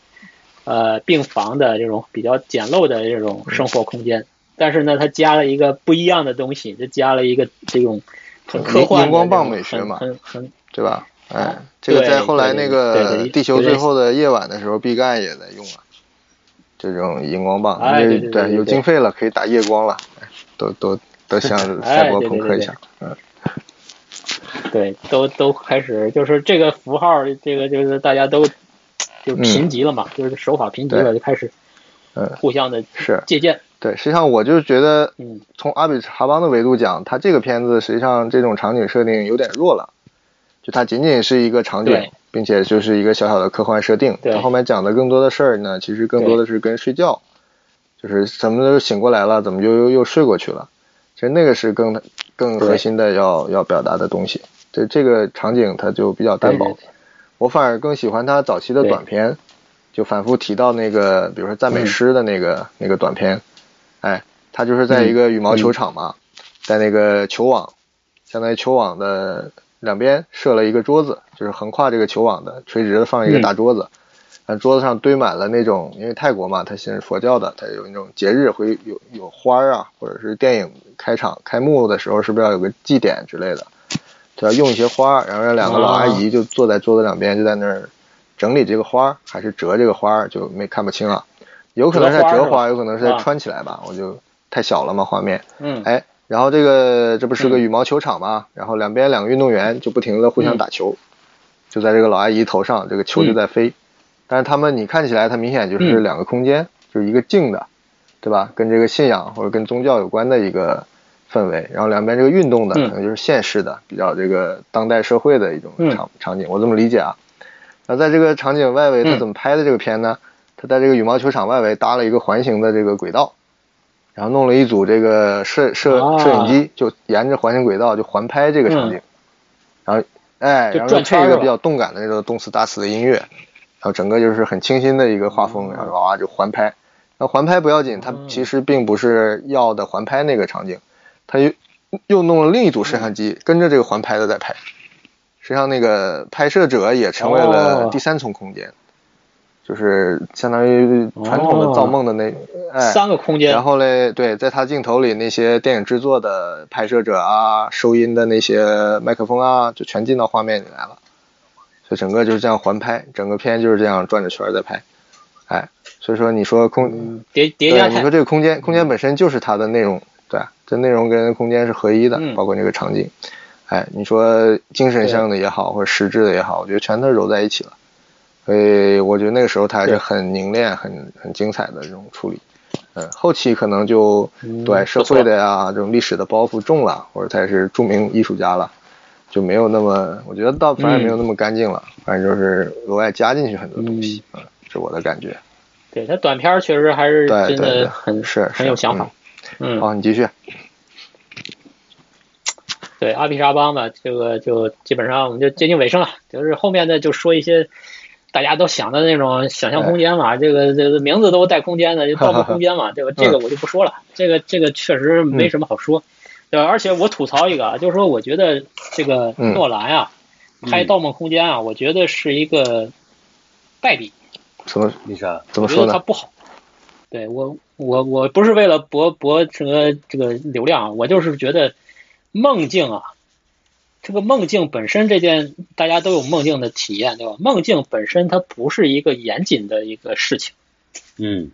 [SPEAKER 3] 呃病房的这种比较简陋的这种生活空间，但是呢，它加了一个不一样的东西，就加了一个这种很科幻的
[SPEAKER 4] 荧光
[SPEAKER 3] 这
[SPEAKER 4] 棒
[SPEAKER 3] 种
[SPEAKER 4] 美学
[SPEAKER 3] 很
[SPEAKER 4] 嘛
[SPEAKER 3] 很很
[SPEAKER 4] 对吧？哎，这
[SPEAKER 3] 对
[SPEAKER 4] 个在后来
[SPEAKER 3] 对对
[SPEAKER 4] 那个
[SPEAKER 3] 对
[SPEAKER 4] 《
[SPEAKER 3] 对
[SPEAKER 4] 地球最后的夜晚》的时候，毕赣也在用啊，这种荧光棒，
[SPEAKER 3] 哎
[SPEAKER 4] 这
[SPEAKER 3] 对对对对
[SPEAKER 4] 有经费了可以打夜光了，哎都都都 向
[SPEAKER 3] 哎
[SPEAKER 4] 赛博朋克一下，嗯，
[SPEAKER 3] 对，都都开始就是这个符号，这个就是大家都就贫瘠了嘛，就是手法贫瘠了，
[SPEAKER 4] 嗯对
[SPEAKER 3] 就开始
[SPEAKER 4] 嗯
[SPEAKER 3] 互相的
[SPEAKER 4] 是
[SPEAKER 3] 借鉴。
[SPEAKER 4] 对，实际上我就觉得
[SPEAKER 3] 嗯，
[SPEAKER 4] 从阿比查邦的维度讲，它这个片子实际上这种场景设定有点弱了，就它仅仅是一个场景
[SPEAKER 3] 对，
[SPEAKER 4] 并且就是一个小小的科幻设定。
[SPEAKER 3] 对
[SPEAKER 4] 它后面讲的更多的事儿呢，其实更多的是跟睡觉，就是怎么都醒过来了，怎么就又又睡过去了，其实那个是更更
[SPEAKER 3] 对
[SPEAKER 4] 核心的要要表达的东西。这这个场景它就比较
[SPEAKER 3] 对
[SPEAKER 4] 单薄，我反而更喜欢他早期的
[SPEAKER 3] 对嗯
[SPEAKER 4] 短片，就反复提到那个，比如说赞美诗的那个、那个短片，哎，他就是在一个羽毛球场嘛，在那个球网，相当于球网的两边设了一个桌子，就是横跨这个球网的垂直的放一个
[SPEAKER 3] 嗯
[SPEAKER 4] 大桌子，嗯、桌子上堆满了那种，因为泰国嘛，它信是佛教的，它有那种节日会有有花儿啊，或者是电影开场开幕的时候是不是要有个祭典之类的？就要用一些花儿，然后让两个老阿姨就坐在桌子两边，就在那儿整理这个花儿，还是折这个花儿，就没看不清了。有可能是在
[SPEAKER 3] 折花儿
[SPEAKER 4] 折
[SPEAKER 3] 是
[SPEAKER 4] 花
[SPEAKER 3] 吧
[SPEAKER 4] 儿，有可能是在
[SPEAKER 3] 啊
[SPEAKER 4] 穿起来吧，我就太小了嘛画面。
[SPEAKER 3] 嗯，
[SPEAKER 4] 哎，然后这个这不是个羽毛球场嘛，然后两边两个运动员就不停的互相打
[SPEAKER 3] 嗯
[SPEAKER 4] 球，就在这个老阿姨头上，这个球就在飞。但是他们你看起来，它明显就是
[SPEAKER 3] 嗯
[SPEAKER 4] 两个空间，就是一个静的，对吧？跟这个信仰或者跟宗教有关的一个氛围，然后两边这个运动的
[SPEAKER 3] 嗯
[SPEAKER 4] 可能就是现实的，比较这个当代社会的一种
[SPEAKER 3] 嗯
[SPEAKER 4] 场场景，我这么理解啊。那在这个场景外围，他
[SPEAKER 3] 嗯
[SPEAKER 4] 怎么拍的这个片呢？他在这个羽毛球场外围搭了一个环形的这个轨道，然后弄了一组这个摄摄
[SPEAKER 3] 啊
[SPEAKER 4] 摄影机，就沿着环形轨道就环拍这个场景，然后哎，
[SPEAKER 3] 嗯就
[SPEAKER 4] 然后
[SPEAKER 3] 转圈
[SPEAKER 4] 配
[SPEAKER 3] 儿
[SPEAKER 4] 一个
[SPEAKER 3] 吧
[SPEAKER 4] 比较动感的那种动次打次的音乐，然后整个就是很清新的一个画风，然后哇就环拍。那环拍不要紧，它
[SPEAKER 3] 嗯
[SPEAKER 4] 其实并不是要的环拍那个场景，它又又弄了另一组摄像
[SPEAKER 3] 嗯
[SPEAKER 4] 机跟着这个环拍的在拍。实际上，那个拍摄者也成为了
[SPEAKER 3] 哦
[SPEAKER 4] 第三重空间，就是相当于传统
[SPEAKER 3] 哦
[SPEAKER 4] 的造梦的那、哎，
[SPEAKER 3] 三个空间，
[SPEAKER 4] 然后嘞，对，在他镜头里那些电影制作的拍摄者啊、收音的那些麦克风啊，就全进到画面里来了。所以整个就是这样环拍，整个片就是这样转着圈儿在拍。哎，所以说你说空，
[SPEAKER 3] 叠叠加
[SPEAKER 4] 对，你
[SPEAKER 3] 态
[SPEAKER 4] 说，这个空间，空间本身就是它的内容，对，啊这内容跟空间是合一的，
[SPEAKER 3] 嗯
[SPEAKER 4] 包括那个场景。哎，你说精神上的也好，或者实质的也好，我觉得全都揉在一起了。所以我觉得那个时候它还是
[SPEAKER 3] 对
[SPEAKER 4] 很凝练、很很精彩的这种处理。嗯，后期可能就
[SPEAKER 3] 嗯
[SPEAKER 4] 对
[SPEAKER 3] 不
[SPEAKER 4] 社
[SPEAKER 3] 错
[SPEAKER 4] 会的呀、这种历史的包袱重了，或者他也是著名艺术家了，就没有那么，我觉得倒反而没有
[SPEAKER 3] 嗯
[SPEAKER 4] 那么干净了，反正就是额外加进去很多东西，嗯，是我的感觉。
[SPEAKER 3] 对他短片儿确实还是真
[SPEAKER 4] 对对对
[SPEAKER 3] 的很
[SPEAKER 4] 是
[SPEAKER 3] 很有
[SPEAKER 4] 是
[SPEAKER 3] 想法。嗯，
[SPEAKER 4] 啊好，你继续。
[SPEAKER 3] 对阿皮沙邦吧，这个就基本上我们就接近尾声了，就是后面的就说一些大家都想的那种想象空间嘛，这个这个名字都带空间的，就盗梦空间嘛， 这个这个我就不说了，这个这个确实没什么好说，对吧？而且我吐槽一个，啊，就是说我觉得这个
[SPEAKER 4] 嗯
[SPEAKER 3] 诺兰啊，拍《盗梦空间》啊，我觉得是一个败笔，
[SPEAKER 4] 怎么
[SPEAKER 5] 为啥？
[SPEAKER 4] 怎
[SPEAKER 3] 我
[SPEAKER 4] 么
[SPEAKER 3] 觉
[SPEAKER 4] 说
[SPEAKER 3] 得它
[SPEAKER 4] 呢？
[SPEAKER 3] 不好。对我，我我不是为了博博这个这个流量啊，我就是觉得梦境啊，这个梦境本身这件大家都有梦境的体验，对吧？梦境本身它不是一个严谨的一个事情，
[SPEAKER 5] 嗯，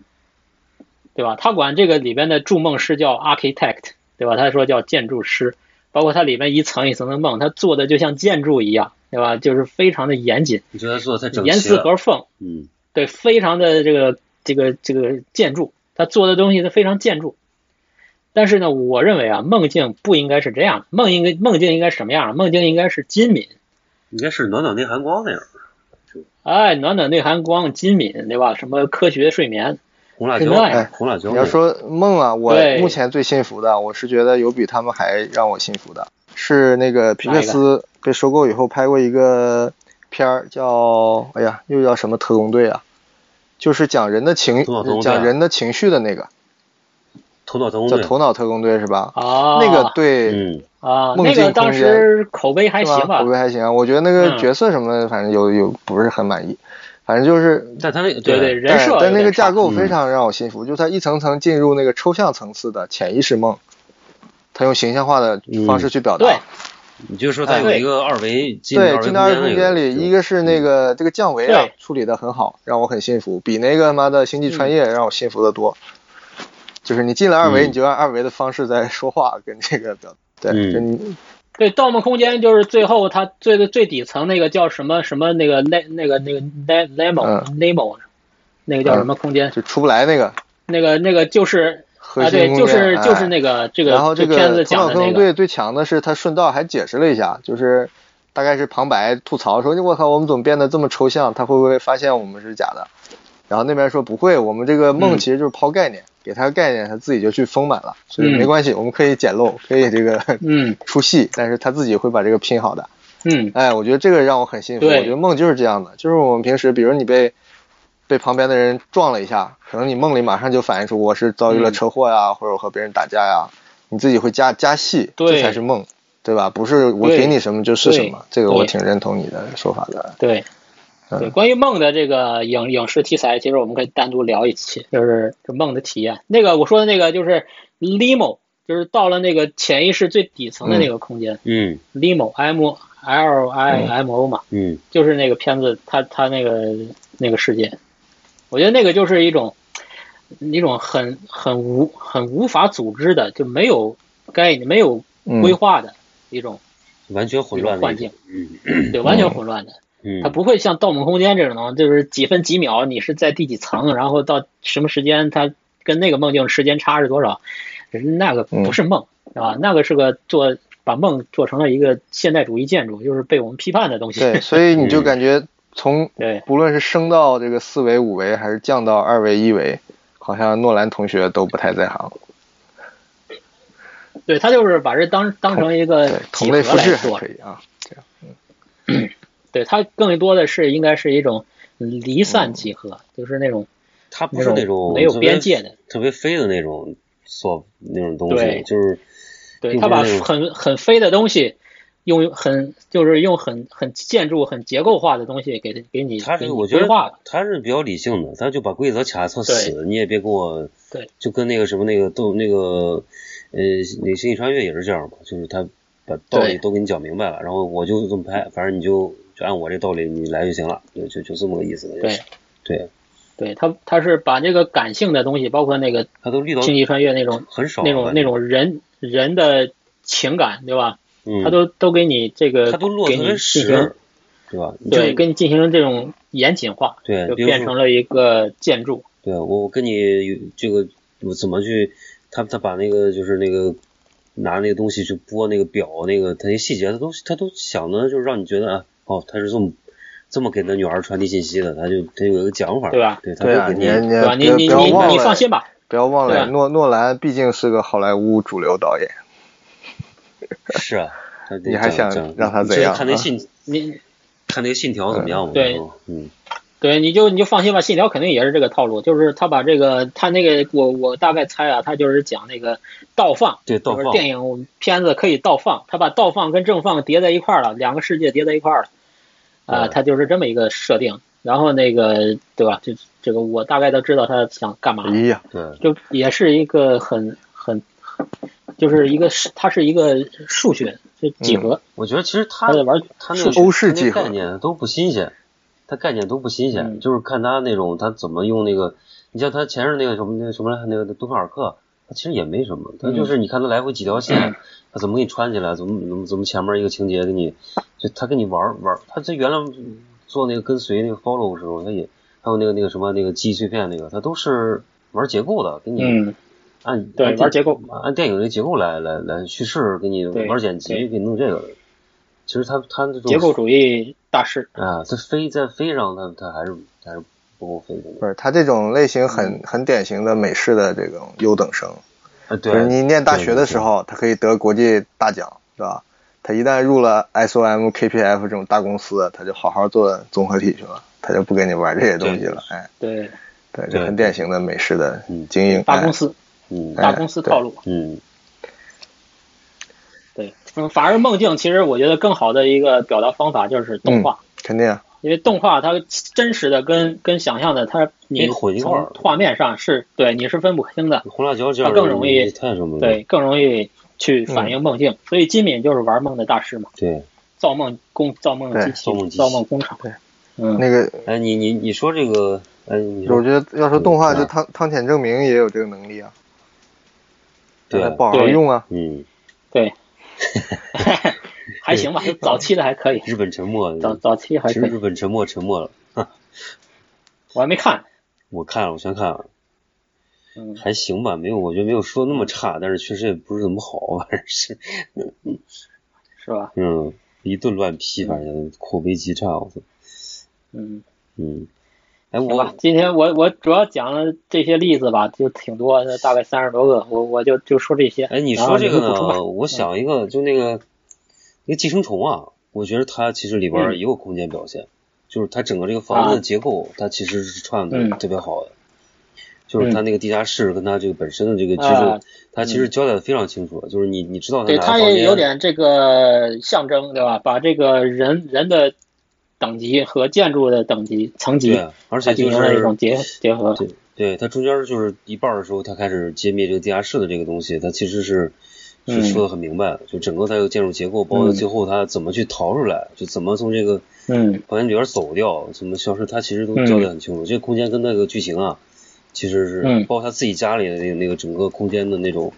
[SPEAKER 3] 对吧？他管这个里边的筑梦师叫 architect，对吧？他说叫建筑师，包括它里面一层一层的梦，他做的就像建筑一样，对吧？就是非常的严谨，
[SPEAKER 5] 你觉得做的太整
[SPEAKER 3] 严
[SPEAKER 5] 齐
[SPEAKER 3] 丝
[SPEAKER 5] 了。
[SPEAKER 3] 合缝。
[SPEAKER 5] 嗯，
[SPEAKER 3] 对，非常的这个这个这个建筑，他做的东西都非常建筑。但是呢，我认为啊，梦境不应该是这样的，梦应该梦境应该是什么样的？梦境应该是金敏，
[SPEAKER 5] 应该是暖暖内含光那样，
[SPEAKER 3] 哎，暖暖内含光，金敏，对吧？什么科学睡眠，
[SPEAKER 5] 红辣
[SPEAKER 3] 是
[SPEAKER 5] 椒
[SPEAKER 3] 那样，
[SPEAKER 5] 红辣椒。
[SPEAKER 4] 你要说梦啊，我
[SPEAKER 3] 对
[SPEAKER 4] 目前最幸福的，我是觉得有比他们还让我幸福的，是那个皮克斯被收购以后拍过一个片儿，叫哎呀，又叫什么特工队啊？就是讲人的情
[SPEAKER 5] 头脑特工，队啊
[SPEAKER 4] 讲人的情绪的那个，
[SPEAKER 5] 头脑疼
[SPEAKER 4] 叫
[SPEAKER 5] 对，
[SPEAKER 4] 头脑特工队是吧？
[SPEAKER 3] 啊，
[SPEAKER 4] 那个对，
[SPEAKER 5] 啊嗯，
[SPEAKER 3] 啊，
[SPEAKER 4] 梦
[SPEAKER 3] 那
[SPEAKER 4] 境
[SPEAKER 3] 个
[SPEAKER 4] 空
[SPEAKER 3] 当
[SPEAKER 4] 间
[SPEAKER 3] 时口碑还
[SPEAKER 4] 是吧
[SPEAKER 3] 行吧
[SPEAKER 4] 口，碑还行啊，我觉得那个
[SPEAKER 3] 嗯
[SPEAKER 4] 角色什么的，反正有有不是很满意，反正就是
[SPEAKER 5] 但他那个
[SPEAKER 3] 对对，
[SPEAKER 5] 对，
[SPEAKER 3] 人设
[SPEAKER 4] 哎但但
[SPEAKER 3] 有
[SPEAKER 4] 那个
[SPEAKER 3] 点差
[SPEAKER 4] 架构非
[SPEAKER 5] 嗯
[SPEAKER 4] 常让我心服，就它一层层进入那个抽象层次的潜意识梦，它用形象化的
[SPEAKER 5] 嗯
[SPEAKER 4] 方式去表达。
[SPEAKER 3] 对
[SPEAKER 5] 你就说
[SPEAKER 3] 哎
[SPEAKER 5] 他有一个二维进
[SPEAKER 4] 对，
[SPEAKER 5] 进
[SPEAKER 4] 进到二维空间里，一
[SPEAKER 5] 个
[SPEAKER 4] 个是那个这个降维啊
[SPEAKER 3] 对嗯
[SPEAKER 4] 处理的很好，让我很信服，比那个妈的星际穿越让我信服的多。就是你进了二维，
[SPEAKER 5] 嗯
[SPEAKER 4] 你就按二维的方式在说话，跟这个表对，
[SPEAKER 5] 嗯
[SPEAKER 4] 跟你
[SPEAKER 3] 对，《盗梦空间》就是最后它最最底层那个叫什么什么那个那那个那个 le- lemon
[SPEAKER 4] 嗯
[SPEAKER 3] lemon，那个叫什么空间？
[SPEAKER 4] 就出不来那个
[SPEAKER 3] 那个那个就是
[SPEAKER 4] 核
[SPEAKER 3] 啊，
[SPEAKER 4] 心
[SPEAKER 3] 对，
[SPEAKER 4] 空间。
[SPEAKER 3] 就是就是
[SPEAKER 4] 哎
[SPEAKER 3] 那个这个
[SPEAKER 4] 然后这
[SPEAKER 3] 这片子
[SPEAKER 4] 个头
[SPEAKER 3] 讲
[SPEAKER 4] 脑
[SPEAKER 3] 的
[SPEAKER 4] 特
[SPEAKER 3] 那
[SPEAKER 4] 工
[SPEAKER 3] 个，
[SPEAKER 4] 队最强的是，他顺道还解释了一下，就是大概是旁白吐槽说：“我靠，我们怎么变得这么抽象？他会不会发现我们是假的？”然后那边说：“不会，我们这个梦
[SPEAKER 3] 嗯
[SPEAKER 4] 其实就是抛概念，给他个概念，他自己就去丰满了，所以
[SPEAKER 3] 嗯
[SPEAKER 4] 没关系，我们可以简陋，可以这个
[SPEAKER 3] 嗯
[SPEAKER 4] 出戏，但是他自己会把这个拼好的。”
[SPEAKER 3] 嗯，
[SPEAKER 4] 哎，我觉得这个让我很幸福。我
[SPEAKER 3] 对
[SPEAKER 4] 觉得梦就是这样的，就是我们平时，比如你被被旁边的人撞了一下，可能你梦里马上就反映出我是遭
[SPEAKER 3] 嗯
[SPEAKER 4] 遇了车祸呀，或者我和别人打架呀，你自己会加加戏，
[SPEAKER 3] 对
[SPEAKER 4] 这才是梦，对吧？不是我
[SPEAKER 3] 对
[SPEAKER 4] 给你什么就是什么，这个我
[SPEAKER 3] 对
[SPEAKER 4] 挺认同你的说法 的。
[SPEAKER 3] 对。
[SPEAKER 4] 嗯
[SPEAKER 3] 对，关于梦的这个影影视题材，其实我们可以单独聊一期，就是就梦的体验。那个我说的那个就是 limo，就是到了那个潜意识最底层的那个空间、
[SPEAKER 5] 嗯
[SPEAKER 3] limo m l i m o 嘛，
[SPEAKER 5] 嗯，
[SPEAKER 3] 就是那个片子，他他那个那个世界，我觉得那个就是一种一种很很无很无法组织的，就没有概念、没有规划的一种、
[SPEAKER 5] 完全嗯混
[SPEAKER 3] 一
[SPEAKER 5] 乱
[SPEAKER 3] 种
[SPEAKER 5] 的
[SPEAKER 3] 幻境，
[SPEAKER 5] 嗯
[SPEAKER 3] 对，完全混乱的。
[SPEAKER 5] 嗯，
[SPEAKER 3] 它不会像《盗梦空间》这种东西，就是几分几秒你是在第几层，然后到什么时间，它跟那个梦境时间差是多少，那个不
[SPEAKER 5] 嗯
[SPEAKER 3] 是梦，是吧？那个是个做把梦做成了一个现代主义建筑，就是被我们批判的东西。
[SPEAKER 4] 对，所以你就感觉从
[SPEAKER 3] 对
[SPEAKER 4] 不论是升到这个四维、五维，还是降到二维、一维，好像诺兰同学都不太在行。
[SPEAKER 3] 对他就是把这当当成一个
[SPEAKER 4] 对，
[SPEAKER 3] 几
[SPEAKER 4] 同类
[SPEAKER 3] 何呃
[SPEAKER 4] 复
[SPEAKER 3] 来
[SPEAKER 4] 制还
[SPEAKER 3] 做
[SPEAKER 4] 可，以啊。
[SPEAKER 3] 对他更多的是应该是一种离
[SPEAKER 4] 嗯
[SPEAKER 3] 散几何，就是那种
[SPEAKER 5] 他不是那种
[SPEAKER 3] 没有
[SPEAKER 5] 特别
[SPEAKER 3] 边界的，
[SPEAKER 5] 特别飞的那种所那种东西，
[SPEAKER 3] 对
[SPEAKER 5] 就是
[SPEAKER 3] 对
[SPEAKER 5] 并
[SPEAKER 3] 他
[SPEAKER 5] 不
[SPEAKER 3] 把
[SPEAKER 5] 是那种
[SPEAKER 3] 很很飞的东西用很就是用很很建筑很结构化的东西给给你
[SPEAKER 5] 他
[SPEAKER 3] 给
[SPEAKER 5] 是
[SPEAKER 3] 你
[SPEAKER 5] 我觉
[SPEAKER 3] 规
[SPEAKER 5] 得
[SPEAKER 3] 划了，
[SPEAKER 5] 他是比较理性的，他就把规则卡得特死，你也别跟我
[SPEAKER 3] 对，
[SPEAKER 5] 就跟那个什么那个斗那个呃那个星际穿越也是这样嘛，就是他把道理
[SPEAKER 3] 对
[SPEAKER 5] 都给你讲明白了，然后我就这么拍，反正你就就按我这道理你来就行了，就就就这么个意思。
[SPEAKER 3] 对，
[SPEAKER 5] 对
[SPEAKER 3] 对他他是把这个感性的东西，包括那个
[SPEAKER 5] 他都力道
[SPEAKER 3] 星际穿越那种
[SPEAKER 5] 很少
[SPEAKER 3] 那种
[SPEAKER 5] 了
[SPEAKER 3] 那种人人的情感，对吧？
[SPEAKER 5] 嗯
[SPEAKER 3] 他都都给你这个
[SPEAKER 5] 它都落
[SPEAKER 3] 给
[SPEAKER 5] 得特
[SPEAKER 3] 你进
[SPEAKER 5] 别
[SPEAKER 3] 行
[SPEAKER 5] 实，对吧？你
[SPEAKER 3] 对，
[SPEAKER 5] 就
[SPEAKER 3] 给你进行这种严谨化，
[SPEAKER 5] 对
[SPEAKER 3] 就
[SPEAKER 5] 呃比如
[SPEAKER 3] 变
[SPEAKER 5] 说
[SPEAKER 3] 成了一个建筑。
[SPEAKER 5] 对我我跟你有这个我怎么去，他他把那个就是那个拿那个东西去拨那个表那个他那细节，他都他都想的就是让你觉得啊，哦，他是这么这么给那女孩传递信息的，他就他有一个讲法，
[SPEAKER 3] 对吧
[SPEAKER 5] 对，他
[SPEAKER 4] 对啊，
[SPEAKER 5] 会给
[SPEAKER 4] 你
[SPEAKER 5] 你
[SPEAKER 4] 你
[SPEAKER 3] 对吧？你
[SPEAKER 4] 别
[SPEAKER 3] 你
[SPEAKER 4] 不要
[SPEAKER 3] 你
[SPEAKER 4] 忘
[SPEAKER 3] 你
[SPEAKER 4] 了
[SPEAKER 3] 放心吧，
[SPEAKER 4] 不要忘
[SPEAKER 3] 对
[SPEAKER 4] 了，
[SPEAKER 3] 啊
[SPEAKER 4] 诺诺兰毕竟是个好莱坞主流导演，
[SPEAKER 5] 是啊，他得
[SPEAKER 4] 你还
[SPEAKER 5] 讲
[SPEAKER 4] 想
[SPEAKER 5] 讲
[SPEAKER 4] 让他
[SPEAKER 5] 你
[SPEAKER 4] 怎
[SPEAKER 5] 就是
[SPEAKER 4] 样
[SPEAKER 5] 看那
[SPEAKER 4] 啊
[SPEAKER 5] 信
[SPEAKER 3] 你
[SPEAKER 5] 看那个信条怎么样嘛？
[SPEAKER 3] 对
[SPEAKER 5] 嗯，
[SPEAKER 3] 对你就你就放心吧，信条肯定也是这个套路，就是他把这个他那个我我大概猜啊，他就是讲那个倒放，
[SPEAKER 5] 对，倒
[SPEAKER 3] 就是
[SPEAKER 5] 放，
[SPEAKER 3] 电影片子可以倒放，他把倒放跟正放叠在一块儿了，两个世界叠在一块儿了，啊、
[SPEAKER 5] 对
[SPEAKER 3] 他就是这么一个设定。然后那个对吧？这这个我大概都知道他想干嘛了。
[SPEAKER 4] 咦呀，
[SPEAKER 5] 对，
[SPEAKER 3] 就也是一个很很，就是一个是它是一个数学，就几何，
[SPEAKER 5] 我觉得其实他
[SPEAKER 3] 它在玩
[SPEAKER 5] 他那个
[SPEAKER 4] 是欧式
[SPEAKER 5] 他那
[SPEAKER 4] 技
[SPEAKER 5] 个
[SPEAKER 4] 法
[SPEAKER 5] 概念都不新鲜，他概念都不新鲜，
[SPEAKER 3] 嗯
[SPEAKER 5] 就是看他那种他怎么用那个，你像他前面那个什么那个什么来那个敦刻尔克，他其实也没什么，
[SPEAKER 4] 嗯
[SPEAKER 5] 他就是你看他来回几条线，他怎么给你穿起来，怎么怎么怎么前面一个情节给你，就他跟你玩玩，他这原来做那个跟随那个 follow 的时候，他也还有那个那个什么那个记忆碎片那个，它都是玩结构的，给你
[SPEAKER 3] 嗯，
[SPEAKER 5] 按
[SPEAKER 3] 对
[SPEAKER 5] 按
[SPEAKER 3] 玩
[SPEAKER 5] 电
[SPEAKER 3] 结构
[SPEAKER 5] 按电影这个结构来来来叙事，给你
[SPEAKER 3] 嗯对
[SPEAKER 5] 玩剪辑，
[SPEAKER 3] 对
[SPEAKER 5] 给你弄这个。其实他他这种
[SPEAKER 3] 结构主义大师，
[SPEAKER 5] 啊，在飞在飞上，他他还是还是不够飞的。
[SPEAKER 4] 不是，他这种类型很很典型的美式的这种优等生，
[SPEAKER 3] 呃
[SPEAKER 5] 啊，
[SPEAKER 4] 就
[SPEAKER 5] 对
[SPEAKER 4] 是，你念大学的时候，他可以得国际大奖，是吧？他一旦入了 SOM、KPF 这种大公司，他就好好做综合体去了，他就不跟你玩这些东西了。哎，
[SPEAKER 3] 对，
[SPEAKER 4] 对，这
[SPEAKER 5] 对
[SPEAKER 4] 很典型的美式的
[SPEAKER 5] 嗯
[SPEAKER 4] 精英
[SPEAKER 3] 大公
[SPEAKER 4] 哎
[SPEAKER 3] 司，
[SPEAKER 5] 嗯
[SPEAKER 4] 哎
[SPEAKER 3] 大公司套路。
[SPEAKER 5] 嗯，
[SPEAKER 3] 对，嗯，反而梦境其实我觉得更好的一个表达方法就是动画，
[SPEAKER 5] 嗯
[SPEAKER 4] 肯定啊
[SPEAKER 3] 因为动画它真实的跟跟想象的它你
[SPEAKER 5] 给混一块
[SPEAKER 3] 从
[SPEAKER 5] 儿
[SPEAKER 3] 画面上是对你是分不清的，
[SPEAKER 5] 红辣椒这样
[SPEAKER 3] 它更容易
[SPEAKER 5] 太什么了？
[SPEAKER 3] 对，更容易
[SPEAKER 5] 嗯
[SPEAKER 3] 去反映梦境。所以金敏就是玩梦的大师嘛，
[SPEAKER 5] 对，
[SPEAKER 3] 造梦工造梦机器
[SPEAKER 5] 对造梦机器
[SPEAKER 3] 造梦工厂。
[SPEAKER 4] 对，
[SPEAKER 3] 嗯，
[SPEAKER 4] 那个，
[SPEAKER 5] 哎，你你你说这个，哎，你说
[SPEAKER 4] 我觉得要说动画，
[SPEAKER 5] 嗯
[SPEAKER 4] 就汤汤浅证明也有这个能力啊，
[SPEAKER 5] 对
[SPEAKER 4] 但他不好好用啊。
[SPEAKER 5] 嗯，
[SPEAKER 3] 对，还行吧，早期的还可以，
[SPEAKER 5] 日本沉没，
[SPEAKER 3] 早早期还
[SPEAKER 5] 嗯其实
[SPEAKER 3] 可以，
[SPEAKER 5] 日本沉没沉没了，
[SPEAKER 3] 我还没看。
[SPEAKER 5] 我看了，我全看了，
[SPEAKER 3] 嗯，
[SPEAKER 5] 还行吧，没有，我觉得没有说那么差，但是确实也不是怎么好，反正是，
[SPEAKER 3] 是吧？
[SPEAKER 5] 嗯，一顿乱批，反正口碑极差，我操，
[SPEAKER 3] 嗯，
[SPEAKER 5] 嗯，哎，
[SPEAKER 3] 行吧
[SPEAKER 5] 我。
[SPEAKER 3] 今天我我主要讲了这些例子吧，就挺多，大概三十多个，我我就就说这些。
[SPEAKER 5] 哎，你
[SPEAKER 3] 然后
[SPEAKER 5] 说这个
[SPEAKER 3] 就补充吧嗯
[SPEAKER 5] 呢？我想一个，就那个那个寄生虫啊，我觉得它其实里边儿也有空间表现，就是它整个这个房子的
[SPEAKER 3] 嗯啊
[SPEAKER 5] 结构，它其实是串的
[SPEAKER 3] 嗯
[SPEAKER 5] 特别好的，就是它那个地下室跟它这个本身的这个居住，
[SPEAKER 3] 啊
[SPEAKER 5] 它其实交代的非常清楚，就是你你知道它
[SPEAKER 3] 对，
[SPEAKER 5] 哪个
[SPEAKER 3] 它
[SPEAKER 5] 房
[SPEAKER 3] 也
[SPEAKER 5] 间，
[SPEAKER 3] 有点这个象征，对吧？把这个人人的等级和建筑的等级层级，
[SPEAKER 5] 对，而且
[SPEAKER 3] 它进
[SPEAKER 5] 就
[SPEAKER 3] 行了一种
[SPEAKER 5] 是
[SPEAKER 3] 结结合。
[SPEAKER 5] 对对，它中间就是一半儿的时候，它开始揭秘这个地下室的这个东西，它其实是。是
[SPEAKER 3] 嗯
[SPEAKER 5] 说的很明白的，就整个它的建筑结构，包括
[SPEAKER 3] 嗯
[SPEAKER 5] 最后它怎么去逃出来，就怎么从这个
[SPEAKER 3] 嗯，
[SPEAKER 5] 房间里边走掉，什么消失，他其实都交代很清楚。这个空间跟那个剧情啊，其实是、
[SPEAKER 3] 嗯
[SPEAKER 5] 包括他自己家里的那个那个整个空间的那种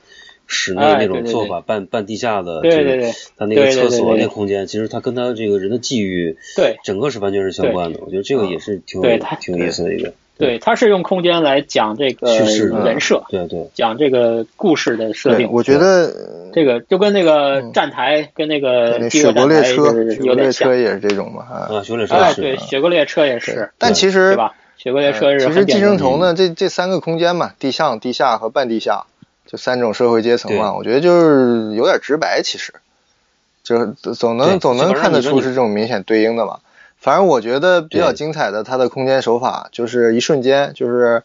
[SPEAKER 5] 室内
[SPEAKER 3] 哎
[SPEAKER 5] 那种
[SPEAKER 3] 对对
[SPEAKER 5] 做法，半半地下的，
[SPEAKER 3] 对对对
[SPEAKER 5] 就是他那个
[SPEAKER 3] 对对
[SPEAKER 5] 厕
[SPEAKER 3] 对
[SPEAKER 5] 所
[SPEAKER 3] 对
[SPEAKER 5] 那空间，其实他跟他这个人的际遇，
[SPEAKER 3] 对啊
[SPEAKER 5] 整个是完全是相关的。我觉得这个也是挺有
[SPEAKER 3] 对他
[SPEAKER 5] 挺有意思的一个，
[SPEAKER 3] 对，它是用空间来讲这个
[SPEAKER 5] 叙事
[SPEAKER 3] 人设，
[SPEAKER 5] 对对
[SPEAKER 3] 讲这个故事的设
[SPEAKER 4] 对，
[SPEAKER 3] 定。
[SPEAKER 4] 我觉得
[SPEAKER 3] 这个就跟那个
[SPEAKER 4] 嗯
[SPEAKER 3] 站台跟那个
[SPEAKER 4] 呃那
[SPEAKER 3] 饥
[SPEAKER 4] 雪
[SPEAKER 3] 饿
[SPEAKER 4] 国
[SPEAKER 3] 站
[SPEAKER 4] 列
[SPEAKER 3] 台
[SPEAKER 4] 车
[SPEAKER 3] 就，是
[SPEAKER 4] 雪
[SPEAKER 3] 有
[SPEAKER 4] 国列
[SPEAKER 3] 点像
[SPEAKER 4] 车。也是这种嘛啊。
[SPEAKER 5] 啊，徐磊说的
[SPEAKER 3] 哎，
[SPEAKER 5] 是
[SPEAKER 3] 对，雪国列车也
[SPEAKER 4] 对
[SPEAKER 3] 是，
[SPEAKER 4] 但其
[SPEAKER 3] 对
[SPEAKER 4] 实
[SPEAKER 3] 吧？雪国列车是
[SPEAKER 4] 呃其
[SPEAKER 3] 很
[SPEAKER 4] 实寄
[SPEAKER 3] 典型
[SPEAKER 4] 生
[SPEAKER 3] 的。
[SPEAKER 4] 虫呢，这这三个空间嘛，地上、地下和半地下，就三种社会阶层嘛，
[SPEAKER 5] 对
[SPEAKER 4] 我觉得就是有点直白，其实就是总
[SPEAKER 5] 对
[SPEAKER 4] 能总
[SPEAKER 5] 基
[SPEAKER 4] 能
[SPEAKER 5] 本上
[SPEAKER 4] 看得
[SPEAKER 5] 你说
[SPEAKER 4] 出
[SPEAKER 5] 你
[SPEAKER 4] 是这种明显对应的嘛。反正我觉得比较
[SPEAKER 5] 对
[SPEAKER 4] 精彩的，它的空间手法就是一瞬间，就是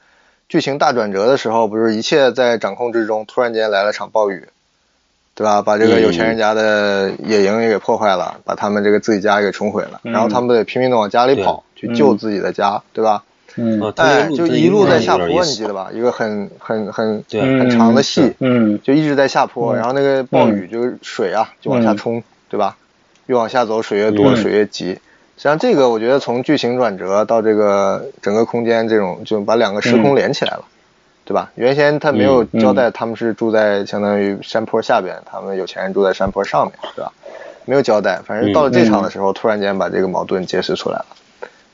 [SPEAKER 4] 剧情大转折的时候，不是一切在掌控之中，突然间来了场暴雨，对吧？把这个有
[SPEAKER 5] 嗯
[SPEAKER 4] 钱人家的野营也给破坏了，把他们这个自己家也给冲毁了，
[SPEAKER 3] 嗯
[SPEAKER 4] 然后他们得拼命的往家里
[SPEAKER 5] 对
[SPEAKER 4] 跑去救
[SPEAKER 3] 嗯
[SPEAKER 4] 自己的家，对吧？
[SPEAKER 5] 啊
[SPEAKER 3] 嗯，
[SPEAKER 5] 他那
[SPEAKER 4] 哎，
[SPEAKER 5] 个
[SPEAKER 4] 就
[SPEAKER 5] 他
[SPEAKER 4] 一路在下
[SPEAKER 5] 有点
[SPEAKER 4] 坡，
[SPEAKER 5] 意
[SPEAKER 4] 你
[SPEAKER 5] 思
[SPEAKER 4] 记得吧？一个很很很
[SPEAKER 5] 对
[SPEAKER 4] 很长的戏，
[SPEAKER 3] 嗯，
[SPEAKER 4] 就一直在下坡，
[SPEAKER 3] 嗯
[SPEAKER 4] 然后那个暴雨就是水啊，就往下冲，对吧？越往下走，水越多，
[SPEAKER 3] 嗯
[SPEAKER 4] 水越急。实际上，这个我觉得从剧情转折到这个整个空间这种，就把两个时空连起来了，对吧？原先他没有
[SPEAKER 3] 嗯
[SPEAKER 4] 交代他们是住在相当于山坡下边，他们有钱人住在山坡上面，对吧？没有交代，反正到了
[SPEAKER 3] 嗯
[SPEAKER 4] 这场的时候，突然间把这个矛盾揭示出来了。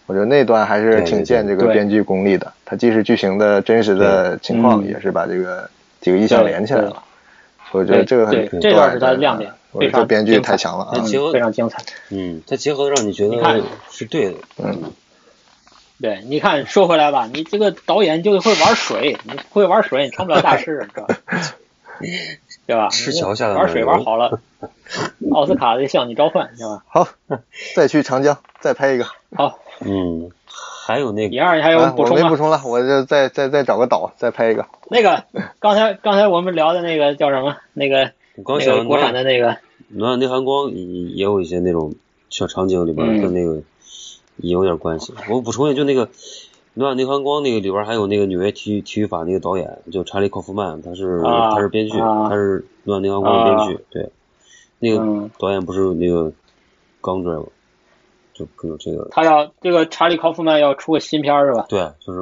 [SPEAKER 4] 我觉得那段还是
[SPEAKER 5] 对
[SPEAKER 4] 挺
[SPEAKER 5] 对
[SPEAKER 4] 见这个
[SPEAKER 3] 对
[SPEAKER 4] 编剧功力的，它既是剧情的真实的情况，
[SPEAKER 3] 嗯
[SPEAKER 4] 也是把这个几个意象
[SPEAKER 3] 对
[SPEAKER 4] 连起来
[SPEAKER 3] 对
[SPEAKER 4] 了。我觉得这个很
[SPEAKER 3] 对
[SPEAKER 4] 很
[SPEAKER 3] 这
[SPEAKER 4] 棒
[SPEAKER 3] 段是他的亮点
[SPEAKER 4] 我
[SPEAKER 3] 非
[SPEAKER 4] 觉得这
[SPEAKER 3] 常
[SPEAKER 4] 编剧
[SPEAKER 3] 精彩
[SPEAKER 4] 太强了啊
[SPEAKER 5] 嗯！结合
[SPEAKER 3] 非常精彩。
[SPEAKER 5] 嗯，它结合让你觉
[SPEAKER 3] 你看
[SPEAKER 5] 得是对的，
[SPEAKER 4] 嗯，
[SPEAKER 3] 对，你看，说回来吧，你这个导演就会玩水，你不会玩水，你当不了大师，你知道吧？对吧？
[SPEAKER 5] 赤桥下的
[SPEAKER 3] 玩水
[SPEAKER 5] 暖
[SPEAKER 3] 玩
[SPEAKER 5] 流
[SPEAKER 3] 好了，奥斯卡得向你召唤，对吧？
[SPEAKER 4] 好，再去长江再拍一个。
[SPEAKER 3] 好，
[SPEAKER 5] 嗯，还有那个
[SPEAKER 3] 你二 还有
[SPEAKER 4] 啊，
[SPEAKER 3] 补
[SPEAKER 4] 我
[SPEAKER 3] 充
[SPEAKER 4] 没
[SPEAKER 3] 吗
[SPEAKER 4] 补？充了，我就再再再找个岛再拍一个。
[SPEAKER 3] 那个刚才刚才我们聊的那个叫什么？那个
[SPEAKER 5] 我刚
[SPEAKER 3] 那
[SPEAKER 5] 想
[SPEAKER 3] 个
[SPEAKER 5] 到
[SPEAKER 3] 国产的那个，
[SPEAKER 5] 暖暖内含光也也有一些那种小场景里边儿
[SPEAKER 3] 嗯
[SPEAKER 5] 跟那个也有点关系。我补充一下，就那个暖内含光那个里边儿还有那个纽约体育体育法那个导演，就查理考夫曼，他是、
[SPEAKER 3] 啊
[SPEAKER 5] 他是编剧，
[SPEAKER 3] 啊
[SPEAKER 5] 他是暖内含光的编
[SPEAKER 4] 啊
[SPEAKER 5] 剧。对，那个
[SPEAKER 3] 嗯
[SPEAKER 5] 导演不是有那个刚拽吗？就不有这个
[SPEAKER 3] 他要这个查理考夫曼要出个新片儿是吧？
[SPEAKER 5] 对，就是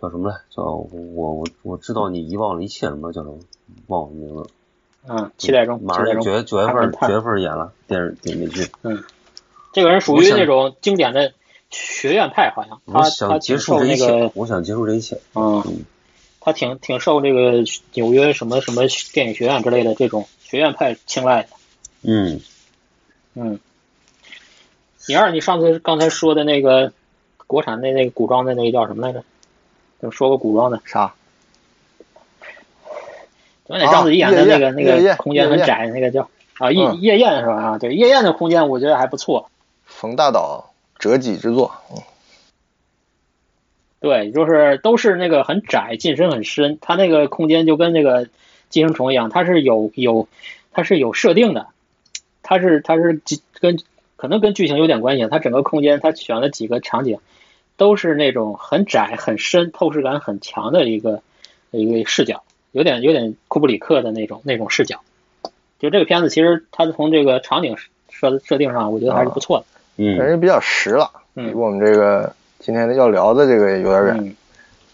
[SPEAKER 5] 叫什么来？叫我我我知道你遗忘了一切什么叫什么？忘了名字。
[SPEAKER 3] 嗯，期待中，
[SPEAKER 5] 马
[SPEAKER 3] 期待
[SPEAKER 5] 上
[SPEAKER 3] 中
[SPEAKER 5] 九。月九月
[SPEAKER 3] 还
[SPEAKER 5] 份
[SPEAKER 3] 没
[SPEAKER 5] 儿
[SPEAKER 3] 看
[SPEAKER 5] 九月份儿演了电视电视剧。
[SPEAKER 3] 这个人属于那种经典的学院派，好像
[SPEAKER 5] 我
[SPEAKER 3] 他
[SPEAKER 5] 想
[SPEAKER 3] 他
[SPEAKER 5] 结
[SPEAKER 3] 挺
[SPEAKER 5] 束
[SPEAKER 3] 受
[SPEAKER 5] 这一
[SPEAKER 3] 那
[SPEAKER 5] 切
[SPEAKER 3] 个，
[SPEAKER 5] 我想结束这一切。
[SPEAKER 3] 嗯，他挺挺受这个纽约什么什么电影学院之类的这种学院派青睐的。
[SPEAKER 5] 嗯，
[SPEAKER 3] 嗯，你二，你上次刚才说的那个国产的那个古装的那个叫什么来着？怎么说过古装的？
[SPEAKER 4] 啥？
[SPEAKER 3] 昨天章子怡演的那个、
[SPEAKER 4] 啊
[SPEAKER 3] 那
[SPEAKER 4] 夜
[SPEAKER 3] 个
[SPEAKER 4] 宴
[SPEAKER 3] 空间很窄，那个叫啊夜
[SPEAKER 4] 嗯
[SPEAKER 3] 夜宴是吧？啊，对，夜宴的空间我觉得还不错。
[SPEAKER 4] 冯大导折戟之作，嗯
[SPEAKER 3] 对，就是都是那个很窄，进深很深，它那个空间就跟那个寄生虫一样，它是有有它是有设定的，它是它是几跟可能跟剧情有点关系，啊它整个空间它选了几个场景，都是那种很窄很深、透视感很强的一个一个视角，有点有点库布里克的那种那种视角。就这个片子，其实它从这个场景设设定上，我觉得还是不错的。
[SPEAKER 5] 嗯，
[SPEAKER 4] 人家比较实了，
[SPEAKER 3] 嗯
[SPEAKER 4] 离我们这个今天要聊的这个有点远，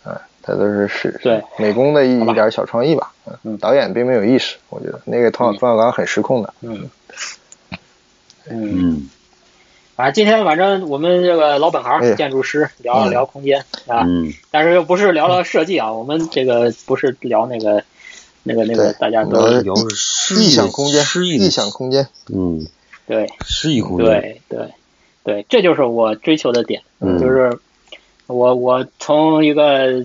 [SPEAKER 3] 嗯，
[SPEAKER 4] 它都是是
[SPEAKER 3] 对
[SPEAKER 4] 美工的一
[SPEAKER 3] 好吧
[SPEAKER 4] 一点小创意吧。嗯，
[SPEAKER 3] 嗯
[SPEAKER 4] 导演并没有意识，我觉得那个冯
[SPEAKER 3] 嗯
[SPEAKER 4] 小冯小刚很失控的。
[SPEAKER 3] 嗯，嗯，
[SPEAKER 5] 嗯，
[SPEAKER 3] 反啊正今天反正我们这个老本
[SPEAKER 4] 哎呀
[SPEAKER 3] 行建筑师聊了聊空间啊，
[SPEAKER 5] 嗯，
[SPEAKER 3] 但是又不是聊聊设计啊，我们这个不是聊那个那个那个
[SPEAKER 4] 对
[SPEAKER 3] 大家
[SPEAKER 4] 我
[SPEAKER 3] 都
[SPEAKER 4] 们
[SPEAKER 5] 聊是诗
[SPEAKER 4] 异
[SPEAKER 5] 意
[SPEAKER 4] 想
[SPEAKER 5] 的
[SPEAKER 4] 空间，
[SPEAKER 5] 诗意的
[SPEAKER 4] 异想空间，
[SPEAKER 5] 嗯，
[SPEAKER 3] 对
[SPEAKER 5] 诗意空间，
[SPEAKER 3] 对对对，这就是我追求的点，
[SPEAKER 5] 嗯
[SPEAKER 3] 就是我我从一个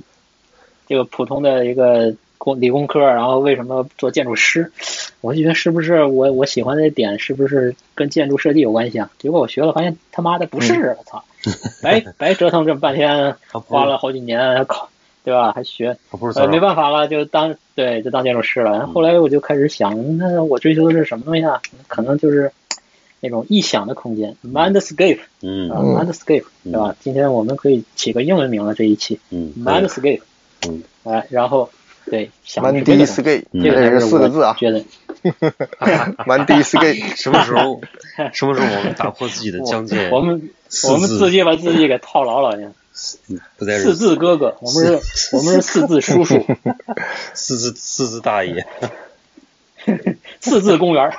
[SPEAKER 3] 这个普通的一个工理工科，然后为什么做建筑师？我就觉得是不是我我喜欢的点是不是跟建筑设计有关系啊？结果我学了，发现他妈的不是，我操，白白折腾这么半天，
[SPEAKER 5] 嗯 他不
[SPEAKER 3] 花了好几年还考，对吧？还学，
[SPEAKER 5] 他不是
[SPEAKER 3] 呃，没
[SPEAKER 5] 咱
[SPEAKER 3] 办法了，就当对，就当建筑师了。然后后来我就开始想，那我追求的是什么东西啊？可能就是那种臆想的空间，mindscape
[SPEAKER 5] 嗯
[SPEAKER 3] 啊，mindscape，对吧？今天我们可以起个英文名了，这一期
[SPEAKER 5] 嗯，
[SPEAKER 3] mindscape，
[SPEAKER 5] 嗯，
[SPEAKER 3] 哎，然然后对，想的是
[SPEAKER 4] Man d
[SPEAKER 3] 这
[SPEAKER 4] i
[SPEAKER 3] 个
[SPEAKER 4] s
[SPEAKER 3] 东西
[SPEAKER 4] k a t
[SPEAKER 3] 这
[SPEAKER 4] e
[SPEAKER 3] 个才
[SPEAKER 4] 这
[SPEAKER 3] 是
[SPEAKER 4] 四个字
[SPEAKER 3] 我
[SPEAKER 4] 啊
[SPEAKER 3] 觉得
[SPEAKER 4] ，Man d i s k a t e
[SPEAKER 5] 什么时候什么时候我们打破自己的疆界？
[SPEAKER 3] 我们
[SPEAKER 5] 四字
[SPEAKER 3] 我们自己把自己给套牢了，
[SPEAKER 5] 不再
[SPEAKER 3] 四
[SPEAKER 5] 是
[SPEAKER 3] 字哥哥，我们 是，我们是四字叔叔，
[SPEAKER 5] 四字四字大 爷，
[SPEAKER 3] 四字公园儿，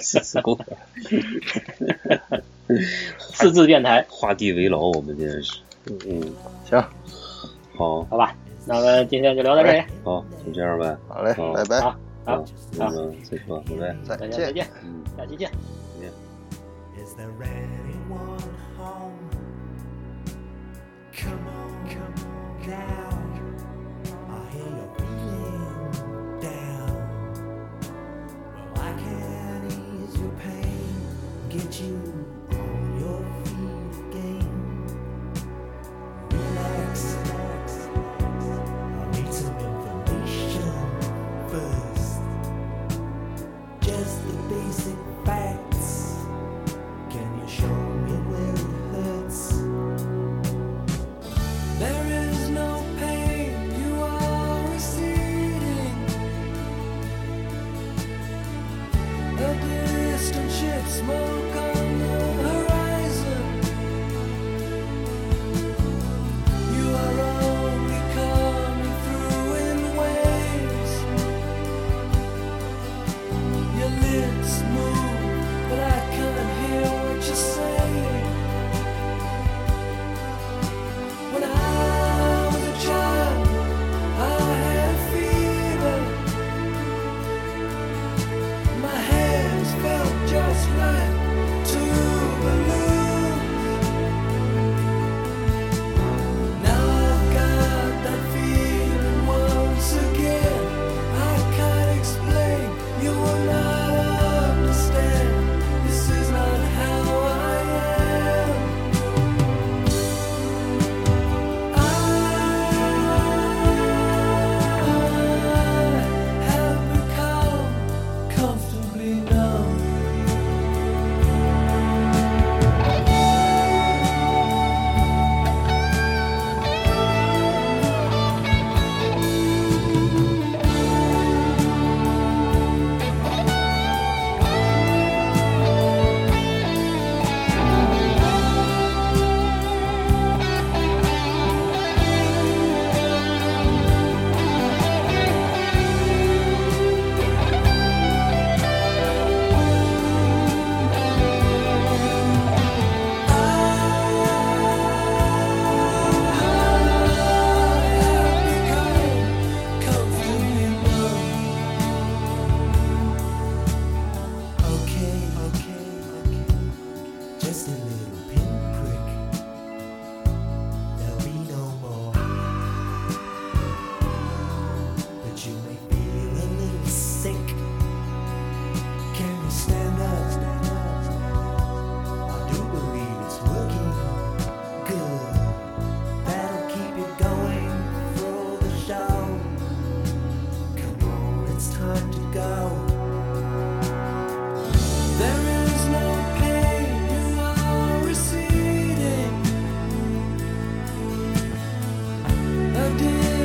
[SPEAKER 5] 四字公园，
[SPEAKER 3] 四字电台，
[SPEAKER 5] 画地为牢，我们现在是，嗯，
[SPEAKER 4] 行，
[SPEAKER 5] 好，
[SPEAKER 3] 好吧？那么今天就聊到这里，
[SPEAKER 5] 好，就这样呗，
[SPEAKER 4] 好嘞，
[SPEAKER 5] 好
[SPEAKER 4] 拜拜，
[SPEAKER 3] 好好
[SPEAKER 5] 那么再说，拜拜，
[SPEAKER 4] 再
[SPEAKER 3] 大家
[SPEAKER 4] 见
[SPEAKER 3] 再。见，
[SPEAKER 5] 嗯，
[SPEAKER 3] 下期见。
[SPEAKER 5] 再见。
[SPEAKER 6] Is there anyone home? Come on, come on down. I hear you're feeling down. Well, I can ease your pain, get you on your feet again. Relax, relax. I need some information first. Just the basic facts. Can you show me where it hurts? There is no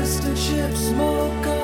[SPEAKER 6] sip, smoke